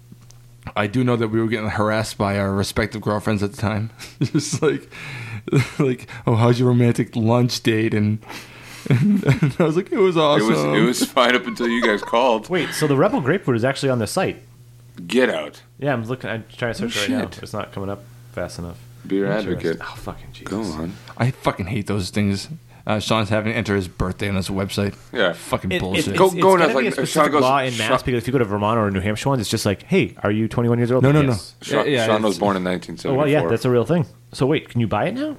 Speaker 2: I do know that we were getting harassed by our respective girlfriends at the time. just like, like, oh, how's your romantic lunch date? And, and, I was like, it was
Speaker 5: it
Speaker 2: awesome.
Speaker 5: was it was fine up until you guys called.
Speaker 4: Wait, so the Rebel Grapefruit is actually on the site.
Speaker 5: Get out,
Speaker 4: Yeah, I'm looking. I'm trying to search
Speaker 5: Oh,
Speaker 4: it right now.
Speaker 5: shit.
Speaker 4: It's not coming up fast enough.
Speaker 5: beer
Speaker 4: Interesting.
Speaker 5: advocate.
Speaker 4: Oh fucking Jesus!
Speaker 5: Go on.
Speaker 2: I fucking hate those things. Uh, Sean's having to enter his birthday on his website.
Speaker 5: Yeah.
Speaker 2: fucking
Speaker 4: It,
Speaker 2: bullshit.
Speaker 4: It,
Speaker 5: Go-
Speaker 4: it's, it's
Speaker 5: go on,
Speaker 4: gotta
Speaker 5: like,
Speaker 4: be a
Speaker 5: Sean
Speaker 4: specific
Speaker 5: goes-
Speaker 4: law in
Speaker 5: Sean-
Speaker 4: Mass because if you go to Vermont or New Hampshire ones, it's just like, hey, are you 21 years old?
Speaker 2: No, no,
Speaker 4: Yes.
Speaker 5: Sean,
Speaker 2: Yeah, yeah,
Speaker 5: Sean was
Speaker 2: it's-
Speaker 5: born in 1974.
Speaker 4: Oh well, yeah, that's a real thing. So wait, can you buy it now?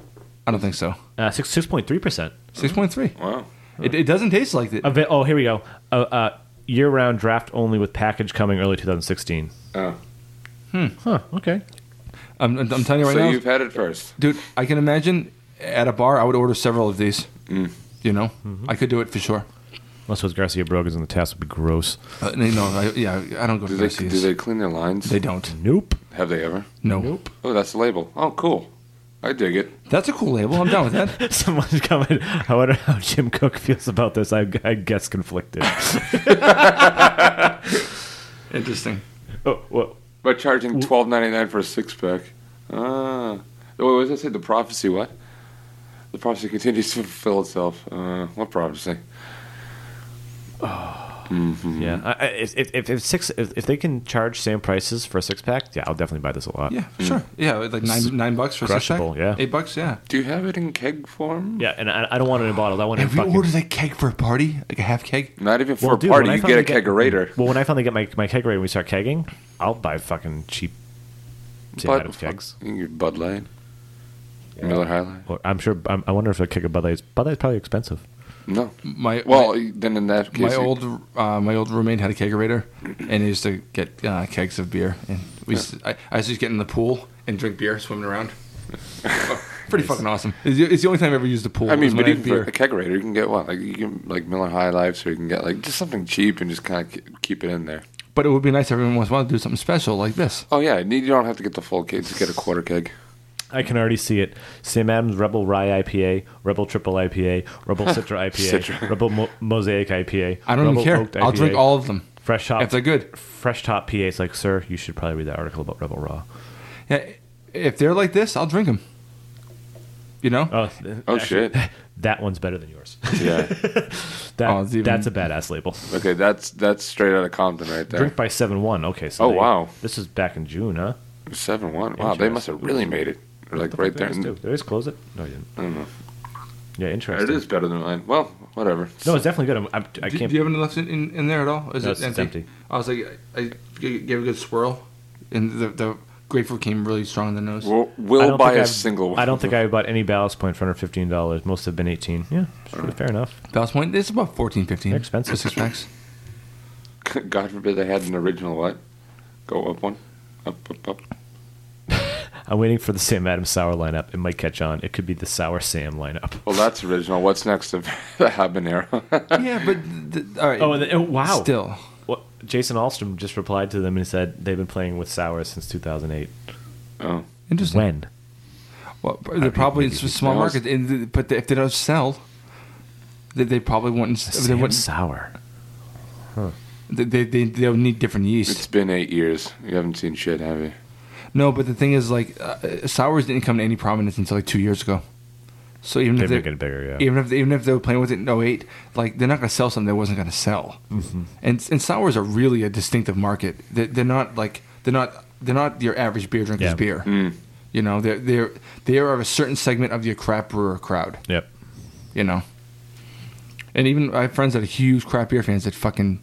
Speaker 2: I don't think so.
Speaker 4: Uh, six six point three percent.
Speaker 2: Six point three.
Speaker 5: wow.
Speaker 2: It, it doesn't taste like it.
Speaker 4: Oh, here we go. Uh, uh, year round draft only with package coming early 2016.
Speaker 5: Oh.
Speaker 4: Huh. Okay.
Speaker 2: I'm, I'm, I'm telling you right
Speaker 5: so
Speaker 2: now,
Speaker 5: you've had it first.
Speaker 2: dude. I can imagine at a bar, I would order several of these.
Speaker 5: Mm.
Speaker 2: You know, I could do it for sure.
Speaker 4: Unless it was Garcia Brogan's on the task would be gross.
Speaker 2: Uh, no, no, I, yeah, I don't go
Speaker 5: Do
Speaker 2: to
Speaker 5: they
Speaker 2: Garcia's.
Speaker 5: do they clean their lines?
Speaker 2: They don't.
Speaker 4: Nope.
Speaker 5: Have they ever?
Speaker 2: No.
Speaker 4: Nope.
Speaker 5: Oh, that's the label. Oh, cool. I dig it.
Speaker 2: That's a cool label. I'm down with that.
Speaker 4: Someone's coming. I wonder how Jim Cook feels about this. I, I guess conflicted.
Speaker 2: Interesting.
Speaker 4: oh, well,
Speaker 5: By charging twelve ninety nine for a six pack. Ah. Oh, what did I say? The prophecy. What? The prophecy continues to fulfill itself. Uh, what prophecy?
Speaker 4: yeah.
Speaker 2: Mm-hmm.
Speaker 4: I, I- if, if, if- if six if, if they can charge same prices for a six pack, yeah, I'll definitely buy this a lot.
Speaker 2: Yeah,
Speaker 5: Mm.
Speaker 2: for sure. Yeah, like nine nine bucks for
Speaker 4: Crushable,
Speaker 2: a
Speaker 4: yeah.
Speaker 2: six pack. Eight bucks. Yeah.
Speaker 5: Do you have it in keg form?
Speaker 4: Yeah, and I, I don't want it in bottles. I want it in
Speaker 2: Have you
Speaker 4: fucking.
Speaker 2: ordered a keg for a party, like a half keg?
Speaker 5: Not even for
Speaker 4: Well,
Speaker 5: a
Speaker 4: dude,
Speaker 5: party.
Speaker 4: when I
Speaker 5: You get a
Speaker 4: finally get-
Speaker 5: kegerator.
Speaker 4: Well, when I finally get my, my kegerator and we start kegging, I'll buy fucking cheap Sam
Speaker 5: Bud-
Speaker 4: Adams kegs.
Speaker 5: You can get Bud Light. Miller High Light.
Speaker 4: Or I'm sure. I'm, I wonder if a keg of Bud Light is Bud Light's probably expensive.
Speaker 5: No.
Speaker 2: My
Speaker 5: Well, then in that
Speaker 2: my
Speaker 5: case, you-
Speaker 2: old uh, my old roommate had a kegerator, and he used to get uh, kegs of beer, and we used to- I, I used to just get in the pool and drink beer, swimming around. Pretty fucking awesome. It's, the- it's the only time I ever used the pool.
Speaker 5: I mean,
Speaker 2: was when
Speaker 5: but
Speaker 2: I had
Speaker 5: even for a kegerator, you can get what? Like you can like Miller High Life, or you can get like just something cheap and just kind of keep it in there.
Speaker 2: But it would be nice every once in a while to do something special like this.
Speaker 5: Oh yeah, you don't have to get the full keg. Just get a quarter keg.
Speaker 4: I can already see it. Sam Adams Rebel Rye IPA, Rebel Triple IPA, Rebel Citra IPA,
Speaker 5: Citra.
Speaker 4: Rebel Mo- Mosaic IPA.
Speaker 2: I don't
Speaker 4: Rebel
Speaker 2: even
Speaker 4: Oaked
Speaker 2: care. I'll
Speaker 4: IPA,
Speaker 2: drink all of them
Speaker 4: Fresh top.
Speaker 2: if they're good.
Speaker 4: Fresh top PA. It's like, sir, you should probably read that article about Rebel Raw.
Speaker 2: Yeah, if they're like this, I'll drink them. You know,
Speaker 4: Oh,
Speaker 5: Oh
Speaker 4: actually,
Speaker 5: shit.
Speaker 4: That one's better than yours.
Speaker 5: Yeah.
Speaker 4: That,
Speaker 2: Oh, it's even-
Speaker 4: that's a badass label.
Speaker 5: Okay, that's that's straight out of Compton right there.
Speaker 4: Drink by seven one. Okay, so
Speaker 5: Oh,
Speaker 4: they-
Speaker 5: wow.
Speaker 4: this is back in June, huh?
Speaker 5: Seven one. Wow, they must have really made it. Like right there.
Speaker 4: They just do. They just close it. No, you didn't. I don't
Speaker 5: know.
Speaker 4: Yeah, interesting.
Speaker 5: It is better than mine. Well, whatever.
Speaker 4: No, it's definitely good. I'm, I'm, I
Speaker 2: do,
Speaker 4: can't.
Speaker 2: do you have any left in, in, in there at all? Or Is
Speaker 4: No, it's
Speaker 2: it empty?
Speaker 4: empty.
Speaker 2: I was like, I, I g- gave a good swirl, and the, the grapefruit came really strong in the nose.
Speaker 5: we'll
Speaker 4: I
Speaker 5: we'll
Speaker 4: don't
Speaker 5: buy
Speaker 4: think
Speaker 5: a
Speaker 4: I've-
Speaker 5: single one.
Speaker 4: I don't think I bought any ballast point for under fifteen dollars. Most have been eighteen. Yeah, sure, fair enough.
Speaker 2: Ballast Point, it's about 14, 15.
Speaker 4: They're expensive.
Speaker 2: for Six packs.
Speaker 5: God forbid they had an original what? Go up one. Up, up, up.
Speaker 4: I'm waiting for the Sam Adams sour lineup. It might catch on. It could be the sour Sam lineup.
Speaker 5: Well, that's original. What's next to the habanero?
Speaker 2: yeah, but th- all right.
Speaker 4: Oh, and then, oh wow!
Speaker 2: Still,
Speaker 4: What, Jason Alstrom just replied to them and said they've been playing with sour since 2008.
Speaker 5: oh,
Speaker 2: interesting.
Speaker 4: When?
Speaker 2: Well, they're probably it's a small
Speaker 5: knows?
Speaker 2: market, and th- but if they don't sell, they, they probably wouldn't. s- They
Speaker 4: Sam
Speaker 2: wouldn't.
Speaker 4: sour.
Speaker 2: They they they they'll need different
Speaker 5: it's
Speaker 2: yeast.
Speaker 5: been eight years. You haven't seen shit, have you?
Speaker 2: No, but the thing is, like uh, sours didn't come to any prominence until like two years ago. So even
Speaker 4: They're
Speaker 2: if they
Speaker 4: making it bigger, yeah.
Speaker 2: even if even if they were playing with it in 08, like they're not going to sell something that wasn't going to sell.
Speaker 4: Mm-hmm.
Speaker 2: And and sours are really a distinctive market. They, they're not like they're not they're not your average beer drinker's
Speaker 4: Yeah.
Speaker 2: beer.
Speaker 5: Mm.
Speaker 2: You know, they're they're they are a certain segment of your crap brewer crowd.
Speaker 4: Yep.
Speaker 2: you know. And even I have friends that are huge crap beer fans that fucking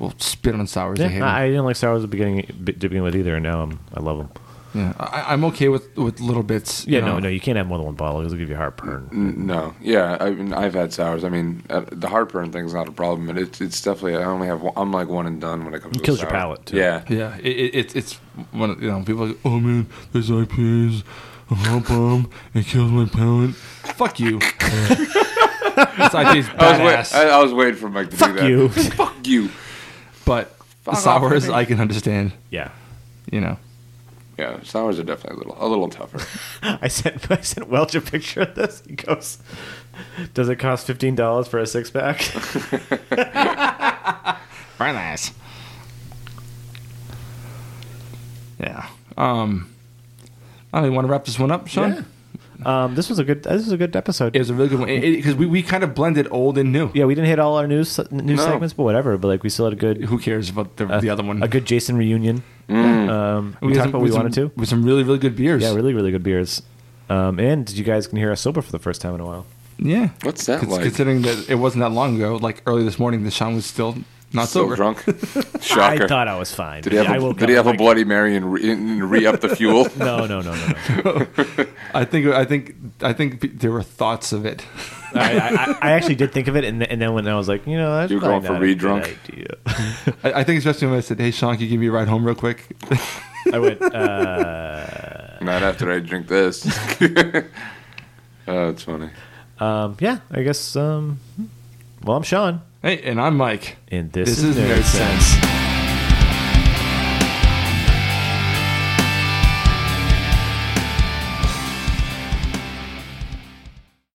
Speaker 2: will spit on sours. they hate
Speaker 4: Yeah,
Speaker 2: 'em.
Speaker 4: I, I didn't like sours at the beginning, b- to begin with either, and now I'm, I love them.
Speaker 2: yeah, I, I'm okay with with little bits. you
Speaker 4: Yeah, no,
Speaker 2: know.
Speaker 4: no, you can't have more than one bottle. It'll give you heartburn.
Speaker 5: N- No. Yeah, I mean, I've had sours. I mean, uh, the heartburn thing's not a problem, but it's it's definitely. I only have. One, I'm like one and done when it comes.
Speaker 4: It
Speaker 5: to
Speaker 4: kills
Speaker 5: sour.
Speaker 4: your palate, too.
Speaker 5: Yeah.
Speaker 2: Yeah, it, it, it's it's one of, you know people are like oh man, there's IPAs, a hot bomb, it kills my palate. Fuck you. this IPA's
Speaker 5: I was, wait,
Speaker 2: badass,
Speaker 5: I, I was waiting for Mike to
Speaker 4: Fuck
Speaker 5: do that.
Speaker 4: you.
Speaker 5: Fuck you.
Speaker 2: but
Speaker 5: Fuck off,
Speaker 2: sours
Speaker 5: Henry.
Speaker 2: I can understand.
Speaker 4: Yeah.
Speaker 2: You know,
Speaker 5: Yeah, sours are definitely a little a little tougher.
Speaker 4: I sent I sent Welch a picture of this. He goes, "Does it cost fifteen dollars for a six pack?"
Speaker 2: very nice. Yeah. Um. I don't even want to wrap this one up, Sean.
Speaker 4: um, this was a good. This was a good episode.
Speaker 2: It was a really good one because we, we kind of blended old and new.
Speaker 4: yeah, we didn't hit all our news news
Speaker 5: No.
Speaker 4: segments, but whatever. But like, we still had a good
Speaker 2: Who cares about the, the other one?
Speaker 4: Uh, a good Jason reunion.
Speaker 5: Mm.
Speaker 4: Um, we,
Speaker 2: had
Speaker 4: talked
Speaker 2: some-
Speaker 4: about what we
Speaker 2: some-
Speaker 4: wanted to.
Speaker 2: with some really really good beers.
Speaker 4: Yeah, really, really good beers. Um, and you guys can hear us sober for the first time in a while.
Speaker 2: yeah.
Speaker 5: What's that
Speaker 2: Cons-
Speaker 5: like?
Speaker 2: Considering that it wasn't that long ago, like early this morning, the Sean was still not
Speaker 5: so
Speaker 2: sober.
Speaker 5: drunk. Shocker.
Speaker 4: I thought I was fine.
Speaker 5: did he have,
Speaker 4: Yeah, I
Speaker 5: a,
Speaker 4: woke
Speaker 5: did he
Speaker 4: up
Speaker 5: have a
Speaker 4: like-
Speaker 5: Bloody Mary and re, and re up the fuel?
Speaker 4: No, no, no, no, no.
Speaker 2: I think I think I think p- there were thoughts of it.
Speaker 4: I, I, I actually did think of it, and, th- and then when I was like, you know, that's
Speaker 5: You're
Speaker 4: probably
Speaker 5: going for
Speaker 4: not a good
Speaker 5: re-drunk?
Speaker 4: idea.
Speaker 2: I, I think especially when I said, "Hey, Sean, can you give me a ride home real quick?"
Speaker 4: I went. Uh,
Speaker 5: Not after I drink this. oh, it's funny.
Speaker 4: um, yeah, I guess. Um, well, I'm Sean,
Speaker 2: hey, and I'm Mike.
Speaker 4: and this,
Speaker 2: This
Speaker 4: is
Speaker 2: is
Speaker 4: Nerd
Speaker 2: Nerd
Speaker 4: Sense.